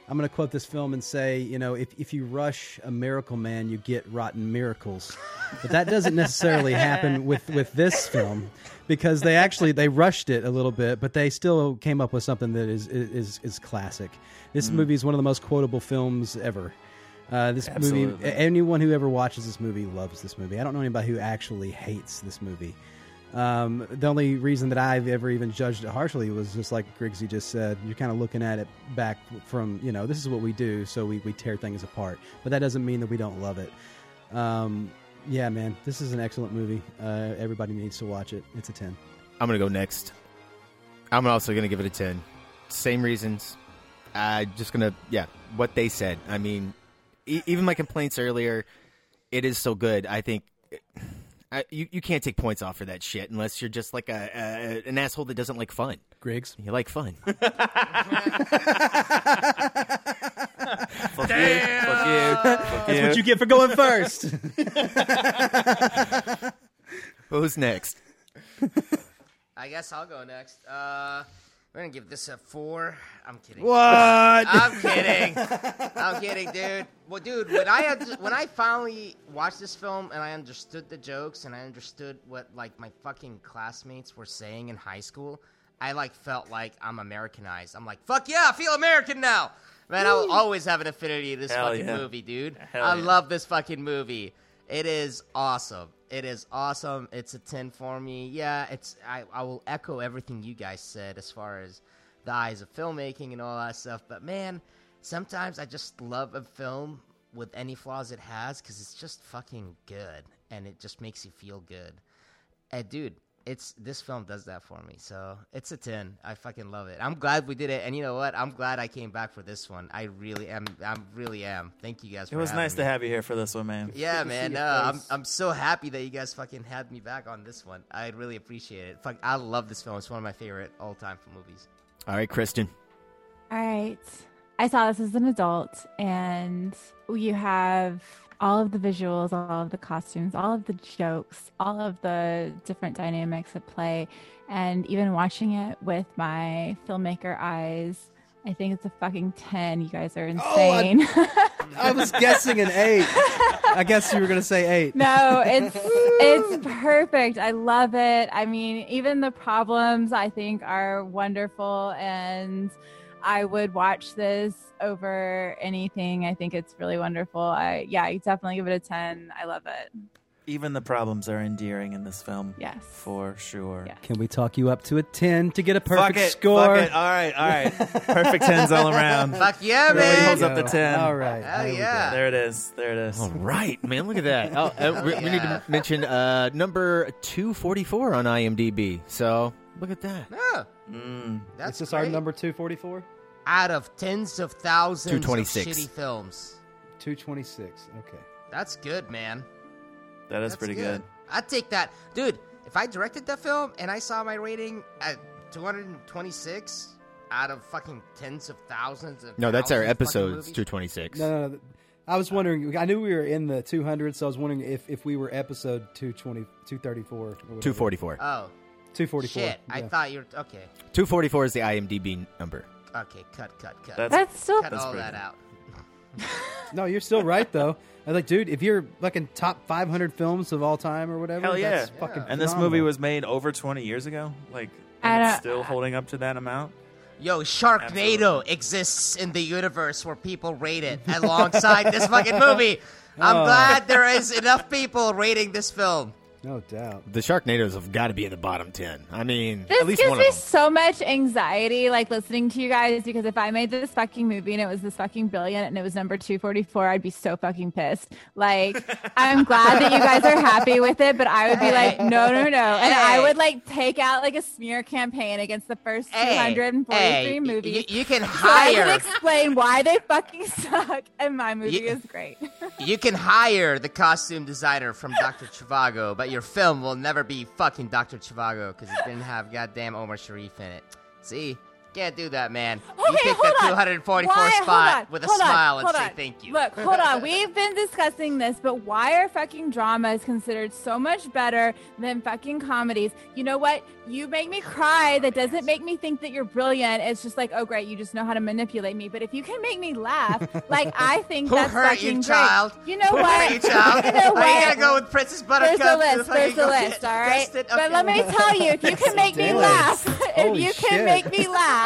Speaker 1: I'm gonna quote this film and say, you know, if if you rush a Miracle Man, you get rotten miracles, but that doesn't necessarily happen with with this film because they actually they rushed it a little bit, but they still came up with something that is is is classic. This
Speaker 11: Mhm.
Speaker 1: movie is one of the most quotable films ever. Uh, this movie,
Speaker 11: Absolutely.
Speaker 1: a- anyone who ever watches this movie loves this movie. I don't know anybody who actually hates this movie. Um, the only reason that I've ever even judged it harshly was just like Grigsy just said, you're kind of looking at it back from, you know, this is what we do, so we, we tear things apart. But that doesn't mean that we don't love it. Um, yeah, man, this is an excellent movie. Uh, everybody needs to watch it. It's a 10.
Speaker 8: I'm gonna go next. I'm also gonna give it a ten. Same reasons. I just gonna yeah. What they said. I mean, e- even my complaints earlier. It is so good. I think I, you you can't take points off for that shit unless you're just like a, a an asshole that doesn't like fun.
Speaker 1: Griggs,
Speaker 8: you like fun.
Speaker 11: Fuck you. Fuck you. Fuck
Speaker 1: That's what you get for going first.
Speaker 8: Who's next?
Speaker 5: I guess I'll go next. Uh, we're gonna give this a four. I'm kidding.
Speaker 8: What?
Speaker 5: I'm kidding. I'm kidding, dude. Well, dude, when I had when I finally watched this film and I understood the jokes and I understood what like my fucking classmates were saying in high school, I like felt like I'm Americanized. I'm like, fuck yeah, I feel American now. Man, I will
Speaker 14: Woo.
Speaker 5: always have an affinity to this
Speaker 14: Hell
Speaker 5: fucking
Speaker 14: yeah.
Speaker 5: movie, dude.
Speaker 14: Hell
Speaker 5: I
Speaker 14: yeah.
Speaker 5: love this fucking movie. It is awesome. It is awesome. It's a 10 for me. Yeah, it's I, I will echo everything you guys said as far as the eyes of filmmaking and all that stuff, but man, sometimes I just love a film with any flaws it has cuz it's just fucking good and it just makes you feel good. And dude, it's this film does that for me. So, it's a 10. I fucking love it. I'm glad we did it. And you know what? I'm glad I came back for this one. I really am I'm really am. Thank you guys
Speaker 11: It
Speaker 5: for
Speaker 11: was
Speaker 5: having
Speaker 11: nice
Speaker 5: me.
Speaker 11: to have you here for this one, man.
Speaker 5: Yeah, man. No, I'm I'm so happy that you guys fucking had me back on this one. I really appreciate it. Fuck, I love this film. It's one of my favorite all time movies.
Speaker 8: All right, Kristen.
Speaker 10: All right. I saw this as an adult, and you have all of the visuals, all of the costumes, all of the jokes, all of the different dynamics at play. And even watching it with my filmmaker eyes, I think it's a fucking 10. You guys are insane.
Speaker 1: I was guessing an eight. I guess you were going to say eight.
Speaker 10: No, it's it's perfect. I love it. I mean, even the problems I think are wonderful and I would watch this over anything. I think it's really wonderful. I yeah, I definitely give it a ten. I love it.
Speaker 11: Even the problems are endearing in this film.
Speaker 10: Yes.
Speaker 11: For sure.
Speaker 1: Can we talk you up to a 10 to get a perfect
Speaker 11: it,
Speaker 1: score?
Speaker 11: fuck it. All right, all right. Perfect 10s all around.
Speaker 5: Fuck yeah,
Speaker 11: Everybody
Speaker 5: man.
Speaker 11: holds up the 10.
Speaker 1: All right. Hell
Speaker 11: There we go.
Speaker 5: yeah.
Speaker 11: There it is. There it is.
Speaker 8: All right, man. Look at that. Oh, uh,
Speaker 11: Hell
Speaker 8: we, we need to mention uh, number 244 on IMDb. So look at that.
Speaker 5: No,
Speaker 1: Is
Speaker 11: Mm,
Speaker 5: that's
Speaker 1: this
Speaker 5: just
Speaker 1: our number 244?
Speaker 5: out of tens of thousands of
Speaker 8: 226.
Speaker 5: shitty films.
Speaker 1: 226. Okay.
Speaker 5: That's good, man.
Speaker 11: That is
Speaker 5: That's
Speaker 11: pretty good.
Speaker 5: I'd take that, dude. If I directed that film and I saw my rating at 226 out of fucking tens of thousands of
Speaker 8: No, that's
Speaker 5: thousands of
Speaker 8: our
Speaker 5: fucking
Speaker 8: episodes
Speaker 5: movies-
Speaker 8: 226.
Speaker 1: No, no, no. I was wondering. I knew we were in the 200, so I was wondering if, if we were episode 220, 234. or whatever.
Speaker 8: 244.
Speaker 5: Oh,
Speaker 1: 244.
Speaker 5: shit! I
Speaker 1: yeah.
Speaker 5: thought you're okay.
Speaker 8: 244 is the IMDb number.
Speaker 5: Okay, cut, cut, cut.
Speaker 11: That's-
Speaker 10: That's still-
Speaker 5: cut
Speaker 10: That's
Speaker 5: all that
Speaker 10: pretty good.
Speaker 5: out.
Speaker 1: No, you're still right, though. I was like, dude, if you're fucking top 500 films of all time or whatever,
Speaker 11: Hell yeah.
Speaker 1: that's fucking
Speaker 11: And this
Speaker 1: phenomenal.
Speaker 11: movie was made over 20 years ago. Like,
Speaker 10: I
Speaker 11: and it's
Speaker 10: don't-
Speaker 11: still holding up to that amount.
Speaker 5: Yo, Sharknado exists in the universe where people rate it alongside this fucking movie. I'm
Speaker 1: Oh.
Speaker 5: glad there is enough people rating this film.
Speaker 1: No doubt.
Speaker 8: The Sharknadoes have got to be in the bottom 10. I mean,
Speaker 10: This
Speaker 8: at least
Speaker 10: gives
Speaker 8: one
Speaker 10: me
Speaker 8: of them.
Speaker 10: so much anxiety, like listening to you guys, because if I made this fucking movie and it was this fucking billion and it was number 244, I'd be so fucking pissed. Like, I'm glad that you guys are happy with it, but I would be like, no, no, no. And I
Speaker 5: Hey.
Speaker 10: would like take out like a smear campaign against the first
Speaker 5: Hey,
Speaker 10: 243
Speaker 5: hey, y-
Speaker 10: movies.
Speaker 5: y- you can
Speaker 10: so I
Speaker 5: hire
Speaker 10: can explain why they fucking suck, and my movie
Speaker 5: You-
Speaker 10: is great.
Speaker 5: you can hire the costume designer from Dr. Chivago, but your film will never be fucking Dr. Chivago because it didn't have goddamn Omar Sharif in it. See? Can't do that, man. you
Speaker 10: Okay,
Speaker 5: pick
Speaker 10: hold
Speaker 5: that
Speaker 10: on.
Speaker 5: 244
Speaker 10: Why- hold
Speaker 5: spot
Speaker 10: on,
Speaker 5: with a
Speaker 10: hold on,
Speaker 5: smile and
Speaker 10: hold
Speaker 5: say
Speaker 10: on.
Speaker 5: thank you.
Speaker 10: Look, hold on. We've been discussing this, but why are fucking dramas considered so much better than fucking comedies? You know what? You make me cry. That doesn't make me think that you're brilliant. It's just like, oh great, you just know how to manipulate me. But if you can make me laugh, like I think
Speaker 5: Who
Speaker 10: that's
Speaker 5: hurt
Speaker 10: fucking
Speaker 5: you,
Speaker 10: great.
Speaker 5: child?
Speaker 10: You know
Speaker 5: Who
Speaker 10: what?
Speaker 5: hurt you, child?
Speaker 10: You know
Speaker 5: Are you gonna
Speaker 10: what?
Speaker 5: go with Princess
Speaker 10: There's
Speaker 5: Buttercup?
Speaker 10: a
Speaker 5: to the
Speaker 10: list.
Speaker 5: fucking
Speaker 10: There's a
Speaker 5: go
Speaker 10: list.
Speaker 5: get
Speaker 10: All right.
Speaker 5: arrested?
Speaker 10: But
Speaker 5: Okay.
Speaker 10: let me tell you, if you can make me
Speaker 1: Damn.
Speaker 10: laugh, if
Speaker 1: Holy
Speaker 10: you
Speaker 1: shit.
Speaker 10: can make me laugh,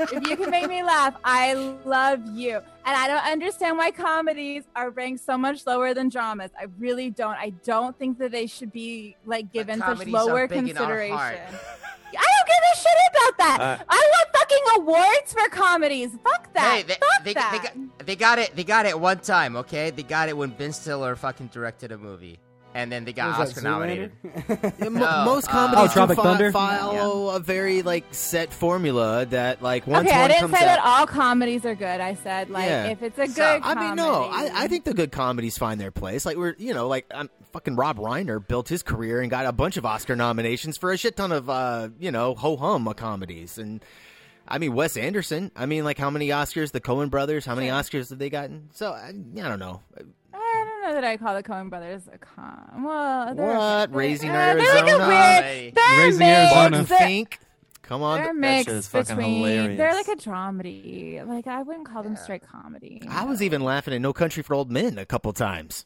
Speaker 10: if you can make me laugh, I love you. And I don't understand why comedies are ranked so much lower than dramas. I really don't. I don't think that they should be like given such
Speaker 5: comedies are
Speaker 10: lower
Speaker 5: big in our
Speaker 10: consideration. I
Speaker 5: heart.
Speaker 10: don't give a shit about that.
Speaker 11: Uh,
Speaker 10: I want fucking awards for comedies. Fuck that.
Speaker 5: Hey, they,
Speaker 10: Fuck
Speaker 5: they,
Speaker 10: that.
Speaker 5: They, got, they got it. They got it one time. Okay, they got it when Ben Stiller fucking directed a movie, and then they got
Speaker 1: What was
Speaker 5: Oscar
Speaker 1: that,
Speaker 5: nominated.
Speaker 1: Zoolander?
Speaker 8: Mo-
Speaker 5: No,
Speaker 8: most
Speaker 5: uh,
Speaker 8: comedies
Speaker 1: Oh, Tropic
Speaker 8: do fi-
Speaker 1: Thunder?
Speaker 8: follow a very like set formula that like once
Speaker 10: okay, I
Speaker 8: one
Speaker 10: didn't
Speaker 8: comes
Speaker 10: say
Speaker 8: out,
Speaker 10: that all comedies are good. I said like
Speaker 8: Yeah.
Speaker 10: if it's a good
Speaker 5: So,
Speaker 8: I mean, no,
Speaker 10: comedy-
Speaker 8: I, I think the good comedies find their place. Like we're, you know, like um, fucking Rob Reiner built his career and got a bunch of Oscar nominations for a shit ton of, uh, you know, ho hum comedies. And I mean, Wes Anderson. I mean, like how many Oscars? The Coen Brothers. How many Oscars have they gotten? So I, I don't know.
Speaker 10: I don't know that I call the Coen Brothers a con. Well, they're,
Speaker 8: What?
Speaker 10: they're-
Speaker 8: Raising
Speaker 10: uh, They're
Speaker 8: Arizona.
Speaker 10: like a
Speaker 5: Hey.
Speaker 10: weird. They're
Speaker 1: Raising
Speaker 10: mixed.
Speaker 1: Arizona.
Speaker 10: They're,
Speaker 8: Think. Come on.
Speaker 10: they're
Speaker 11: That shit
Speaker 10: mixed
Speaker 11: is fucking
Speaker 10: between. They're
Speaker 11: hilarious.
Speaker 10: like a dramedy. Like I wouldn't call them straight comedy.
Speaker 8: I was even laughing at No Country for Old Men a couple times.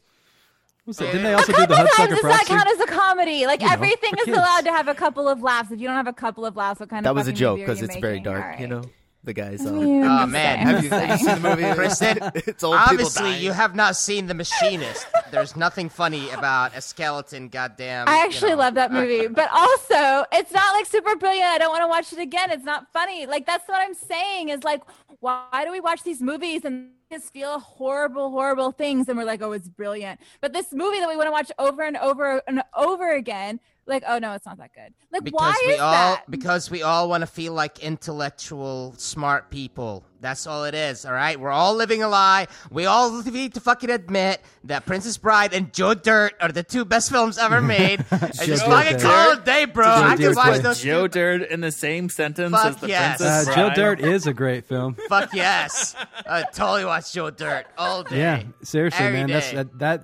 Speaker 1: What's that? Didn't they also do the Hudsucker
Speaker 10: Sometimes does that
Speaker 1: Proxy?
Speaker 10: count as a comedy? Like
Speaker 1: You know,
Speaker 10: everything
Speaker 1: for
Speaker 10: is
Speaker 1: kids.
Speaker 10: allowed to have a couple of laughs. If you don't have a couple of laughs, what kind
Speaker 8: That
Speaker 10: of
Speaker 8: was a
Speaker 10: fucking
Speaker 8: joke
Speaker 10: movie are
Speaker 8: because
Speaker 10: you
Speaker 8: it's very
Speaker 10: making?
Speaker 8: dark.
Speaker 10: All right.
Speaker 8: You know, the guys.
Speaker 10: Yeah,
Speaker 8: Uh,
Speaker 5: Oh
Speaker 10: I'm
Speaker 5: man,
Speaker 10: just
Speaker 5: have you,
Speaker 10: saying.
Speaker 5: have you seen the movie, Kristen?
Speaker 8: it's old people
Speaker 5: Obviously,
Speaker 8: dying.
Speaker 5: you have not seen The Machinist. There's nothing funny about a skeleton. Goddamn.
Speaker 10: I
Speaker 5: you
Speaker 10: actually
Speaker 5: know. Uh,
Speaker 10: love that movie, but also it's not like super brilliant. I don't want to watch it again. It's not funny. Like that's what I'm saying is like, why do we watch these movies and just feel horrible, horrible things? And we're like, oh, it's brilliant. But this movie that we want to watch over and over and over again, like, oh no, it's not that good. Like,
Speaker 5: Because
Speaker 10: why
Speaker 5: we
Speaker 10: is
Speaker 5: all
Speaker 10: that?
Speaker 5: because we all want to feel like intellectual, smart people. That's all it is. All right, we're all living a lie. We all need to fucking admit that Princess Bride and Joe Dirt are the two best films ever made. and
Speaker 1: Joe
Speaker 5: just
Speaker 1: Dirt.
Speaker 5: fucking call it a day, bro.
Speaker 1: Joe
Speaker 5: I
Speaker 1: Dirt.
Speaker 5: can watch
Speaker 1: Joe
Speaker 5: those.
Speaker 11: Joe Dirt in the same sentence
Speaker 5: Fuck
Speaker 11: as the
Speaker 5: yes.
Speaker 11: Princess
Speaker 1: Uh, Joe
Speaker 11: Bride.
Speaker 1: Dirt is a great film.
Speaker 5: Fuck yes, I totally watch Joe Dirt all day.
Speaker 1: Yeah, seriously,
Speaker 5: Every
Speaker 1: man. That's
Speaker 5: day.
Speaker 1: that, that.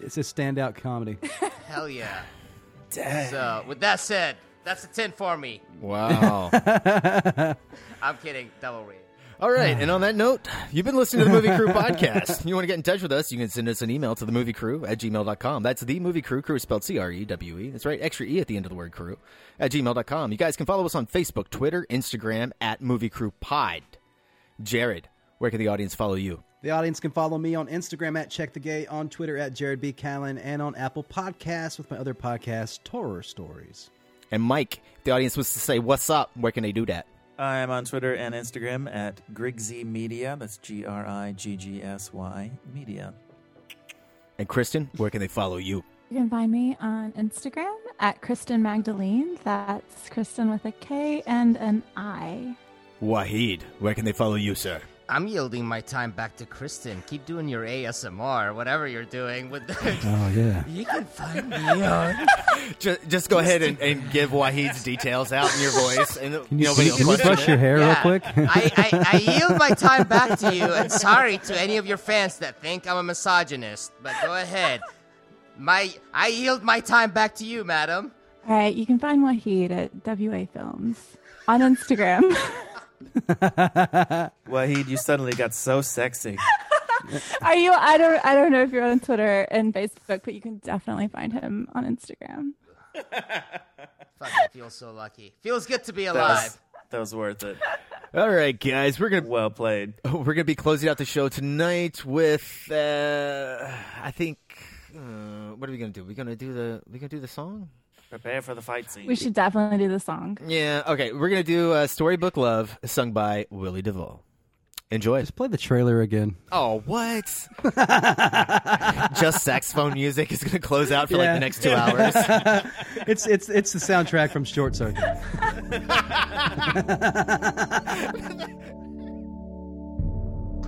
Speaker 1: It's a standout comedy.
Speaker 5: Hell yeah. So, with that said, that's a 10 for me.
Speaker 8: wow.
Speaker 5: I'm kidding. Double read.
Speaker 8: All right,
Speaker 1: Ah.
Speaker 8: and on that note, you've been listening to the Movie Crew podcast. You want to get in touch with us, you can send us an email to the movie crew at gmail.com. That's the movie crew, crew is spelled C R E W E. That's right, extra E at the end of the word crew at gmail.com. You guys can follow us on Facebook, Twitter, Instagram at movie crew pod.
Speaker 18: Jared, where can the audience follow you?
Speaker 1: The audience can follow me on Instagram at Check the Gay, on Twitter at Jared B. Callen, and on Apple Podcasts with my other podcast, Horror Stories.
Speaker 18: And Mike, if the audience was to say, What's up? Where can they do that?
Speaker 11: I am on Twitter and Instagram at Grigsy Media. That's G R I G G S Y Media.
Speaker 18: And Kristen, where can they follow you?
Speaker 10: You can find me on Instagram at Kristen Magdalene. That's Kristen with a K and an I.
Speaker 18: Wahid, where can they follow you, sir?
Speaker 5: I'm yielding my time back to Kristen. Keep doing your ASMR, whatever you're doing. With
Speaker 18: Oh, yeah.
Speaker 5: you can find me on.
Speaker 18: Just, just go ahead and, and give Wahid's details out in your voice. And
Speaker 1: Can you,
Speaker 18: nobody
Speaker 1: see-
Speaker 18: will
Speaker 1: can
Speaker 18: question
Speaker 1: you brush
Speaker 18: it.
Speaker 1: your hair
Speaker 5: Yeah.
Speaker 1: real quick?
Speaker 5: I, I, I yield my time back to you, and sorry to any of your fans that think I'm a misogynist, but go ahead. My, I yield my time back to you, madam.
Speaker 10: All right, you can find Wahid at WA Films on Instagram.
Speaker 11: Wahid, you suddenly got so sexy.
Speaker 10: Are you? I don't. I don't know if you're on Twitter and Facebook, but you can definitely find him on Instagram.
Speaker 5: Fuck, I feel so lucky. Feels good to be alive.
Speaker 11: That was worth it.
Speaker 18: All right, guys, we're gonna
Speaker 11: well played.
Speaker 18: We're gonna be closing out the show tonight with, uh, I think, uh, what are we gonna do? We're gonna do the we gonna do the song.
Speaker 11: Prepare for the fight scene.
Speaker 10: We should definitely do the song.
Speaker 18: Yeah, okay. We're gonna do uh, "Storybook Love" sung by Willie DeVoe. Enjoy.
Speaker 1: Just play the trailer again.
Speaker 18: Oh, what? Just saxophone music is gonna close out for like the next two hours.
Speaker 1: it's it's it's the soundtrack from Short Circuit.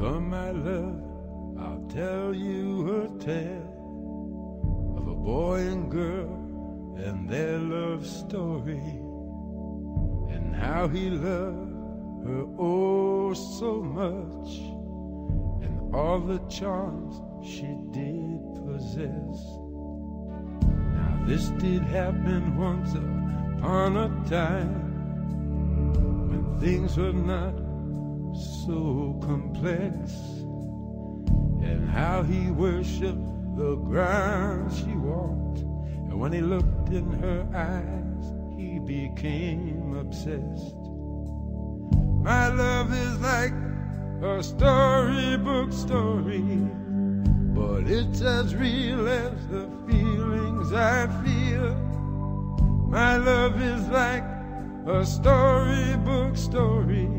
Speaker 8: Come, my love, I'll tell you a tale of a boy and girl and their love story, and how he loved her oh so much, and all the charms she did possess. Now, this did happen once upon a time when things were not so complex and how he worshipped the ground she walked and when he looked in her eyes he became obsessed my love is like a storybook story but it's as real as the feelings i feel my love is like a storybook story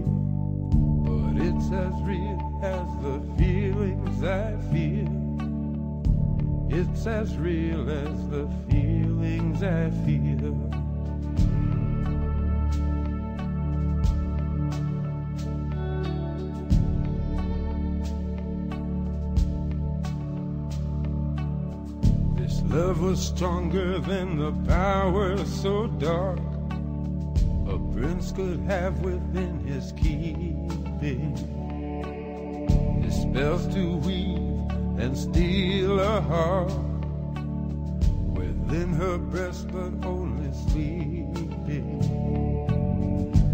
Speaker 8: but it's as real as the feelings I feel. It's as real as the feelings I feel. This love was stronger than the power so dark a prince could have within his keeping. His spells to weave and steal a heart within her breast, but only sleeping.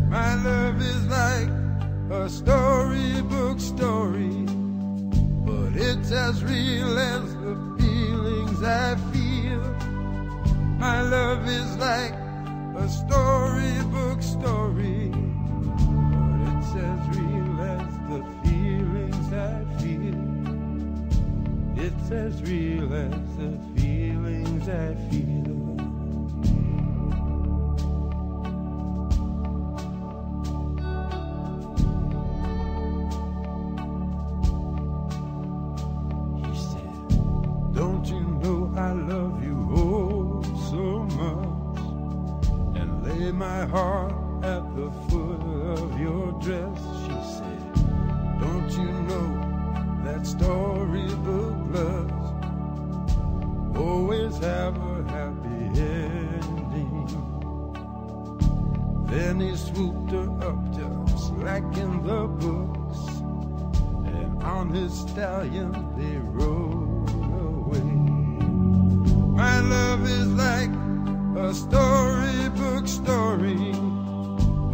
Speaker 8: My love is like a storybook story, but it's as real as the feelings I feel. My love is like a storybook story. But it's as real as the feelings I feel. It's as real as the feelings I feel. He said, Don't you know I love you oh so much? and lay my heart at the foot of your dress. She said, Don't you know that storybook loves always have a happy ending? Then he swooped her up just like in the books, and on his stallion they rode away. My love is like a storybook story,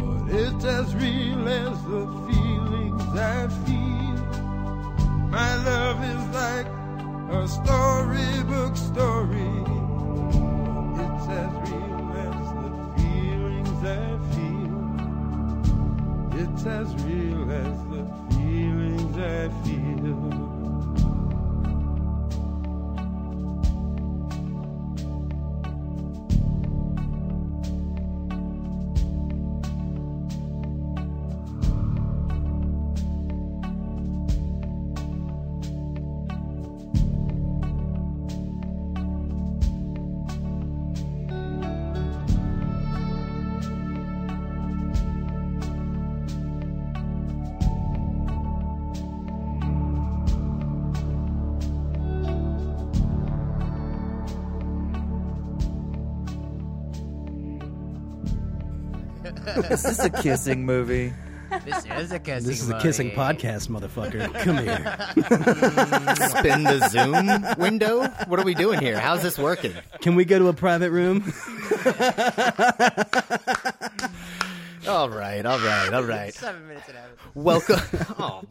Speaker 8: but it's as real as the feelings I feel. My love is like a storybook story, it's as real as the feelings I feel. It's
Speaker 17: it's as real as the feelings I feel.
Speaker 11: Is this a kissing movie?
Speaker 5: This is a kissing.
Speaker 1: This is a kissing
Speaker 5: movie.
Speaker 1: podcast, motherfucker. Come here.
Speaker 8: Spin the Zoom window? What are we doing here? How's this working?
Speaker 1: Can we go to a private room?
Speaker 8: All right, all right, all right.
Speaker 5: Seven minutes and a half.
Speaker 8: Welcome. Oh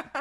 Speaker 8: man.